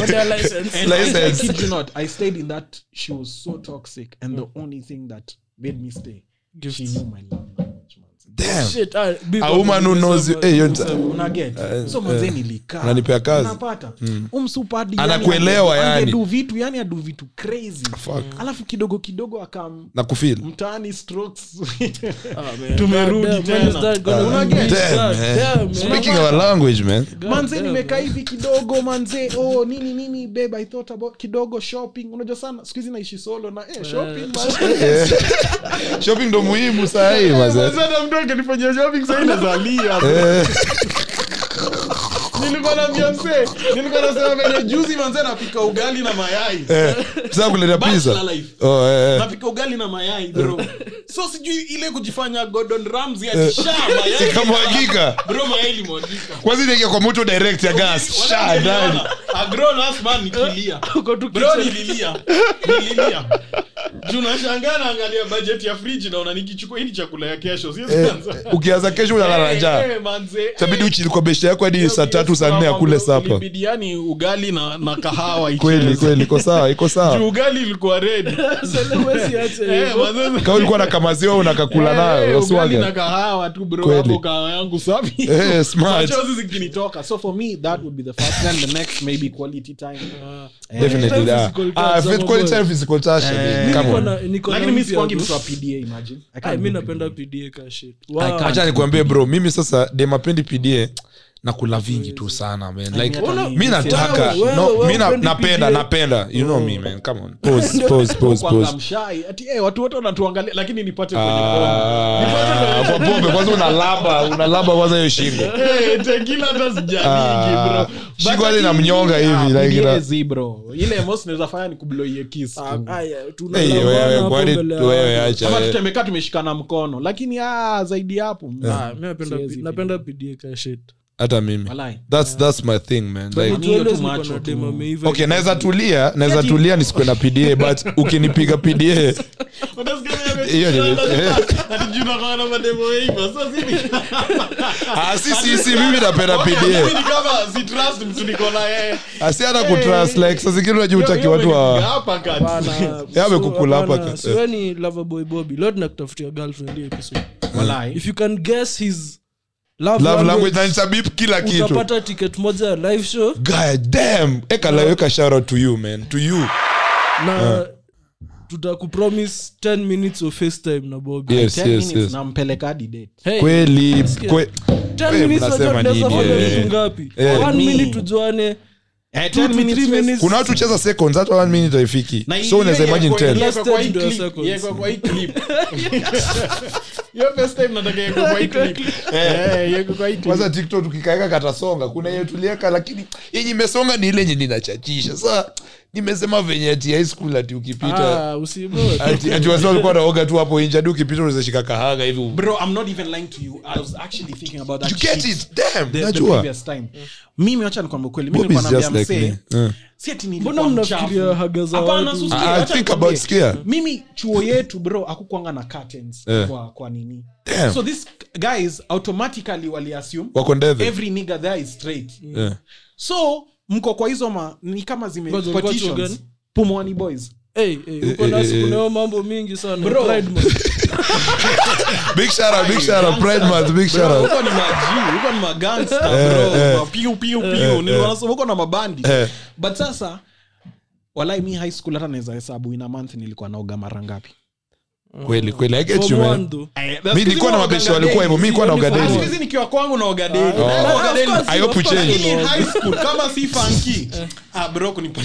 Speaker 2: Got their license.
Speaker 4: And I- I
Speaker 3: license
Speaker 4: kid you not, I stayed in that she was so toxic and the
Speaker 3: Mm.
Speaker 4: only thing that made me stay she
Speaker 2: Gifts.
Speaker 4: knew my love language, man.
Speaker 3: damn
Speaker 2: Shit, ah, big
Speaker 3: A
Speaker 2: up,
Speaker 3: woman who knows you-
Speaker 2: nimesema,
Speaker 3: eh, hiyo nita-
Speaker 2: nimesema.
Speaker 4: Una get? so manze nilikaa.
Speaker 3: Unanipea kazi.
Speaker 4: Unapata. Huyu msupa hadi Mm. yani
Speaker 3: Anakuelewa
Speaker 4: ange-
Speaker 3: yani.
Speaker 4: angedu vitu yani adu vitu crazy alafu kidogo kidogo akam
Speaker 3: na kufeel
Speaker 5: Mm.
Speaker 4: mtaani strokes
Speaker 2: Ah, man.
Speaker 5: Tumerudi
Speaker 2: Damn,
Speaker 5: tena.
Speaker 2: when is that gonna
Speaker 3: Ah,
Speaker 2: be?
Speaker 3: damn,
Speaker 2: Damn,
Speaker 3: man.
Speaker 2: damn, man.
Speaker 3: speaking our language man
Speaker 4: manze
Speaker 2: damn,
Speaker 4: nimekaa
Speaker 2: man.
Speaker 4: hivi kidogo manze oh nini nini babe i thought about kidogo shopping unajua sana siku hizi naishi solo na eh, shopping man.
Speaker 3: Eh. shopping ndo muhimu sahii mazee
Speaker 5: Sasa hata mtu akinifanyia shopping sasa inazalia.
Speaker 3: Eh.
Speaker 5: nilikuwa na mjamse nilikuwa nasema venye juzi manze napika ugali na mayai
Speaker 3: Eh. sasa kuleta pizza
Speaker 5: Bachelor life.
Speaker 3: oh eh, eh.
Speaker 5: napika ugali na mayai bro so sijui ile kujifanya gordon ramsay
Speaker 3: Eh.
Speaker 5: akisha mayai Ah,
Speaker 3: ikamwagika
Speaker 5: bro mayai limwagika
Speaker 3: kwanza inaingia kwa moto direct ya gas sha ndani
Speaker 5: A grown ass Ah, man nikilia
Speaker 2: Eh, Uko tu
Speaker 5: bro
Speaker 2: kitchen.
Speaker 5: nililia nililia juu nashangaa naangalia bajeti ya friji naona nikichukua hii ni chakula ya kesho siwezi
Speaker 3: Eh,
Speaker 5: anza
Speaker 3: ukianza kesho unalala njaa
Speaker 5: Eh, manze
Speaker 3: tabidi uchili kwa besha yako hadi saa tatu saa nne
Speaker 5: Mama,
Speaker 3: akule
Speaker 5: bro,
Speaker 3: sapa
Speaker 5: ilibidi yani ugali na, na kahawa icheze.
Speaker 3: kweli kweli iko sawa iko
Speaker 5: Juu
Speaker 3: sawa
Speaker 5: ugali ilikuwa Eh, redi
Speaker 2: Sasa huwezi acha hivyo.
Speaker 3: kama ulikuwa na kamaziwa unakakula nayo
Speaker 5: Eh, na
Speaker 3: uswaga
Speaker 5: kahawa tu bro
Speaker 3: Kweli.
Speaker 5: hapo kahawa yangu safi
Speaker 3: Eh, smart.
Speaker 5: Machozi zikinitoka
Speaker 4: so for me that would be the first then the next maybe quality time
Speaker 3: definitely
Speaker 2: Time
Speaker 3: ah.
Speaker 2: physical touch,
Speaker 3: Ah, fit-
Speaker 2: ama
Speaker 3: quality
Speaker 2: boy.
Speaker 3: time, physical
Speaker 5: Eh,
Speaker 3: touch, baby. Come
Speaker 2: Niko
Speaker 3: on.
Speaker 2: na- niko na
Speaker 5: lakini mi
Speaker 2: mpya
Speaker 5: sikuangi
Speaker 2: tu.
Speaker 5: mtu wa
Speaker 4: pda imagine I
Speaker 2: Ai,
Speaker 4: can't
Speaker 2: mi
Speaker 4: do
Speaker 2: napenda pda ka shit. Wow.
Speaker 3: acha nikwambie bro mimi sasa demapendi pda nakula vingi tu sana man like
Speaker 2: Ona-
Speaker 3: mi nataka
Speaker 2: Wewe,
Speaker 3: no,
Speaker 2: wewe
Speaker 3: mi na-
Speaker 2: hupendi
Speaker 3: napenda
Speaker 2: PDA.
Speaker 3: napenda you know me man come on pause pause pause
Speaker 4: kwanga
Speaker 3: pause
Speaker 4: mshai ati eh,
Speaker 5: watu wote wanatuangalia lakini nipate kwenye
Speaker 3: Ah, kwa pombe kwanza unalamba unalamba kwanza hiyo shingo
Speaker 5: Eh, tequila hata sijamingi,
Speaker 3: Ah,
Speaker 5: bro.
Speaker 3: shingo
Speaker 5: But
Speaker 3: hadi
Speaker 5: lakini-
Speaker 3: inamnyonga
Speaker 5: Ah,
Speaker 3: hivi like
Speaker 5: PDA
Speaker 3: ina-
Speaker 5: zi, bro ile most naweza fanya ni kubloie kiss
Speaker 2: Ah, aya,
Speaker 3: Hey,
Speaker 2: tunalawana
Speaker 3: wewe,
Speaker 2: hapo
Speaker 3: kwani-
Speaker 2: mbele ya
Speaker 3: wewe,
Speaker 2: watu.
Speaker 3: acha,
Speaker 5: ama
Speaker 3: eh.
Speaker 5: tutemekaa tumeshikana mkono lakini ah, zaidi ya hapo mm.
Speaker 2: Ah, mi napenda
Speaker 5: Siwezi
Speaker 2: P- napenda pda ka shit.
Speaker 3: hata mimi
Speaker 5: Walai.
Speaker 3: that's that's my thing man
Speaker 2: Mtu
Speaker 3: like
Speaker 2: always
Speaker 5: tu
Speaker 2: niko
Speaker 5: macho
Speaker 2: na
Speaker 5: tu.
Speaker 2: dem ameiva.
Speaker 3: okay naweza tulia
Speaker 2: Yaani
Speaker 3: naweza tulia nisikwe na pda but ukinipiga pda
Speaker 5: Unasikia vile
Speaker 3: Hiyo ni-
Speaker 5: ameshikana, ati juu nakuwa na mademo waiva. Sasa si ni-
Speaker 3: Ah, si si si mimi napenda
Speaker 5: Mimi
Speaker 3: pda
Speaker 5: ni kama si trust mtu niko na yeye.
Speaker 3: asi Ah, hata kutrust like saa zingine unajua utaki
Speaker 5: Hiyo-
Speaker 3: watu
Speaker 5: hiyo imenipiga
Speaker 3: wa
Speaker 5: hapa kati.
Speaker 2: Bana,
Speaker 3: Yeye
Speaker 2: so,
Speaker 3: amekukula hapa
Speaker 2: hapana,
Speaker 3: ka-
Speaker 2: so wewe ni loverboy Bobby. Leo tunakutafutia girlfriend hii episode.
Speaker 5: Walai.
Speaker 2: If you can guess his love
Speaker 3: love language
Speaker 2: language,
Speaker 3: na nisabip kila kitu
Speaker 2: utapata ticket moja ya live show
Speaker 3: god damn ekalaweka shout out to you man to you
Speaker 2: na tutakupromise 10 minutes of facetime na Bobby.
Speaker 3: yes
Speaker 4: 10
Speaker 3: yes
Speaker 4: minutes
Speaker 3: yes
Speaker 4: nampeleka hadi date
Speaker 2: Hey,
Speaker 3: kweli
Speaker 2: Nasikia.
Speaker 3: kwe,
Speaker 2: 10
Speaker 3: Eh,
Speaker 2: minutes
Speaker 3: mnasema
Speaker 2: unajua tunaweza
Speaker 3: nini,
Speaker 2: fanya
Speaker 3: eh.
Speaker 2: vitu ngapi?
Speaker 3: Eh.
Speaker 2: One
Speaker 4: Me.
Speaker 2: minute tujuane,
Speaker 5: Eh,
Speaker 2: two
Speaker 5: 10
Speaker 2: to
Speaker 5: minutes
Speaker 2: three
Speaker 5: first.
Speaker 2: minutes.
Speaker 3: kuna watu cheza seconds hata one minute haifiki
Speaker 5: Na
Speaker 3: so
Speaker 5: ile
Speaker 3: unaweza imagine
Speaker 5: iwekwe-
Speaker 3: 10
Speaker 5: iwekwe kwa hii
Speaker 2: Last ten
Speaker 5: clip,
Speaker 2: seconds.
Speaker 5: iwekwe kwa hii clip. Hiyo first time nataka iwekwe kwa hii clip. Eh, iwekwe kwa hii clip.
Speaker 3: kwanza tiktok ukikaeka katasonga kuna hiyo tulieka lakini yenye imesonga ni ile yenye ninachachisha saa nimesema venye ati high school ati ukipita
Speaker 2: Ah, usiboe.
Speaker 3: ati ati wazee walikuwa naoga tu hapo inje hadi ukipita unaweza shika kahaga hivi you
Speaker 5: Bro, I'm not even lying to you. I was actually thinking about that
Speaker 3: get
Speaker 5: shit.
Speaker 3: it damn
Speaker 5: the, the
Speaker 3: najua
Speaker 5: previous time mimi wacha nikwambia ukweli mimi
Speaker 3: Bobby
Speaker 5: nilikuwa
Speaker 3: is
Speaker 5: naambia
Speaker 3: just like
Speaker 5: msee
Speaker 3: me Yeah.
Speaker 5: si ati
Speaker 2: Mbona
Speaker 5: nilikuwa
Speaker 2: mnafikiria haga za
Speaker 5: Hapana,
Speaker 2: watu?
Speaker 5: susu,
Speaker 3: I- I
Speaker 5: wacha
Speaker 3: think
Speaker 5: nikwambie.
Speaker 3: about scare.
Speaker 5: mimi chuo yetu bro akukwanga na curtains
Speaker 3: Eh.
Speaker 5: kwa, kwa nini
Speaker 3: Damn.
Speaker 5: so these guys automatically waliassume
Speaker 3: wako ndeve
Speaker 5: every nigga there is straight
Speaker 3: Yeah.
Speaker 5: so mko kwa hizo ma ni kama zime
Speaker 2: Ngoja, ulikuwa chuo gani?
Speaker 5: partitions pumwani boys
Speaker 2: Hey, hey,
Speaker 3: Eh,
Speaker 2: uko nasi, kuna hiyo mambo mingi sana
Speaker 5: Bro.
Speaker 2: Pride month.
Speaker 3: big shout out big shout out pride month big shout out
Speaker 5: huko ni maji huko ni magangsta
Speaker 3: Eh, eh.
Speaker 5: bro mapiu piu piu niliwanasoma huko na mabandi
Speaker 3: Eh.
Speaker 5: but sasa walai mi high school hata naweza hesabu ina month nilikuwa naoga mara ngapi
Speaker 3: kweli kweli i get you
Speaker 2: Form one
Speaker 3: man
Speaker 2: though.
Speaker 5: Eh,
Speaker 3: mi nilikuwa na mabesha walikuwa hivyo mi nilikuwa naoga
Speaker 5: Ah, siku
Speaker 3: daily
Speaker 5: hizi nikiwa kwangu naoga daily.
Speaker 3: oh,
Speaker 2: Ah,
Speaker 5: Naoga
Speaker 2: of
Speaker 5: daily.
Speaker 2: course,
Speaker 3: I hope
Speaker 2: of
Speaker 3: you
Speaker 2: course.
Speaker 3: change.
Speaker 5: Hii high school kama si funky.
Speaker 3: Eh.
Speaker 5: Ah, bro, kunipa-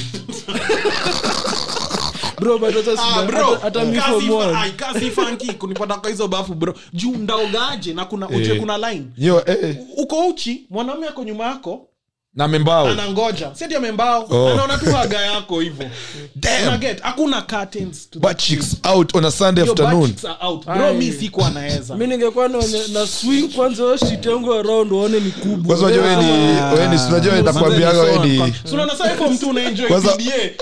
Speaker 2: Bro, but hata
Speaker 5: Ah,
Speaker 2: sija-
Speaker 5: bro,
Speaker 2: hata- hata mi
Speaker 5: kasi
Speaker 2: form
Speaker 5: fa-
Speaker 2: one.
Speaker 5: ai, kasi funky, kunipata kwa hizo bafu bro juu ndaogaje na kuna uche
Speaker 3: Eh.
Speaker 5: kuna line
Speaker 3: yo eh
Speaker 5: uko uchi mwanaume ako nyuma yako
Speaker 3: na membao
Speaker 5: anangoja seti amembao
Speaker 3: Oh.
Speaker 5: anaona tu haga yako hivo
Speaker 3: damn
Speaker 5: hakuna curtains to the-
Speaker 3: butt cheeks out on a sunday
Speaker 5: Yo,
Speaker 3: afternoon
Speaker 5: butt cheeks are out. Bro, mi
Speaker 2: Ai.
Speaker 5: sikuwa naweza
Speaker 2: mi ningekuwa na, na swing kwanza hiyo shit yangu around waone ni kubwa
Speaker 3: kwanza unajua wewe ni wewe ni unajua wewe nakwambiaga wewe ni kwanza
Speaker 5: sunaona saifo mtu unaenjoy
Speaker 3: Kwanza-
Speaker 5: PDA.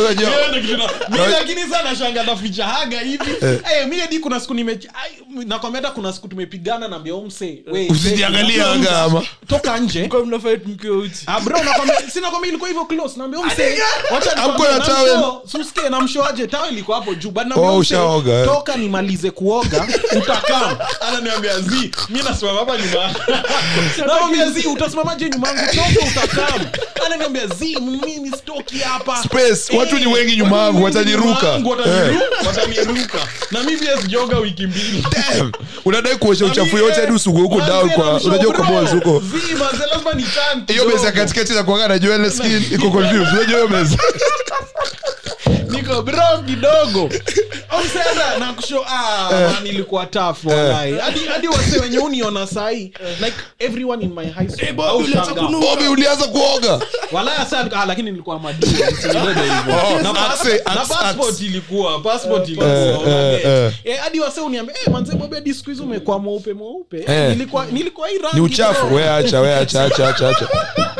Speaker 3: unajua
Speaker 5: Hiyo ndo kitu na- mi lakini saa nashanga naficha haga hivi Eh, mi hadi kuna siku nime ai, nakwambia hata kuna siku tumepigana na mbeomse
Speaker 3: usijiangalie anga ama
Speaker 5: toka nje
Speaker 2: Kwa mnafight mkiwa uchi
Speaker 5: Ah, bro nakwambia si nakwambia ilikuwa hivyo close naambia mse wacha
Speaker 3: Hamkuwa na
Speaker 5: nikwambie
Speaker 3: towel.
Speaker 5: namsho suske namsho aje tawe liko hapo juu but
Speaker 3: Oh,
Speaker 5: naambia mse
Speaker 3: ushaoga, eh.
Speaker 5: toka nimalize kuoga utakaa ananiambia zi mimi nasimama hapa nyuma naambia zi utasimamaje nyuma yangu toka utakaa ananiambia zi mimi sitoki hapa
Speaker 3: Space, watu ni wengi nyuma yangu,
Speaker 5: watu
Speaker 3: Eh.
Speaker 5: ni wengi nyuma
Speaker 3: wataniruka.
Speaker 5: yangu, wataniru- wataniruka na mi pia sijaoga wiki mbili
Speaker 3: damn unadai kuosha uchafu yote hadi usugu huku
Speaker 5: Manze,
Speaker 3: down kwa
Speaker 5: namsho,
Speaker 3: unajua kwa
Speaker 5: bro.
Speaker 3: balls huko
Speaker 5: Zi, manze, lazima ni chant
Speaker 3: hiyo meza
Speaker 5: kidogo.
Speaker 3: katikati na kuanga na jua ile skin iko confused unajua hiyo meza
Speaker 4: niko bro kidogo omsera nakusho
Speaker 3: Eh.
Speaker 4: ah, man, ilikuwa tough walai hadi hadi wase wenye uniona sahi
Speaker 2: Eh.
Speaker 4: like everyone in my high
Speaker 3: Eh,
Speaker 4: school au shangaa.
Speaker 3: bobi ulianza kuoga
Speaker 4: Walai asa- ah, lakini nilikuwa madua msinilete hivyo
Speaker 3: Oh,
Speaker 4: Na pas-
Speaker 3: axe,
Speaker 4: na
Speaker 3: axe,
Speaker 4: passport
Speaker 3: axe. Eh,
Speaker 4: ilikuwa passport ilikuwa unaget. Eh, hadi wase uniambia eh, manze bobi hadi siku hizi umekuwa mweupe mweupe
Speaker 3: Eh.
Speaker 4: nilikuwa nilikuwa hii rangi
Speaker 3: ni uchafu
Speaker 4: bro.
Speaker 3: we acha we acha acha acha acha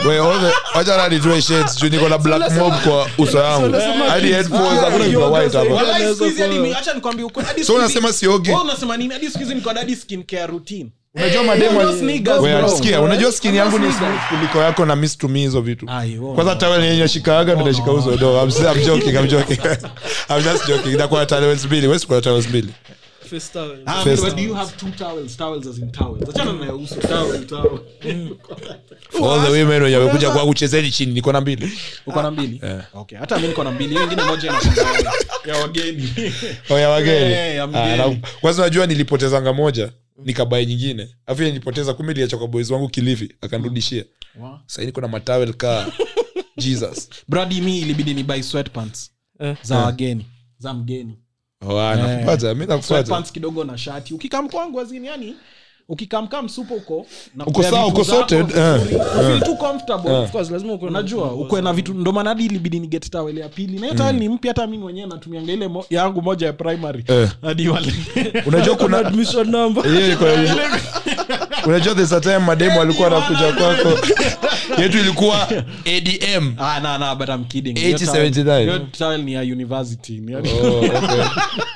Speaker 3: we ove acha na nitoe shades juu niko na black mob kwa uso yangu hadi
Speaker 2: Ah,
Speaker 3: headphones hakuna kitu ya white hapa
Speaker 4: Walai,
Speaker 2: Unaweza
Speaker 4: siku hizi hadi
Speaker 2: kuwa-
Speaker 4: mi- acha nikwambie ukweli, hadi
Speaker 3: so
Speaker 4: siku hizi-
Speaker 3: unasema sioge
Speaker 4: Wewe unasema nini hadi siku hizi niko na hadi skincare routine
Speaker 3: unajua mademo
Speaker 4: those niggas,
Speaker 3: We,
Speaker 4: bro.
Speaker 3: sikia, unajua skin yangu ni smooth kuliko yako na mi situmii hizo vitu kwanza tawel yenye shikaaga nitashika uso no I'm, I'm joking I'm joking I'm just joking na kuna towels mbili wewe kuna towels mbili
Speaker 2: Face towel.
Speaker 4: Ah,
Speaker 3: First.
Speaker 4: but do you have two towels? Towels as in towels. Achana na ya uso, towel, towel.
Speaker 3: For all the women wenye wamekuja kwangu chezeni chini niko na mbili
Speaker 4: Uko na mbili? Okay, hata mimi niko na mbili. Hiyo ingine moja inakuwa ya wageni.
Speaker 3: Oh, ya wageni
Speaker 4: Eh, ya
Speaker 3: Ah,
Speaker 4: mgeni.
Speaker 3: na- kwanza najua nilipotezanga moja nikabae nyingine afu ile nilipoteza kumbe iliacha kwa boys wangu kilifi akanirudishia sahii niko na matawel kaa jesus
Speaker 4: Brady mi ilibidi ni buy sweatpants
Speaker 2: Eh.
Speaker 4: za wageni, za mgeni.
Speaker 3: Oh, ah, nakupata mi nakupata
Speaker 4: Sweatpants kidogo na shati. Ukikam kwangu azini yani ukikamkam supo uko na
Speaker 3: Uko sawa, uko sorted, eh.
Speaker 4: Feel too comfortable.
Speaker 3: Eh.
Speaker 4: Of course, lazima uko unajua uko na vitu ndo maana hadi ilibidi nigeti tawel ya pili. Na hiyo
Speaker 3: Mm.
Speaker 4: tawel ni mpya hata mimi mwenyewe natumianga ile mo- yangu moja ya primary.
Speaker 3: Eh.
Speaker 4: Hadi wale.
Speaker 3: unajua kuna
Speaker 2: Admission number.
Speaker 3: Yeah, kwa- unajua there's a time mademo alikuwa anakuja kwako yetu ilikuwa adm
Speaker 4: Ah, nah, nah, but I'm kidding.
Speaker 3: 8079.
Speaker 4: Hiyo towel ni ya university. Ni ya-
Speaker 3: Oh, okay.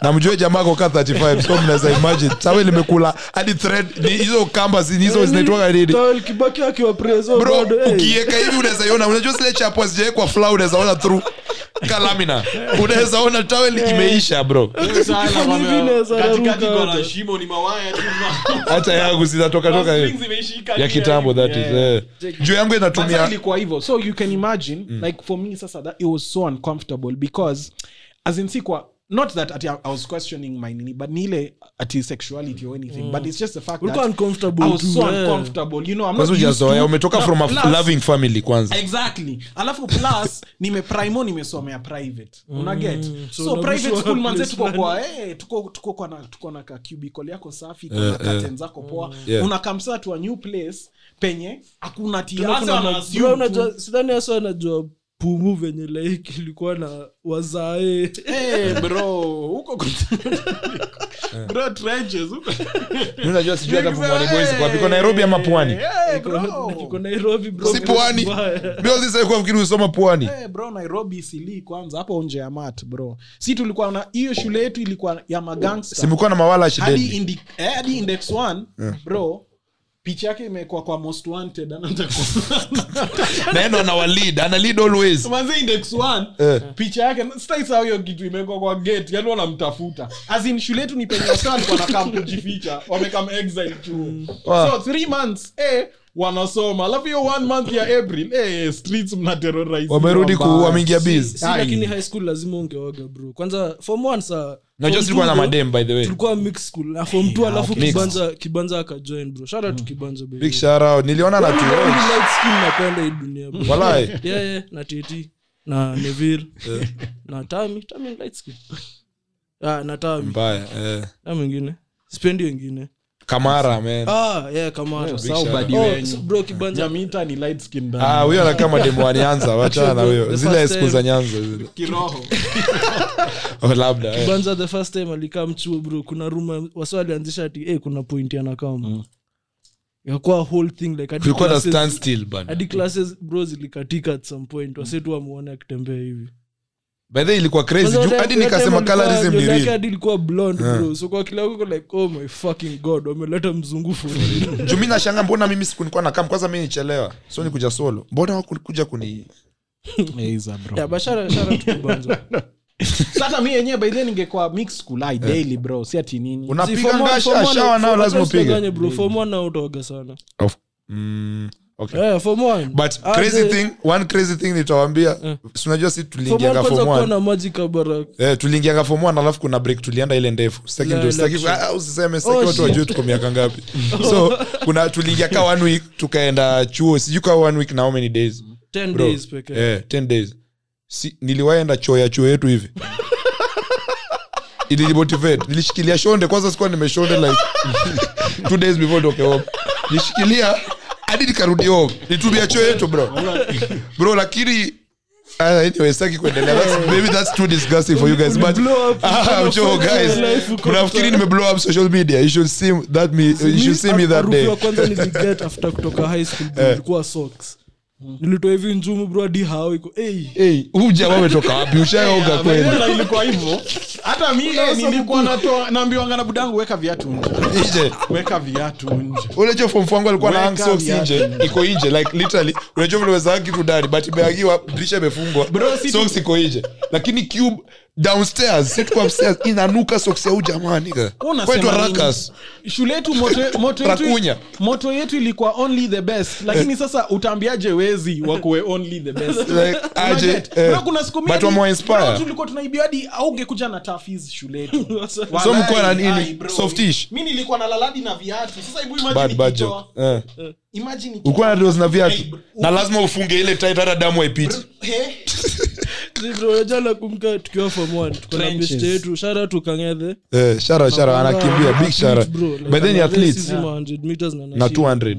Speaker 3: na mjue jamaa ako kaa 35 so mnaweza imagine sawe limekula hadi thread ni hizo kamba zi- hizo zinaitwaga nini
Speaker 2: Towel, Kibaki akiwa preso,
Speaker 3: bro
Speaker 2: bado, eh.
Speaker 3: ukiweka hivi unaweza iona unajua zile chapo hazijawekwa fla unaweza ona through kalamina unaweza ona tawel imeisha bro
Speaker 4: Sawa,
Speaker 2: Kifanya
Speaker 4: nakwambia,
Speaker 2: vile za
Speaker 4: katikati
Speaker 2: ruka
Speaker 4: iko na
Speaker 2: yote.
Speaker 4: shimo, ni mawaya tu, na-
Speaker 3: hata yangu zinatoka toka
Speaker 4: strings
Speaker 3: hivi
Speaker 4: zimeishika
Speaker 3: ya
Speaker 4: tu,
Speaker 3: kitambo
Speaker 4: yani.
Speaker 3: that
Speaker 4: Yeah.
Speaker 3: is eh. juu yangu
Speaker 4: Sasa
Speaker 3: inatumia
Speaker 4: ilikuwa hivyo so you can imagine
Speaker 3: Mm.
Speaker 4: like for me sasa that it was so uncomfortable because as in sikwa not that ati I, I was questioning my nini but ni ile ati sexuality or anything but it's just the
Speaker 2: Mm.
Speaker 4: fact
Speaker 2: Ulikuwa
Speaker 4: that
Speaker 2: uncomfortable
Speaker 4: I was
Speaker 2: tu,
Speaker 4: so
Speaker 2: eh.
Speaker 4: uncomfortable you know I'm not
Speaker 3: kwanza
Speaker 4: used
Speaker 3: ujazoea
Speaker 4: to-
Speaker 3: umetoka
Speaker 4: Na
Speaker 3: from a
Speaker 4: plus-
Speaker 3: loving family kwanza
Speaker 4: exactly alafu plus nimeprimo nimesomea private unaget so,
Speaker 2: Mm. so
Speaker 4: private
Speaker 2: unaguswa
Speaker 4: school manze
Speaker 2: place
Speaker 4: tuko
Speaker 2: fulani.
Speaker 4: kwa eh, tuko tuko kwa na tuko na ka cubicle yako safi kana
Speaker 3: Eh,
Speaker 4: yeah,
Speaker 3: eh.
Speaker 4: zako poa
Speaker 3: Yeah.
Speaker 4: unakamsa to a new place penye hakuna ti
Speaker 2: Kuna-
Speaker 4: hasa
Speaker 2: kuna-
Speaker 4: wana
Speaker 2: bro,
Speaker 4: assume tu.
Speaker 2: unajua- sidhani hasa anajua pumu venye like ilikuwa na wazae
Speaker 4: Eh, bro huko kuna- bro trenches huko
Speaker 3: Mi unajua sijui hata
Speaker 4: Exactly.
Speaker 3: pumwani boys kwa piko nairobi ama pwani
Speaker 4: Eh,
Speaker 2: Niko-
Speaker 4: bro
Speaker 2: niko nairobi bro.
Speaker 3: si pwani
Speaker 2: Mbaya.
Speaker 3: bioisaikuafikiri usoma pwani
Speaker 4: Eh, bro nairobi sili kwanza hapo nje ya mat bro si tulikuwa na hiyo shule yetu ilikuwa ya magangsta
Speaker 3: simekuwa na mawala
Speaker 4: hadi
Speaker 3: shideni
Speaker 4: indi- eh, hadi index one bro picha yake imekuwa kwa most wanted anataka-
Speaker 3: naenda anawalid ana lead always
Speaker 4: Manze index one
Speaker 3: Eh.
Speaker 4: picha yake staisa hiyo kitu imekuwa kwa gate yani wanamtafuta azin shule yetu ni penye wasa walikuwa wanakaa kujificha wamekam exile chuo
Speaker 3: Wow.
Speaker 4: so three months eh, wanasoma alafu hiyo one month ya april eh, streets mna terrorize
Speaker 3: wamerudi ku- wameingia
Speaker 2: Si-
Speaker 3: biz
Speaker 2: lakini high school lazima ungeoga bro kwanza form one saa
Speaker 3: najua
Speaker 2: form
Speaker 3: silikuwa
Speaker 2: two
Speaker 3: na
Speaker 2: bro,
Speaker 3: madem by the way
Speaker 2: tulikuwa mix school na form two alafu
Speaker 3: mixed.
Speaker 2: kibanza kibanza akajoin bro shout out to kibanza baby.
Speaker 3: Mm. big shout out niliona na tu eh,
Speaker 2: Only light skin napenda hii dunia bro.
Speaker 3: walai
Speaker 2: Yeah, yeah, na teti na neville na tami tami ni light skin ah, na tami
Speaker 3: mbaya eh.
Speaker 2: na mwingine sipendi wengine
Speaker 3: kamara man
Speaker 2: ah, yeah, kamara Oh, so, bro kibanza
Speaker 4: jamita ni light skin ndani.
Speaker 3: Ah, huyo anakaa mademu wa nyanza wachana na huyo
Speaker 2: The
Speaker 3: zile
Speaker 2: first
Speaker 3: siku za nyanza zile.
Speaker 4: kiroho
Speaker 3: Oh, labda eh.
Speaker 2: kwanza the first time alikaa mchuo bro kuna ruma wasi walianzisha ati hey, kuna point anakama mm. ikakuwa whole thing like hadi
Speaker 3: tulikuwa na
Speaker 2: classes-
Speaker 3: standstill bana
Speaker 2: hadi classes bro zilikatika at some point wasetu wamuone akitembea hivi
Speaker 3: by the way, ilikuwa crazy
Speaker 2: Kwanza wale-
Speaker 3: juu Eh, hadi
Speaker 2: wale
Speaker 3: nikasema
Speaker 2: time walikuwa-
Speaker 3: colorism ni
Speaker 2: nywele yake
Speaker 3: real
Speaker 2: hadi ilikuwa blonde bro so kwa kila uko like oh my fucking god wameleta mzungufu
Speaker 3: juu mi nashanga mbona mimi sikunikuwa nakam kwanza mi nichelewa so nikuja solo mbona wakukuja kuni
Speaker 2: yeah but shout out- shout out to Kibanza.
Speaker 4: sasa mi yenyewe by then ningekuwa mix school ai daily bro si ati nini
Speaker 2: See,
Speaker 3: unapiga
Speaker 2: form one-
Speaker 3: ngasha
Speaker 2: form one-
Speaker 3: shawa nao
Speaker 2: form one
Speaker 3: lazima upige
Speaker 2: usidanganye, bro form one nao utaoga sana
Speaker 3: Of- mm, okay.
Speaker 2: eh form one
Speaker 3: but
Speaker 2: Ah,
Speaker 3: crazy
Speaker 2: the-
Speaker 3: thing one crazy thing nitawambia si unajua si
Speaker 2: form one
Speaker 3: tuliingianga
Speaker 2: kwanza
Speaker 3: form
Speaker 2: kuwa
Speaker 3: one
Speaker 2: na maji kabara
Speaker 3: eh, tuliingianga form one alafu kuna break tulienda ile ndefu Sitaki
Speaker 2: La-
Speaker 3: ndio-
Speaker 2: la-
Speaker 3: sitaki-
Speaker 2: shit.
Speaker 3: ah, usiseme sitaki
Speaker 2: Oh,
Speaker 3: watu wajue tuko miaka ngapi so kuna tuliingia ka one week tukaenda chuo sijui ka one week na how many days
Speaker 2: 10
Speaker 3: Bro,
Speaker 2: days pekee
Speaker 3: eh, 10 days si, niliwaenda choo ya chuo yetu hivi ilinimotivate nilishikilia shonde kwanza sikuwa nimeshonde like two days before nitoke home nilishikilia hadi nikarudi home nitumia choo yetu bro bro lakini Uh, anyway, sitaki kuendelea That's- maybe that's too disgusting for you guys but Ah, I'm sure guys mnafikiri nimeblow up social media you should see that me you should see me that
Speaker 2: Harufu
Speaker 3: day Eh.
Speaker 2: ya kwanza niliget after kutoka high school bro, ilikuwa socks nilitoa hivi njumu bro hadi hao iko hey
Speaker 3: hey huu jamaa ametoka wapi ushaoga kweli
Speaker 4: Mbona ilikuwa hivyo hata mi nilikuwa natoa naambiwanga na budangu weka viatu nje
Speaker 3: nje
Speaker 4: weka viatu nje
Speaker 3: unajua fomfu wangu alikuwa na hang
Speaker 4: Weka
Speaker 3: socks
Speaker 4: viatu.
Speaker 3: nje iko nje like literally unajua vile weza kitu ndani but imeagiwa dirisha imefungwa
Speaker 4: Bro, si-
Speaker 3: socks iko nje lakini cube downstairs si tuko upstairs inanuka socks ya ujamani
Speaker 4: Unasema
Speaker 3: kwetu
Speaker 4: nini?
Speaker 3: rakas
Speaker 4: shule yetu moto, moto,
Speaker 3: Rakunya. Eh.
Speaker 4: yetu, moto yetu ilikuwa only the best lakini sasa utaambiaje wezi wakuwe only the best
Speaker 3: like aje
Speaker 4: Unaget?
Speaker 3: eh,
Speaker 4: Bro, kuna siku
Speaker 3: but
Speaker 4: mingi-
Speaker 3: wamo
Speaker 4: bro,
Speaker 3: inspire
Speaker 4: tulikuwa tunaibiwa hadi auge kuja na tafis shule yetu
Speaker 3: so
Speaker 4: Walai,
Speaker 3: mko na
Speaker 4: ai,
Speaker 3: nini
Speaker 4: bro.
Speaker 3: softish
Speaker 4: mi nilikuwa na laladi na viatu sasa hebu imagine
Speaker 3: bad bad
Speaker 4: nikitoa-
Speaker 3: joke eh
Speaker 4: imagine nikitoa-
Speaker 3: ulikuwa na dozi na viatu
Speaker 4: Hey, bro.
Speaker 3: na lazima ufunge ile tight hata damu haipiti
Speaker 4: He?
Speaker 2: jana kumka tukiwa form one tuko na
Speaker 4: Trenches.
Speaker 2: best yetu shara tukang'ethe
Speaker 3: eh shara shara anakimbia big shara by then ni athletes na
Speaker 2: na
Speaker 3: 200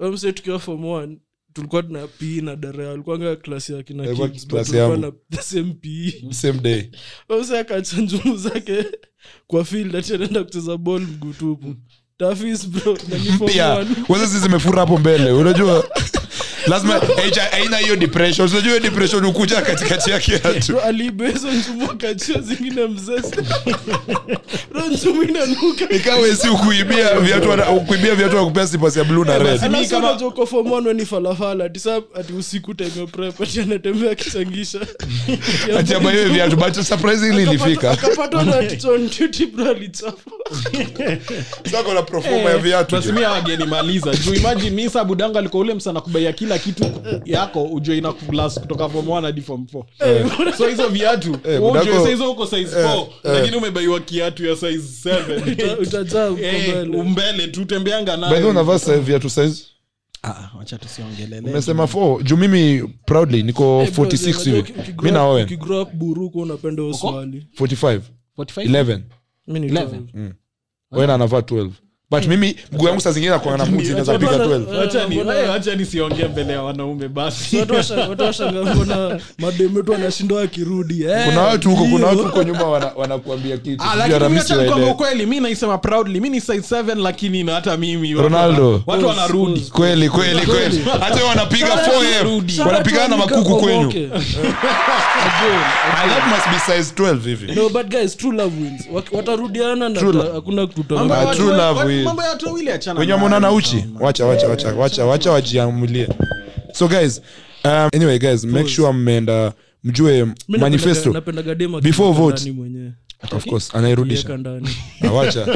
Speaker 2: mse tukiwa form one tulikuwa tuna p na darea alikuanga klasi ya kina
Speaker 3: Alikuwa
Speaker 2: Kings, bro,
Speaker 3: klasi
Speaker 2: tulikuwa
Speaker 3: yangu.
Speaker 2: na the same pe
Speaker 3: same day
Speaker 2: mse akacha njumu zake kwa field ati anaenda kucheza ball mguu tupu tafis bro na ni form
Speaker 3: mpya
Speaker 2: one.
Speaker 3: kwanza sisi zimefura hapo mbele unajua lazima haija- haina hiyo depression unajua hiyo depression hukuja katikati ya kiatu
Speaker 2: Bro, aliibeba hizo njumu akachia zingine mzese bro njumu inanuka
Speaker 3: ikawezi ukuibia viatu wana- ukuibia viatu wakupea slippers ya blue
Speaker 2: Eh,
Speaker 3: na red
Speaker 2: Alafu
Speaker 4: kama-
Speaker 2: unajua uko form one we ni falafala ati saa ati usiku time ya prep ati anatembea akichangisha
Speaker 3: ati ama hiyo viatu but surprisingly ilifika
Speaker 2: akapatwa na tito on duty bro alichapa
Speaker 3: sako na proforma
Speaker 2: Eh,
Speaker 3: ya viatu jo.
Speaker 4: nasimia wagenimaliza juu imagine mi saa budangu alikuwa ule msana kubaia kila kitu yako ujue ina kulas kutoka form one hadi form four. so hizo viatu
Speaker 3: Eh,
Speaker 4: wewe
Speaker 3: budako-
Speaker 4: ujue saa hizo uko size
Speaker 3: Eh,
Speaker 4: four,
Speaker 3: eh.
Speaker 4: lakini umebaiwa kiatu ya size seven.
Speaker 2: Uta- utajaa huko
Speaker 4: Eh,
Speaker 2: mbele
Speaker 4: umbele tu tembeanga
Speaker 3: By the way,
Speaker 4: nayo.
Speaker 3: unavaa sa- viatu size
Speaker 4: Ah, wacha tusiongelele.
Speaker 3: umesema 4 juu mimi proudly niko 46 hivi
Speaker 2: Eh, Uki- ukigrow
Speaker 3: mi na
Speaker 2: up-
Speaker 3: owen
Speaker 2: ukigrow up buru kuwa unapenda hiyo swali
Speaker 3: 45 11
Speaker 2: mi ni
Speaker 4: 11.
Speaker 3: owen anavaa 12 but
Speaker 2: Eh.
Speaker 3: mimi mguu yangu saa zingine nakuanga na muzi inaweza piga 12
Speaker 4: Wacha ni-
Speaker 2: Mbona-
Speaker 4: eh, wacha nisiongee mbele ya wanaume basi
Speaker 2: Watu washa- watu washangaa mbona mademu tu anashindwa akirudi eh,
Speaker 3: kuna watu huko kuna
Speaker 2: ndio.
Speaker 3: watu huko nyuma wana- wanakuambia kitu
Speaker 4: Ah,
Speaker 3: Sijui
Speaker 4: lakini
Speaker 3: hata mi
Speaker 4: mimi acha nikwambie
Speaker 3: siwaelewi.
Speaker 4: ukweli mi naisema proudly mi ni size 7 lakini na hata mimi watu-
Speaker 3: Ronaldo.
Speaker 4: watu wanarudi
Speaker 3: kweli kweli kweli hata wewe wanapiga 4M, wanapigana na makuku kwenu
Speaker 2: Okay.
Speaker 3: Ah, that must be size 12 hivi
Speaker 2: no but guys true love wins Wak- watarudiana na
Speaker 3: True love.
Speaker 2: ta- hakuna
Speaker 4: Mambo ya
Speaker 3: Ah,
Speaker 2: kutoka
Speaker 4: watu-
Speaker 3: true love
Speaker 4: watu-
Speaker 3: will.
Speaker 4: mambo ya watu wawili Ah, achana
Speaker 3: wenye
Speaker 4: nayo.
Speaker 3: wameonana uchi wacha wacha wacha wacha wacha wajiamulie so guys um, anyway guys make sure mmeenda mjue manifesto
Speaker 2: napendaga dema
Speaker 3: Before vote.
Speaker 2: mwenyewe
Speaker 3: of course anairudisha
Speaker 2: Yeka ndani
Speaker 3: Ah, wacha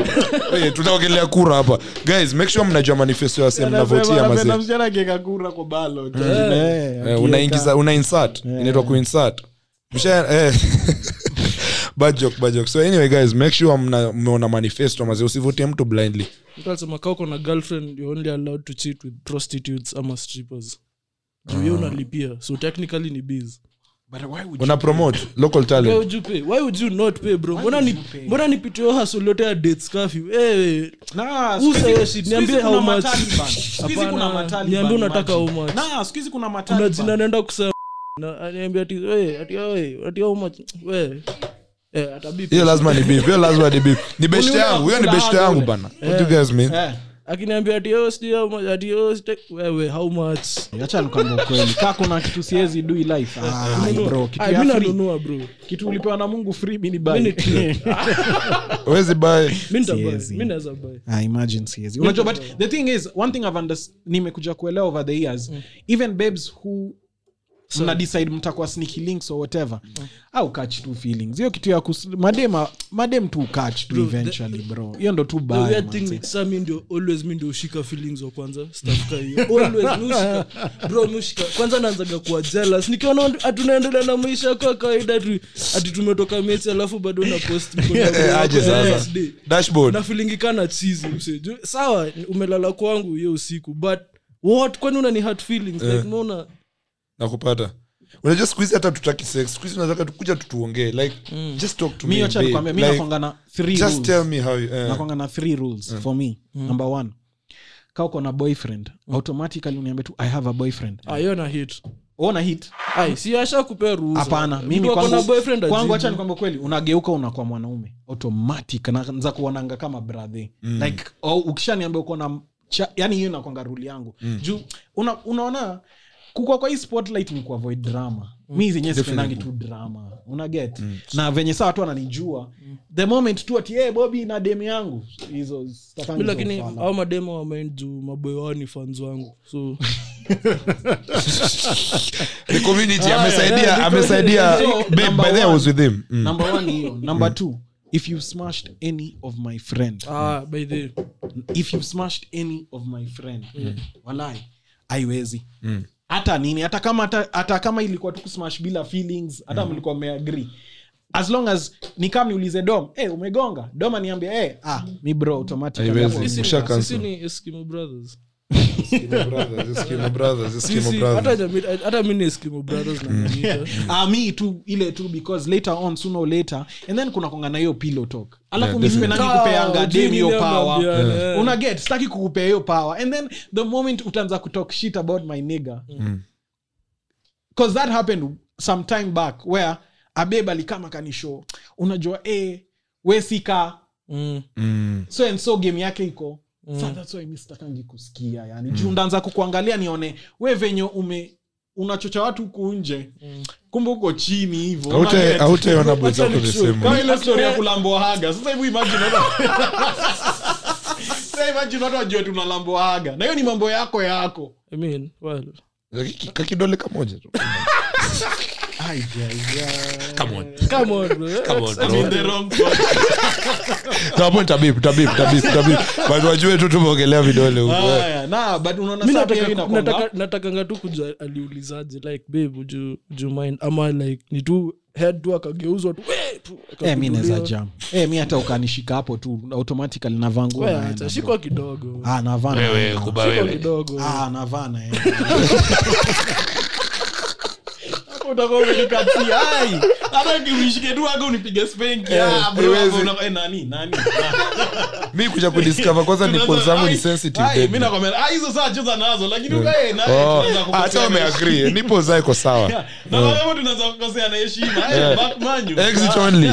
Speaker 3: Hey, tutaongelea kura hapa guys make sure mnajua manifesto ya sehemu mnavotia mazee
Speaker 4: Anapenda msichana akiweka kura kwa ballot.
Speaker 3: Eh, unaingiza una insert inaitwa kuinsert Msha- eh. Bad joke, bad joke. so anyway guys make sure mna- mmeona manifesto mazi usivute mtu blindly
Speaker 2: Mtu alisema kaa uko na girlfriend you're only allowed to cheat with prostitutes ama strippers juu
Speaker 4: Ah.
Speaker 2: hiyo unalipia so technically ni biz
Speaker 4: But why would
Speaker 3: una promote local
Speaker 2: why
Speaker 3: talent
Speaker 2: would you pay why would you not pay bro mbona ni mbona nipitio hustle yote ya dates curfew eh
Speaker 4: Na,
Speaker 2: Usa
Speaker 4: siku hizi-
Speaker 2: hiyo shit,
Speaker 4: siku
Speaker 2: niambie
Speaker 4: hizi
Speaker 2: how
Speaker 4: kuna
Speaker 2: much.
Speaker 4: mataliban. Siku hizi
Speaker 2: Hapana,
Speaker 4: kuna mataliban,
Speaker 2: niambie unataka
Speaker 4: imagine.
Speaker 2: how much.
Speaker 4: Na, siku hizi kuna
Speaker 2: kuna
Speaker 4: mataliban.
Speaker 2: jina naenda kusema na aniambia ati we ati we ati how much we eh atabipi
Speaker 3: hiyo lazima ni beef hiyo lazima ni beef ni best
Speaker 4: Uliona
Speaker 3: yangu hiyo ni
Speaker 4: kuna
Speaker 3: best
Speaker 4: wale.
Speaker 3: yangu bana what do you guys mean
Speaker 4: Eh,
Speaker 2: akiniambia ati yo sijui how much ati yo sijui- wewe how much
Speaker 4: acha nikwambie ukweli. Kaa kuna kitu siezi do in life. Ah, bro, kitu
Speaker 2: Ah,
Speaker 4: ya
Speaker 2: mi
Speaker 4: free.
Speaker 2: nanunua bro
Speaker 4: Kitu ulipewa na Mungu free, mi ni buy.
Speaker 2: mi ni
Speaker 3: wezi buy
Speaker 2: mi nitabai
Speaker 4: Siezi.
Speaker 2: mi naweza bai
Speaker 4: Ah, imagine siezi. unajua but the thing is one thing I've unders- nimekuja kuelewa over the years
Speaker 2: Mm.
Speaker 4: even babes who mna decide mtakuwa sneaky links or whatever
Speaker 2: Mm.
Speaker 4: au catch tu feelings hiyo kitu ya kus madema madem tu catch tu eventually bro hiyo ndo tu
Speaker 2: The
Speaker 4: baya
Speaker 2: weird
Speaker 4: manze.
Speaker 2: thing ni saa mi ndio always mi ndio ushika feelings wa kwanza stafka hiyo always mi ushika bro mi ushika kwanza naanzaga kuwa jealous nikiona hatunaendelea na maisha yako ya kawaida tu ati tumetoka mesi alafu bado na post mko na-
Speaker 3: Eh, aje sasa
Speaker 2: Next day.
Speaker 3: dashboard
Speaker 2: nafilingikana chizi mse Ju- sawa umelala
Speaker 4: Eh.
Speaker 2: kwangu hiyo usiku but what kwani una ni hard feelings like mbona
Speaker 3: nakupata unajua sikuhizi hata tutaki sex sikuhizi unataka tukuja tutuongee like just talk to me,
Speaker 4: Mm. mi wacha
Speaker 3: babe.
Speaker 4: nikwambie, mi
Speaker 3: Like,
Speaker 4: nakwanga na three
Speaker 3: just
Speaker 4: rules.
Speaker 3: tell me Mm. how you, eh.
Speaker 4: nakwanga na three rules for me
Speaker 2: Mm.
Speaker 4: number one ka uko na boyfriend automatically uniambia tu i have a boyfriend
Speaker 2: Ah, hiyo na hit
Speaker 4: ona hit
Speaker 2: ai si asha kupea ruhusa
Speaker 4: hapana mimi
Speaker 2: Mtu ako na
Speaker 4: kwangu
Speaker 2: boyfriend
Speaker 4: kwangu
Speaker 2: ajibu.
Speaker 4: acha nikwambia kweli unageuka unakuwa mwanaume automatic naanza kuonanga kama brother like oh, ukishaniambia uko na cha- yani hiyo inakwanga rule yangu juu una, unaona kukwa kwa hii spotlight ni kuavoid drama
Speaker 2: Mm.
Speaker 4: mi zenyewe sipendangi tu drama una get na venye saa watu wananijua
Speaker 2: Mm.
Speaker 4: the moment tu ati hey, bobi na demu yangu hizo sitakangi
Speaker 2: Mi
Speaker 4: hizo
Speaker 2: lakini
Speaker 4: ufala.
Speaker 2: au mademo wamain juu maboy wao ni fans wangu so
Speaker 3: the community
Speaker 2: yeah,
Speaker 3: amesaidia
Speaker 2: the
Speaker 3: amesaidia
Speaker 4: Ah, community. So,
Speaker 3: babe
Speaker 4: number
Speaker 3: by the way, I
Speaker 4: one.
Speaker 3: was with him Mm.
Speaker 4: number one ni hiyo number two if you've smashed any of my friend
Speaker 2: ah, by the way,
Speaker 3: Oh,
Speaker 4: if you've smashed any of my friend
Speaker 3: Mm.
Speaker 4: walai haiwezi hata nini hata kama hata, hata kama ilikuwa tu kusmash bila feelings hata
Speaker 3: Mm.
Speaker 4: mlikuwa mmeagree as long as nikam niulize dom hey, umegonga dom aniambia hey, ah, mi bro automatically
Speaker 3: Haiwezi.
Speaker 4: hapo."
Speaker 2: sisi-
Speaker 3: Usha
Speaker 2: sisi
Speaker 3: cancel.
Speaker 2: ni Eskimo brothers
Speaker 3: Eskimo brothers, Eskimo brothers, Eskimo
Speaker 2: sisi
Speaker 3: brothers. Mm.
Speaker 2: hata jamii hata mi ni Eskimo brothers na Manita.
Speaker 4: Ah, mi tu ile tu because later on sooner or later and then kuna konga na hiyo pillow talk alafu
Speaker 3: Yeah,
Speaker 4: mi
Speaker 3: definitely.
Speaker 2: Ah,
Speaker 4: sipendangi kupeanga
Speaker 2: ujui
Speaker 4: dem hiyo
Speaker 2: nini
Speaker 4: power
Speaker 2: amwambiane, eh.
Speaker 4: una get sitaki kukupea hiyo power and then the moment utaanza kutalk shit about my nigger because that happened some time back where abeb alikama kanisho unajua eh, we sika
Speaker 2: Mm.
Speaker 3: Mm.
Speaker 4: so and so game yake iko
Speaker 3: Hmm.
Speaker 4: mm. that's why mi sitakangi kusikia yani juu ndaanza kukuangalia nione we venye ume unachocha watu huku nje mm. kumbe uko chini hivo
Speaker 3: Hmm. Haute- hautaiona boy
Speaker 2: Acha
Speaker 3: zako the
Speaker 2: nishoe.
Speaker 3: same way.
Speaker 4: kama ile story ya kulamboaga sasa hivi imagine watu sasa imagine watu wajue tunalamboaga na hiyo ni mambo yako yako
Speaker 2: I mean, well,
Speaker 3: Kaki- kakidole kamoja tu.
Speaker 2: come on, bro.
Speaker 4: I'm in the wrong spot.
Speaker 3: Tabu, tabibu, tabibu, tabibu, tabibu. But wajue tu tumeongelea vidole huku, eh.
Speaker 4: Haya, na, but unaona
Speaker 2: Mi
Speaker 4: saa pia
Speaker 2: nataka-
Speaker 4: hiyo inakuanga-
Speaker 2: nataka- natakanga tu kujua aliulizaje like babe would you- would you mind ama like ni tu head tu akageuzwa tu "Wee!" tu,
Speaker 4: Eh, mi naweza
Speaker 2: akapiduliwa.
Speaker 4: jam Eh, mi hata ukanishika hapo tu automatically navaa nguo
Speaker 2: Wewe
Speaker 4: naenda,
Speaker 2: acha,
Speaker 4: bro.
Speaker 2: shikwa kidogo
Speaker 4: Ah, navaa naenda.
Speaker 2: shikwa kidogo
Speaker 4: Ah, navaa naenda. Hapo utakuwa umenikatia, ai. Hata ukinishike tu hapo unipige spanking. Ah, bro,
Speaker 3: haiwezi.
Speaker 4: hapo una- eh, nani, nani?
Speaker 3: mi kuja kudiscover kwanza nipo zangu ni sensitive
Speaker 4: Ai, mi
Speaker 3: baby.
Speaker 4: nakwambia, ah, hizo saa cheza nazo lakini ukae naye,
Speaker 3: Oh,
Speaker 4: tunaweza
Speaker 3: ah, hata
Speaker 4: kukosea na
Speaker 3: wameagree nipo za iko sawa
Speaker 4: na kama tunaweza kukosea na heshima eh,
Speaker 3: Yeah.
Speaker 4: back manyu.
Speaker 3: exit
Speaker 4: Ah,
Speaker 3: only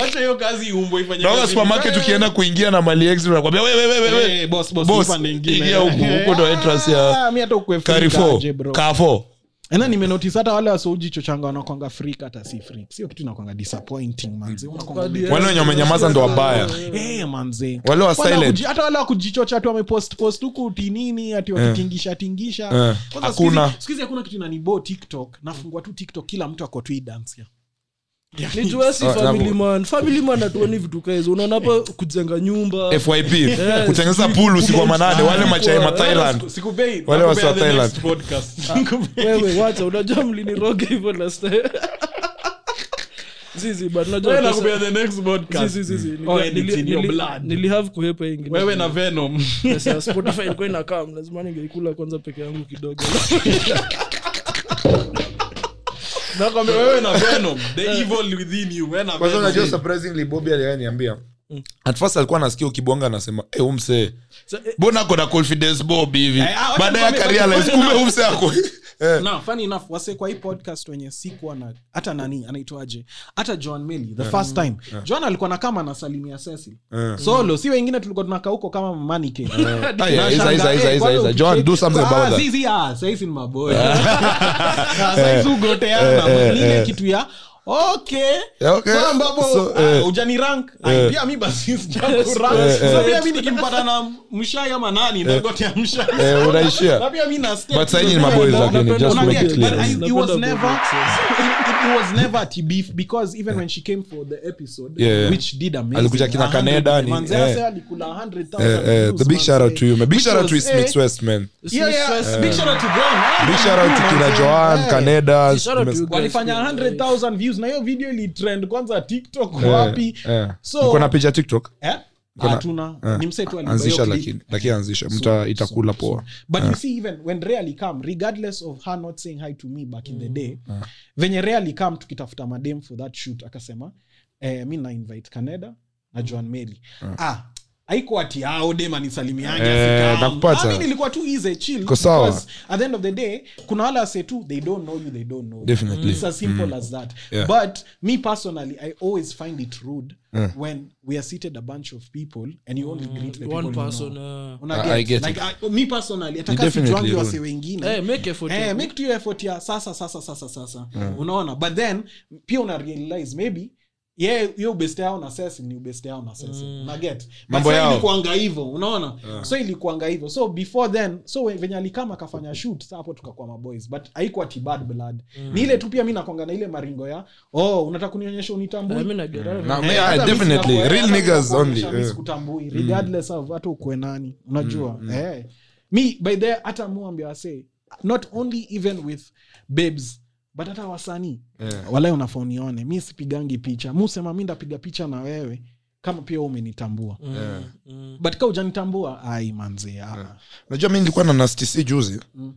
Speaker 4: wacha hiyo kazi iumbwe ifanye
Speaker 3: naona
Speaker 4: kazi.
Speaker 3: supermarket ukienda kuingia na mali exit unakwambia we we we we we
Speaker 4: Eh, boss, boss,
Speaker 3: boss
Speaker 4: upande ingine.
Speaker 3: ingia huku huko ndo entrance ya
Speaker 4: Ah, mi hata ukue
Speaker 3: Carrefour
Speaker 4: aje, bro.
Speaker 3: Carrefour
Speaker 4: Ena nimenotice hata wale wasouji chochanga wanakwanga freak hata si freak. Sio kitu inakwanga disappointing manze. Unakwanga
Speaker 2: Kwa
Speaker 3: wale wenye wamenyamaza ndo wabaya
Speaker 4: Eh, manze.
Speaker 3: wale wa
Speaker 4: Wala
Speaker 3: silent
Speaker 4: kuji- hata wale wakujichocha tu wamepost post huku tinini ati wakitingisha tingisha
Speaker 3: Eh.
Speaker 4: Kwanza siku hizi-
Speaker 3: Hakuna.
Speaker 4: siku hizi hakuna kitu inanibo tiktok nafungua tu tiktok kila mtu ako tu hii dance ya.
Speaker 2: ni jua si
Speaker 3: Ah,
Speaker 2: family
Speaker 3: nabu-
Speaker 2: man family man hatuoni vitu kaizo unaona pa kujenga nyumba
Speaker 3: fyp kutengeneza pool usiku wa manane wale machai ma thailand
Speaker 4: Sikupei,
Speaker 3: Wale wa
Speaker 4: nakupea
Speaker 3: South
Speaker 4: the next
Speaker 3: Thailand.
Speaker 4: podcast. Sikupei.
Speaker 2: wewe wacha unajua mliniroge hivyo last time zizi but
Speaker 4: Wewe
Speaker 2: unajua
Speaker 4: nakupea
Speaker 2: pesa-
Speaker 4: the next podcast.
Speaker 2: zizi zizi
Speaker 4: Oh,
Speaker 2: nili-
Speaker 4: and it's
Speaker 2: nili-
Speaker 4: in your
Speaker 2: nili-
Speaker 4: blood.
Speaker 2: nilihave kuhepa hii ingine
Speaker 4: wewe na venom
Speaker 2: pesa ya spotify ilikuwa inakaa lazima ningeikula kwanza peke yangu kidogo
Speaker 4: nakwambia wewe na venom the evil within you wewe na
Speaker 3: kwanza
Speaker 4: venom
Speaker 3: unajua surprisingly bobby aliyaniambia
Speaker 4: Mm.
Speaker 3: at first alikuwa nasikia ukibonga anasema e umsee
Speaker 2: Sa- eh,
Speaker 3: mbona ako na confidence bob hivi
Speaker 4: Eh, ah, wacha
Speaker 3: baada ya
Speaker 4: nikwambie,
Speaker 3: karialise kumbe umsee ako Eh.
Speaker 4: na funny enough wase kwa hii podcast wenye sikuwa na hata nani anaitwaje hata john meli the first time john alikuwa na kama anasalimia cecil
Speaker 3: Yeah.
Speaker 4: solo si wengine tulikuwa tunakaa huko kama manike
Speaker 3: Ah, yeah, isa, isa, isa, isa, isa. John, do something
Speaker 4: Ah,
Speaker 3: about that.
Speaker 4: saizi ni Ah, maboya saizi ugoteana
Speaker 3: eh,
Speaker 4: but ni ile
Speaker 3: eh.
Speaker 4: kitu ya okay
Speaker 3: Yeah, okay.
Speaker 4: so ambapo
Speaker 3: So,
Speaker 4: ah,
Speaker 3: eh.
Speaker 4: ujani rank Ai, pia mi basi sijakurank.
Speaker 3: Eh, eh.
Speaker 4: so pia mi nikimpata na mshai ama nani nagotea mshai
Speaker 3: Eh, unaishia
Speaker 4: Na pia mi na step.
Speaker 3: But sahihi ni
Speaker 4: Unajua,
Speaker 3: maboys,
Speaker 4: unajua,
Speaker 3: lakini just
Speaker 4: unajua,
Speaker 3: make it clear.
Speaker 4: but I- it was
Speaker 2: Napenda
Speaker 4: never-
Speaker 2: kubox,
Speaker 4: it- it- it was never ati beef because even when she came for the episode
Speaker 3: Yeah, yeah.
Speaker 4: which did amazing,
Speaker 3: Alikuja kina
Speaker 4: 100
Speaker 3: Kaneda ni-
Speaker 4: manze,
Speaker 3: eh.
Speaker 4: ase alikula 100,000
Speaker 3: Eh, eh,
Speaker 4: views,
Speaker 3: the big
Speaker 4: manze.
Speaker 3: shout out to you man. big
Speaker 4: Which
Speaker 3: shout out to
Speaker 4: was,
Speaker 3: Smith
Speaker 4: eh,
Speaker 3: West man
Speaker 4: yeah, yeah,
Speaker 2: Stress.
Speaker 4: big shout out to them. Ah,
Speaker 3: big shout out to
Speaker 4: manze.
Speaker 3: kina Joan
Speaker 4: Eh,
Speaker 3: Kaneda
Speaker 2: shout out to you guys.
Speaker 4: walifanya
Speaker 2: Yeah,
Speaker 4: 100,000 views na hiyo video ilitrend kwanza tiktok wapi
Speaker 3: eh.
Speaker 4: so
Speaker 3: Mko na picha TikTok
Speaker 4: eh?
Speaker 3: Kuna-
Speaker 4: hatuna
Speaker 3: eh,
Speaker 4: ni msee tu alibuy hiyo
Speaker 3: anzisha
Speaker 4: clip.
Speaker 3: lakini lakini anzisha mta itakula poa
Speaker 4: but you see even when rarely come regardless of her not saying hi to me back in the day
Speaker 3: Ah.
Speaker 4: venye rarely come tukitafuta madem for that shoot akasema eh, mi na invite canada na john meli ah aiko ati "Ah, ao dem anisalimiange
Speaker 3: Eh,
Speaker 4: asikam.
Speaker 3: nakupata.
Speaker 4: Ah, mi nilikuwa tu easy chill
Speaker 3: Iko sawa.
Speaker 4: because at the end of the day kuna wale wase tu they don't know you they don't know you.
Speaker 3: Definitely.
Speaker 4: it's as simple as that
Speaker 3: Mm. Yeah.
Speaker 4: but me personally i always find it rude when we are seated a bunch of people and you only greet the people
Speaker 2: Mm, one
Speaker 4: you know.
Speaker 2: person uh,
Speaker 4: Una
Speaker 3: I-
Speaker 4: get
Speaker 3: I get
Speaker 4: it.
Speaker 3: it.
Speaker 4: Like, I- me personally
Speaker 3: Ni
Speaker 4: ataka
Speaker 3: definitely
Speaker 4: sijuangi wase
Speaker 3: rude.
Speaker 4: wengine
Speaker 2: eh, make effort
Speaker 4: Eh, make tu hiyo effort ya sasa sasa sasa sasa unaona but then pia una realize maybe ye hiyo ubeste yao na sesi ni ubeste yao na sesi
Speaker 2: Mm.
Speaker 4: unaget But
Speaker 3: Mambo
Speaker 4: sa
Speaker 3: yao.
Speaker 4: ilikuanga hivyo unaona so ilikuanga hivyo so before then so we- venye alikama akafanya shoot sa hapo tukakuwa maboys but haikuwa ti bad blood
Speaker 2: Mm.
Speaker 4: ni ile tu pia mi nakwanga na ile maringo ya oh unataka kunionyesha unitambui
Speaker 2: Eh, mi najua,
Speaker 3: na,
Speaker 4: Eh,
Speaker 3: yeah,
Speaker 4: hata mi
Speaker 3: definitely
Speaker 4: sitakuwa-
Speaker 3: real
Speaker 4: hata mi
Speaker 3: niggas
Speaker 4: sitakuwa
Speaker 3: only
Speaker 4: mshabiki,
Speaker 3: eh. Mm,
Speaker 4: sikutambui regardless of hata ukue nani unajua eh. mi by the hata muambia wase not only even with babes but hata wasanii
Speaker 3: Yeah.
Speaker 4: walai unafaa unione mi sipigangi picha musema mi ndapiga picha na wewe kama pia wewe umenitambua
Speaker 3: Yeah. mm.
Speaker 4: but ka ujanitambua ai manzi ah.
Speaker 3: Eh. najua mi nilikuwa na nastc juzi
Speaker 4: Mm.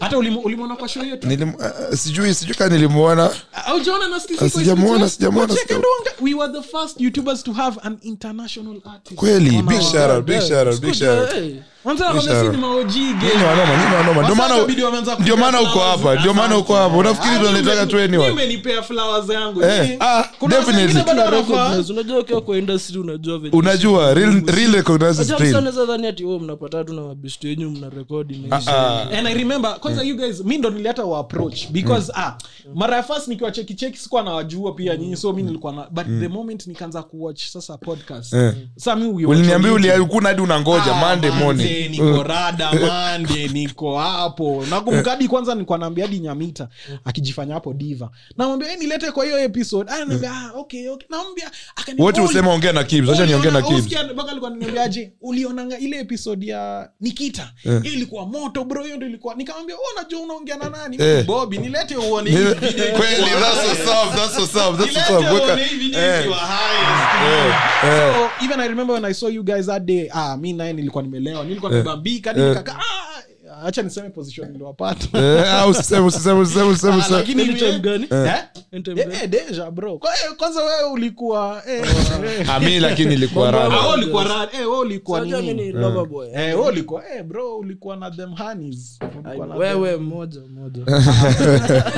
Speaker 4: hata ulimu- ulimwona kwa show yetu
Speaker 3: Nilim, uh, sijui sijui kaa nilimwona
Speaker 4: aujaona na Stacey
Speaker 3: Ah,
Speaker 4: kwa
Speaker 3: sijamuona,
Speaker 4: Instagram?
Speaker 3: sijamuona,
Speaker 4: Check and
Speaker 3: sijamuona.
Speaker 4: wonder. we were the first youtubers to have an international artist
Speaker 3: kweli
Speaker 4: on
Speaker 3: big
Speaker 4: our-
Speaker 3: shout out big shout out big
Speaker 2: Siku-
Speaker 3: shout out
Speaker 2: eh,
Speaker 4: Wanza wanakwambia
Speaker 3: Ishara.
Speaker 4: si ni maoji gay.
Speaker 3: Nyinyi ni wanoma, nyinyi ni wanoma. Ndio
Speaker 4: Sasa
Speaker 3: maana-
Speaker 4: itabidi wameanza
Speaker 3: ndio maana
Speaker 4: kupea
Speaker 3: uko hapa
Speaker 4: flowers.
Speaker 3: ndio maana uko hapa unafikiri
Speaker 4: Ah,
Speaker 3: tunalitaka tu
Speaker 4: mimi-
Speaker 3: anyone
Speaker 4: mimi umenipea flowers yangu.
Speaker 3: Eh,
Speaker 4: Mimi-
Speaker 3: ah,
Speaker 4: kuna wasanii
Speaker 3: definitely.
Speaker 4: wengine bado
Speaker 2: na
Speaker 4: wanavaa.
Speaker 2: recognize. unajua ukiwa kwa industry unajua venye-
Speaker 3: unajua real real recognizes
Speaker 2: Unajua msanii
Speaker 3: real
Speaker 2: anaweza dhani ati wewe mnapata tu na mabishti yenyu mna rekodi na hizo.
Speaker 3: Ah,
Speaker 4: And I remember, kwanza you guys, mi ndo nilileta wa approach
Speaker 3: Mm.
Speaker 4: because ah, mara ya first nikiwa cheki cheki sikuwa nawajua pia nyinyi so
Speaker 3: Mm.
Speaker 4: mi nilikuwa na but the moment nikaanza kuwatch sasa podcast
Speaker 3: Eh.
Speaker 4: sasa mi we watch
Speaker 3: uliniambia
Speaker 4: on YouTube.
Speaker 3: ulikuna hadi unangoja
Speaker 4: Ah,
Speaker 3: monday
Speaker 4: manze,
Speaker 3: morning
Speaker 4: niko rada mande niko hapo
Speaker 3: Eh.
Speaker 4: nakumbuka hadi kwanza nilikuwa naambia hadi nyamita akijifanya hapo diva namwambia "Eh, nilete kwa hiyo episode Ah, anaambia, "Ah, okay, okay." Naambia, akaniambia,
Speaker 3: wote
Speaker 4: "Oli,
Speaker 3: usema ongea na kibs acha
Speaker 4: uliona-
Speaker 3: niongee na kibs
Speaker 4: usikia, mpaka alikuwa ananiambiaje, ulionanga ile episode ya nikita
Speaker 3: Eh.
Speaker 4: hiyo ilikuwa moto bro hiyo ndo ilikuwa nikamwambia "Oh, unajua unaongea na nani Mimi
Speaker 3: Eh.
Speaker 4: ni bobi nilete uone hii
Speaker 3: Ni-
Speaker 4: video ikiwa
Speaker 3: kweli that's
Speaker 4: high."
Speaker 3: what's up that's what's up that's what's
Speaker 4: Nilete
Speaker 3: up Weka-
Speaker 4: uone hii video
Speaker 3: eh,
Speaker 4: ikiwa high.
Speaker 3: eh.
Speaker 4: So, even I remember when I saw you guys that day, ah, mi naye nilikuwa nimelewa nilikuwa nimebambika hadi
Speaker 3: Eh.
Speaker 4: nikaka- ah, acha niseme position niliwapata
Speaker 3: Eh, ah, usiseme, usiseme, usiseme, usiseme,
Speaker 4: Ah,
Speaker 3: usiseme.
Speaker 4: lakini
Speaker 2: Ni time
Speaker 4: we-
Speaker 2: gani?
Speaker 4: Eh?
Speaker 2: Ni time
Speaker 4: Eh,
Speaker 2: gani?
Speaker 4: eh, deja, bro. Kwa- eh, kwanza wewe ulikuwa eh, eh.
Speaker 3: Ah, mimi lakini ilikuwa
Speaker 2: Mambo
Speaker 4: Ah,
Speaker 3: raha
Speaker 4: wewe ulikuwa rad- eh, wewe ulikuwa
Speaker 2: Unajua
Speaker 4: nini?
Speaker 2: mimi ni lover boy.
Speaker 4: Eh, wewe ulikuwa eh, bro ulikuwa na them honeys. Ulikuwa
Speaker 2: Ai,
Speaker 4: na them-
Speaker 2: wewe mmoja mmoja
Speaker 3: Eh.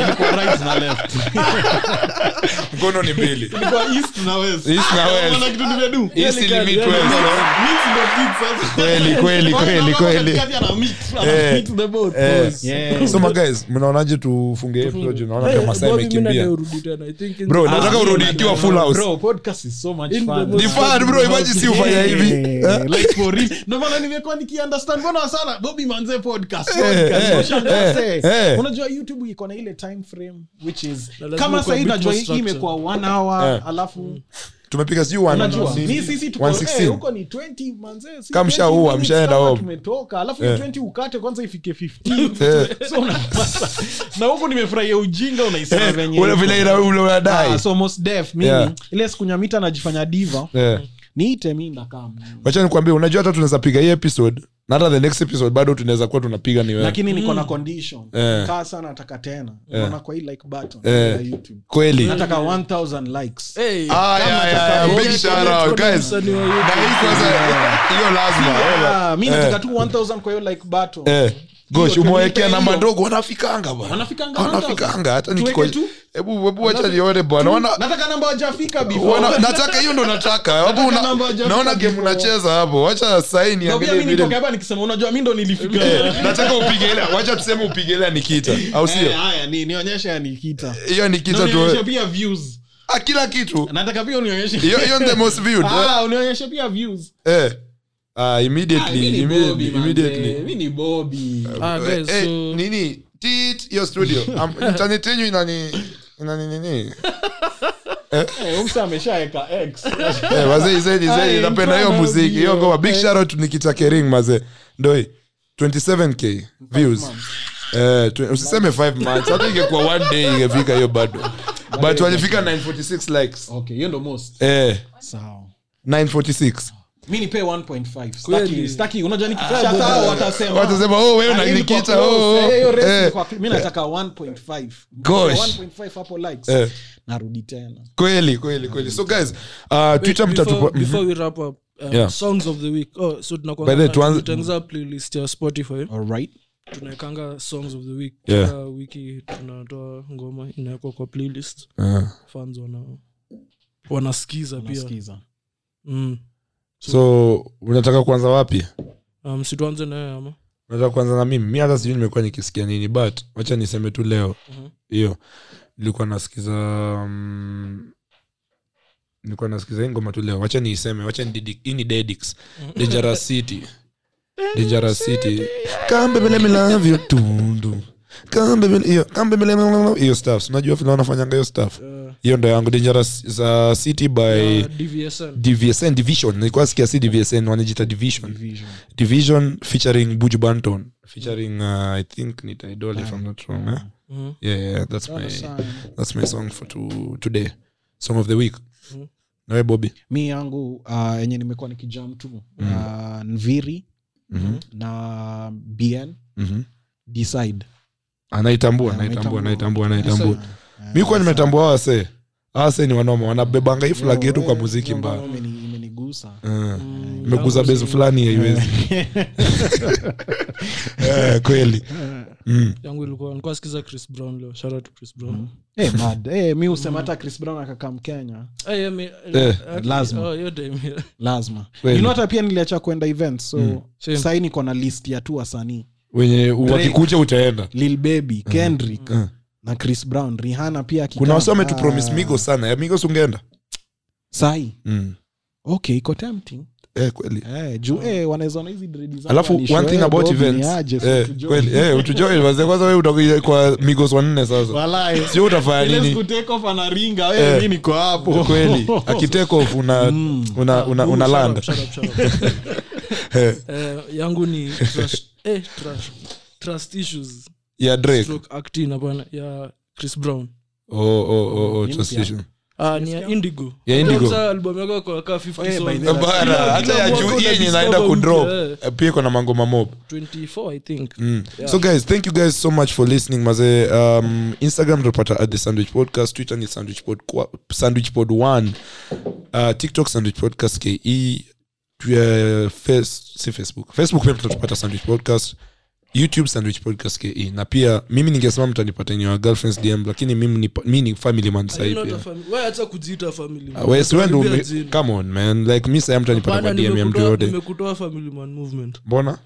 Speaker 4: Ulikuwa right na left.
Speaker 3: mkono ni mbili
Speaker 4: Ulikuwa east na west.
Speaker 3: East na west.
Speaker 4: Ah, Unaona kitu nimedu?
Speaker 3: East
Speaker 4: Yaani
Speaker 3: limit west, eh.
Speaker 4: Mix ndo kids sasa.
Speaker 3: Kweli, kweli,
Speaker 4: Wale
Speaker 3: kweli,
Speaker 4: ambao
Speaker 3: kweli.
Speaker 4: katikati ana mix, ana
Speaker 3: Eh.
Speaker 4: mix Ah, the both.
Speaker 3: Eh.
Speaker 4: Yeah.
Speaker 3: so maguys mnaonaje tufunge episode unaona
Speaker 2: Eh,
Speaker 3: kama masaa
Speaker 2: Bobby, mi
Speaker 3: imekimbia
Speaker 2: nanirudi tena I think in-
Speaker 3: bro
Speaker 4: Ah,
Speaker 3: nataka
Speaker 4: mimi
Speaker 3: urudi
Speaker 4: na-
Speaker 3: ikiwa full house
Speaker 4: Bro, podcast is so much
Speaker 2: In the
Speaker 4: fun.
Speaker 2: most-
Speaker 3: ni fun bro imagine si ufanya hivi
Speaker 4: Eh, like for real. Ndio maana nimekuwa nikiunderstand mbona sana Bobby Manze podcast. podcast.
Speaker 3: eh,
Speaker 4: Ushangaa,
Speaker 3: eh,
Speaker 4: say.
Speaker 3: eh.
Speaker 4: Unajua YouTube iko na ile time frame which is
Speaker 2: Na lazima
Speaker 4: kama
Speaker 2: uko
Speaker 4: sasa
Speaker 2: a bit
Speaker 4: unajua
Speaker 2: more
Speaker 4: hii
Speaker 2: structured. Mm.
Speaker 4: imekuwa 1 hour
Speaker 3: Eh.
Speaker 4: alafu
Speaker 3: tumepiga sijui one-
Speaker 4: unajua ni sisi tuko
Speaker 3: 116.
Speaker 4: eh, huko ni 20 manze si
Speaker 3: Kama
Speaker 4: 20
Speaker 3: mshaua,
Speaker 4: minutes
Speaker 3: mshaenda
Speaker 4: kama
Speaker 3: home.
Speaker 4: tumetoka alafu
Speaker 3: Eh.
Speaker 4: yeah. 20 ukate kwanza ifike 15
Speaker 3: Eh,
Speaker 4: so unapata na huko nimefurahia ujinga unaisema
Speaker 3: eh,
Speaker 4: venyewe
Speaker 3: ule vile ina- ule unadai
Speaker 4: Ah, so most def mimi
Speaker 3: Yeah.
Speaker 4: ile siku nyamita anajifanya diva
Speaker 3: Eh.
Speaker 4: niite mi ndakaa
Speaker 3: wacha nikwambie unajua hata tunaweza piga hii episode na hata the next episode bado tunaweza kuwa tunapiga ni wewe
Speaker 4: lakini
Speaker 2: Mm.
Speaker 4: niko na condition
Speaker 3: Eh.
Speaker 4: kaa sana nataka tena Naona kwa hii like button
Speaker 3: Eh.
Speaker 4: ya youtube
Speaker 3: kweli
Speaker 4: nataka 1000 likes
Speaker 2: Eh,
Speaker 3: Ah, yeah, yeah, yeah,
Speaker 2: Kama
Speaker 3: big
Speaker 2: tafadhali,
Speaker 3: shout
Speaker 2: tuko
Speaker 3: out,
Speaker 2: na
Speaker 3: guys.
Speaker 2: msanii wa YouTube.
Speaker 3: Na hii kwanza, hiyo lazima hiyo
Speaker 4: Ah, mi nataka tu 1000 kwa hiyo like button
Speaker 3: la- eh, gosh
Speaker 4: Hiyo,
Speaker 3: umewekea
Speaker 4: tulipe
Speaker 3: namba
Speaker 4: hiyo.
Speaker 3: ndogo wanafikanga bwana
Speaker 4: Wanafikanga 1000.
Speaker 3: wanafikanga hata
Speaker 4: Tuweke
Speaker 3: nikiko-
Speaker 4: tu?
Speaker 3: hebu hebu wacha nione bwana wana
Speaker 4: nataka namba wajafika
Speaker 3: Wana, nataka hiyo ndo nataka Hapo una-
Speaker 4: namba ya Jaffa
Speaker 3: naona game
Speaker 4: before.
Speaker 3: unacheza hapo wacha saini
Speaker 4: bifobia nikisema unajua mi ndo nilifika
Speaker 3: Eh, nataka upigelea wacha tuseme upigelea nikita au
Speaker 4: Eh,
Speaker 3: oh, sio
Speaker 4: haya ni nionyeshe ya nikita
Speaker 3: hiyo nikita
Speaker 4: nionyeshe
Speaker 3: tu
Speaker 4: pia views
Speaker 3: ah, kila kitu
Speaker 4: nataka pia unionyeshe
Speaker 3: hiyo hiyo ni the most viewed eh,
Speaker 4: Ah, unionyeshe pia views
Speaker 3: eh ah
Speaker 4: Ah, mi
Speaker 3: immediately
Speaker 4: ni
Speaker 3: immediately
Speaker 4: Bobby, eh, manze.
Speaker 3: immediately
Speaker 4: Mi ni Bobby.
Speaker 2: Ah, guys,
Speaker 3: Eh,
Speaker 2: so-
Speaker 3: nini tit hiyo studio Am- internet yenyu inani inani nini
Speaker 4: Eh, huyu msee ameshaeka X.
Speaker 3: eh wazee zeni
Speaker 4: Ai,
Speaker 3: zeni napenda hiyo
Speaker 4: mfano
Speaker 3: muziki hiyo
Speaker 4: ndio.
Speaker 3: ngoma big shout out to Nikita Kering mazee ndio hii. 27k views eh tw- usiseme 5 months hata ingekuwa one day ingefika hiyo bado
Speaker 4: Oh.
Speaker 3: but walifika 946 likes
Speaker 4: Okay, hiyo ndo most
Speaker 3: eh
Speaker 4: sawa
Speaker 3: 946
Speaker 4: mi nipee 1.5
Speaker 2: Kweli.
Speaker 4: Sitaki- sitaki unajua
Speaker 3: Ah,
Speaker 4: nikikishataa watasema
Speaker 8: watasema oh, wewe
Speaker 4: "Ah, hii ilikuwa
Speaker 8: unanikita
Speaker 4: close,
Speaker 8: oh,
Speaker 4: eh, hiyo
Speaker 8: oh."
Speaker 4: race
Speaker 8: Eh,
Speaker 4: ilikuwa close." mi nataka 1.5
Speaker 8: Gosh.
Speaker 4: 1.5 hapo likes
Speaker 3: Eh.
Speaker 4: narudi tena
Speaker 8: kweli kweli kweli so guys ah,
Speaker 3: uh, twitter mtatupa
Speaker 2: Before- before we wrap up um,
Speaker 3: Yeah.
Speaker 2: songs of the week oh, so tunakuwa-
Speaker 3: By the way, tuanze-
Speaker 2: tunatengeneza playlist ya spotify
Speaker 4: alright
Speaker 2: tunawekanga songs of the week
Speaker 3: Yeah.
Speaker 2: kila wiki tunatoa ngoma inawekwa kwa playlist
Speaker 3: uh,
Speaker 8: Ah.
Speaker 2: fans wana wanasikiza pia
Speaker 4: nasikiza
Speaker 2: mm.
Speaker 3: so unataka kuanza wapi
Speaker 2: um, situanze nayo ama
Speaker 3: unataka kuanza na mimi mi hata sijui nimekuwa nikisikia nini but wacha niseme tu leo
Speaker 2: Mhm.
Speaker 3: hiyo nilikuwa nasikiza um, nilikuwa nasikiza hii ngoma tu leo wacha niiseme wacha nididi- hii ni dedix dangerous city dangerous city come baby let me love you tundu come baby hiyo come baby let me love you. hiyo stuff unajua vile wanafanyanga hiyo stuff
Speaker 2: uh,
Speaker 3: hiyo ndo yangu dangerous uh, city by
Speaker 2: uh, dvsn
Speaker 3: dvsn division nilikuwa sikia si dvsn wanajita division
Speaker 4: Division.
Speaker 3: division featuring buju banton featuring uh, i think nita idol if i'm not wrong eh?
Speaker 2: Mhm.
Speaker 3: yeah, yeah that's my
Speaker 4: Sana.
Speaker 3: that's my song for to, today song of the week nawe bobby
Speaker 4: mi yangu uh, enye nimekuwa nikijam tu
Speaker 3: Mm.
Speaker 4: uh, nviri
Speaker 3: Mhm.
Speaker 4: na bn
Speaker 3: Mhm.
Speaker 4: decide
Speaker 3: anaitambua anaitambua anaitambua anaitambua mi
Speaker 4: Eh.
Speaker 3: kuwa nimetambua wase awase ni wanoma wanabebanga hii flag yetu kwa muziki mbaya
Speaker 4: Imeni- imenigusa
Speaker 3: Eh,
Speaker 2: Mm.
Speaker 3: imeguza bezu fulani haiwezi Eh, kweli Mm.
Speaker 2: yangu ilikuwa nilikuwa sikiza chris brown leo shout out to chris brown
Speaker 4: Eh, mad. Eh, mi husema
Speaker 3: Mm.
Speaker 4: hata chris brown akakaa mkenya
Speaker 2: Ah, yeah, me-
Speaker 3: Eh,
Speaker 2: uh,
Speaker 4: lazima.
Speaker 2: oh, hiyo time,
Speaker 4: lazima
Speaker 3: Kweli. Mm.
Speaker 4: you know hata pia niliacha kuenda events so
Speaker 2: Same.
Speaker 4: sahii niko na list ya tu wasanii
Speaker 3: wenye wakikuja utaenda
Speaker 4: lil baby kendrick
Speaker 3: Mm.
Speaker 4: na chris brown rihana pia akikaa.
Speaker 3: kuna wase
Speaker 4: Ah,
Speaker 3: wametupromise migos sana Eh, migos ungeenda
Speaker 4: sahi
Speaker 3: mm.
Speaker 4: okay iko tempting
Speaker 3: eh, kweli
Speaker 4: eh, juu eh, wanaweza ona hizi dredi zao
Speaker 3: alafu
Speaker 4: wanishow,
Speaker 3: one thing
Speaker 4: eh,
Speaker 3: about
Speaker 4: Bob ni
Speaker 3: events
Speaker 4: aje, si
Speaker 3: eh,
Speaker 4: tujue.
Speaker 3: kweli eh, utujoi wazee kwanza wewe utakuja kwa migos wanne sasa
Speaker 4: Walai.
Speaker 3: sio utafanya
Speaker 4: Ile
Speaker 3: nini
Speaker 4: siku take off anaringa
Speaker 3: Eh.
Speaker 4: wewe mi niko hapo
Speaker 3: kweli akitake off una
Speaker 4: Mm.
Speaker 3: una una, una
Speaker 2: Shut
Speaker 3: land
Speaker 2: up, shut up, shut up. Eh, yangu ni trash, eh, trash, trust issues
Speaker 3: ya drake
Speaker 2: stroke acting hapana ya chris brown
Speaker 3: oh oh oh, oh transition
Speaker 2: Ah, ni ya indigo
Speaker 3: Ya Indigo.
Speaker 2: Sasa albamu yako kwa kaa 50
Speaker 4: Eh, by
Speaker 2: songs.
Speaker 4: the way,
Speaker 3: bara hata ya juu hii yenye inaenda kudrop eh, pia iko na mangoma mob
Speaker 2: 24 i think
Speaker 3: Mm. so guys thank you guys so much for listening maze um, instagram tupata at the sandwich podcast twitter ni sandwich pod, kwa- sandwich pod 1 uh, tiktok sandwich podcast ke Tu- eh, face, si facebook facebook pia mtatupata sandwich podcast youtube sandwich podcast ke na pia mimi ningesema mtanipata in your girlfriends dm lakini mimi ni, pa- mi ni family man Ah,
Speaker 2: Are you
Speaker 3: sahivi
Speaker 2: not a fami- wewe acha kujiita family man. Karibia jini.
Speaker 3: come on man like mi sahi mtanipata kwa
Speaker 2: Hapana,
Speaker 3: dm ya mtu
Speaker 2: nimekutoa-
Speaker 3: yoyote
Speaker 2: nimekutoa family man movement
Speaker 3: mbona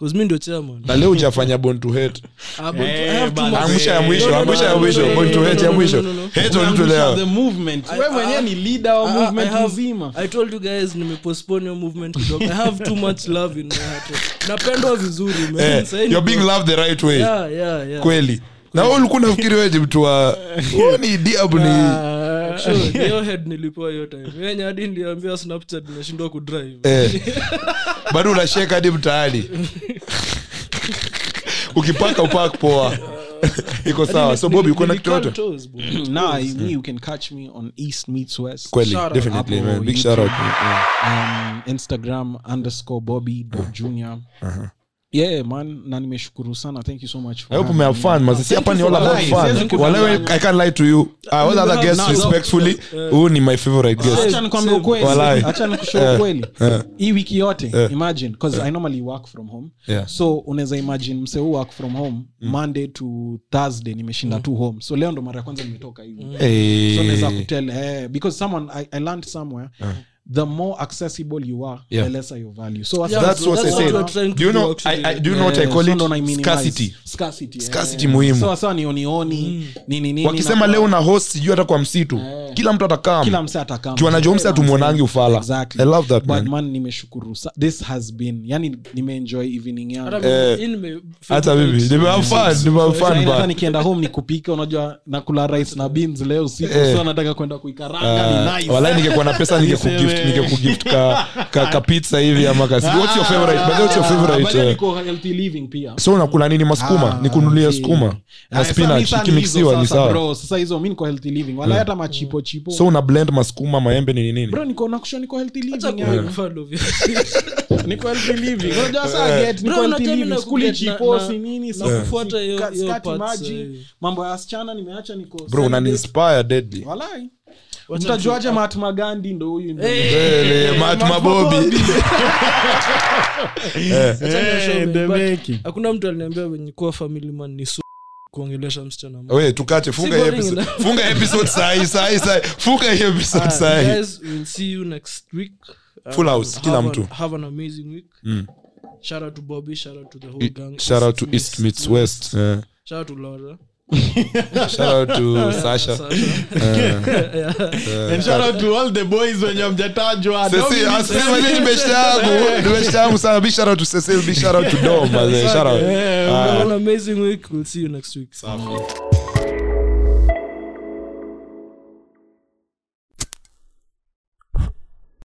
Speaker 2: 'Cause mi ndio chairman
Speaker 3: na leo ujafanya bon to hate
Speaker 2: Ah, but I have too much-
Speaker 3: Angusha ya mwisho,
Speaker 2: No, no, no,
Speaker 3: angusha ya
Speaker 2: no, no,
Speaker 3: mwisho,
Speaker 2: no,
Speaker 3: point to
Speaker 2: no,
Speaker 3: hate
Speaker 2: no,
Speaker 3: ya
Speaker 2: no,
Speaker 3: mwisho.
Speaker 2: no, no, no.
Speaker 3: Hate on mtu leo.
Speaker 4: the movement we mwenyewe ni leader wa
Speaker 2: Ah, I
Speaker 4: movement
Speaker 2: have-
Speaker 4: mzima
Speaker 2: i told you guys nimepostpone your movement kidogo i have too much love in my heart napendwa vizuri man.
Speaker 3: Eh,
Speaker 2: Sahi
Speaker 3: you're being
Speaker 2: niko-
Speaker 3: loved the right way
Speaker 2: Yeah, yeah, yeah.
Speaker 3: kweli na wewe ulikuwa unafikiri wewe ni mtu wa wewe ni diabu ni
Speaker 2: Sure, ni hiyo head nilipewa hiyo time yenye hadi niliambiwa snapchat nimeshindwa kudrive
Speaker 3: eh. bado unasheka hadi mtaani ukipaka upak poa iko sawa so bobi uko na Eh, kitu yote
Speaker 4: Nah,
Speaker 2: Mm.
Speaker 4: me, you can catch me on east meets west
Speaker 3: kweli
Speaker 2: Shout out.
Speaker 3: definitely
Speaker 4: Hapo
Speaker 3: man big
Speaker 4: YouTube.
Speaker 3: shout out
Speaker 4: um, instagram underscore bobby dot junior yeah man na nimeshukuru sana thank you so much for
Speaker 3: I hope
Speaker 4: having
Speaker 3: we have
Speaker 4: me.
Speaker 3: fun man sisi hapa ni all
Speaker 4: for
Speaker 3: about
Speaker 4: lies.
Speaker 3: fun
Speaker 4: Siwezi
Speaker 3: walawe
Speaker 4: kudanganya.
Speaker 3: I can't lie to you I was other guests respectfully who ni my favorite guest
Speaker 4: Acha nikwambie ukweli.
Speaker 3: Walai.
Speaker 4: Acha nikushow ukweli hii wiki yote imagine 'cause i normally work from home
Speaker 3: Yeah. Mm.
Speaker 4: so unaweza imagine mse huu work from home monday to thursday nimeshinda tu home so leo ndo mara ya kwanza nimetoka hivi
Speaker 3: Eh.
Speaker 4: so naweza kutell eh, because someone I, i learned somewhere the more accessible you are
Speaker 3: Yeah.
Speaker 4: the lesser your value so as-
Speaker 2: Yeah,
Speaker 3: that's
Speaker 2: so
Speaker 3: what I
Speaker 2: that's what you're trying
Speaker 3: said do you
Speaker 2: to
Speaker 3: know
Speaker 2: do,
Speaker 3: I, I,
Speaker 2: actually.
Speaker 3: do you know what I
Speaker 4: eh,
Speaker 3: call
Speaker 4: so
Speaker 3: it
Speaker 4: ndo na-minimize.
Speaker 3: scarcity
Speaker 4: Scarcity, eh.
Speaker 3: Scarcity muhimu. Mm.
Speaker 4: So, sawa ni onioni nini nini
Speaker 3: wakisema
Speaker 4: na-
Speaker 3: leo na host sijui hata kwa msitu Eh. kila mtu
Speaker 4: kila
Speaker 3: atakam
Speaker 4: mse atakama.
Speaker 3: juu anajua msi atumwonangi ufala
Speaker 4: Exactly.
Speaker 3: i love that
Speaker 4: But
Speaker 3: man
Speaker 4: man nimeshukuru sa- this has been yani nimeenjoy evening yangu
Speaker 3: Eh, hata mimi nimewafan nimewafan
Speaker 4: Sahi hata
Speaker 3: ba
Speaker 4: nikienda home nikupika unajua nakula rice na beans leo usiku
Speaker 3: Eh.
Speaker 4: so nataka kwenda kuikaranga ni nice.
Speaker 3: walai uh, ningekuwa na pesa ningekugift gift ningekugift ka, ka, ka pizza hivi ama kasi what's your favorite by the way, what's your
Speaker 4: Ah,
Speaker 3: favorite eh,
Speaker 4: Oh,
Speaker 3: so unakula nini masukuma nikunulia sukuma na spinach ikimixwa ni sawa Eh.
Speaker 5: sasa hizo mi niko healthy living wala hata machipo chipo
Speaker 3: so una blend masukuma maembe nini nini
Speaker 5: bro niko nakusho niko healthy living
Speaker 4: yaani.
Speaker 2: Acha
Speaker 5: yeah.
Speaker 2: kufado vya-
Speaker 5: niko healthy living unajua sasa get
Speaker 2: Bro,
Speaker 5: niko healthy
Speaker 2: unajua mi
Speaker 5: living skuli
Speaker 2: nakuget na-
Speaker 5: chipo
Speaker 2: na-
Speaker 5: si nini
Speaker 2: na kufuata hiyo-
Speaker 5: si-
Speaker 2: hiyo
Speaker 5: skati
Speaker 2: parts,
Speaker 5: maji
Speaker 2: eh.
Speaker 5: mambo ya wasichana nimeacha niko
Speaker 3: bro unaninspire deadly
Speaker 5: walai mtajuaje Mahatma Gandhi ndo huyu ndio
Speaker 3: Eh.
Speaker 2: Hey,
Speaker 3: Kweli, Mahatma Bobby.
Speaker 2: acha
Speaker 3: Eh,
Speaker 2: nishowe,
Speaker 5: Eh, the
Speaker 2: but
Speaker 5: making.
Speaker 2: hakuna mtu aliniambia wenye kuwa family man ni su kuongelesha msichana mmoja.
Speaker 3: we tukate funga
Speaker 2: Si
Speaker 3: hii
Speaker 2: boring
Speaker 3: episode
Speaker 2: enough.
Speaker 3: funga episode sahi sahi sahi funga hii episode
Speaker 2: Ah,
Speaker 3: Oh, sahi
Speaker 2: guys, we'll see you next week. Uh,
Speaker 3: Full house, kila
Speaker 2: have
Speaker 3: mtu. Mm.
Speaker 2: an- have an amazing week. Shout out to Bobby, shout out to the whole gang.
Speaker 3: shout out to
Speaker 2: East
Speaker 3: east
Speaker 2: meets
Speaker 3: meets west Eh,
Speaker 2: Shout out to Laura.
Speaker 3: shout out to sasha
Speaker 2: Sasha.
Speaker 5: And shout out to all the boys wenye mjatajwa
Speaker 3: Cecil, asikilize mimi nimeshtaangu nimeshtaangu sana Big shout out to Cecil big shout out Ah, to Dom man. shout out
Speaker 2: Have an amazing week. We'll see you next week.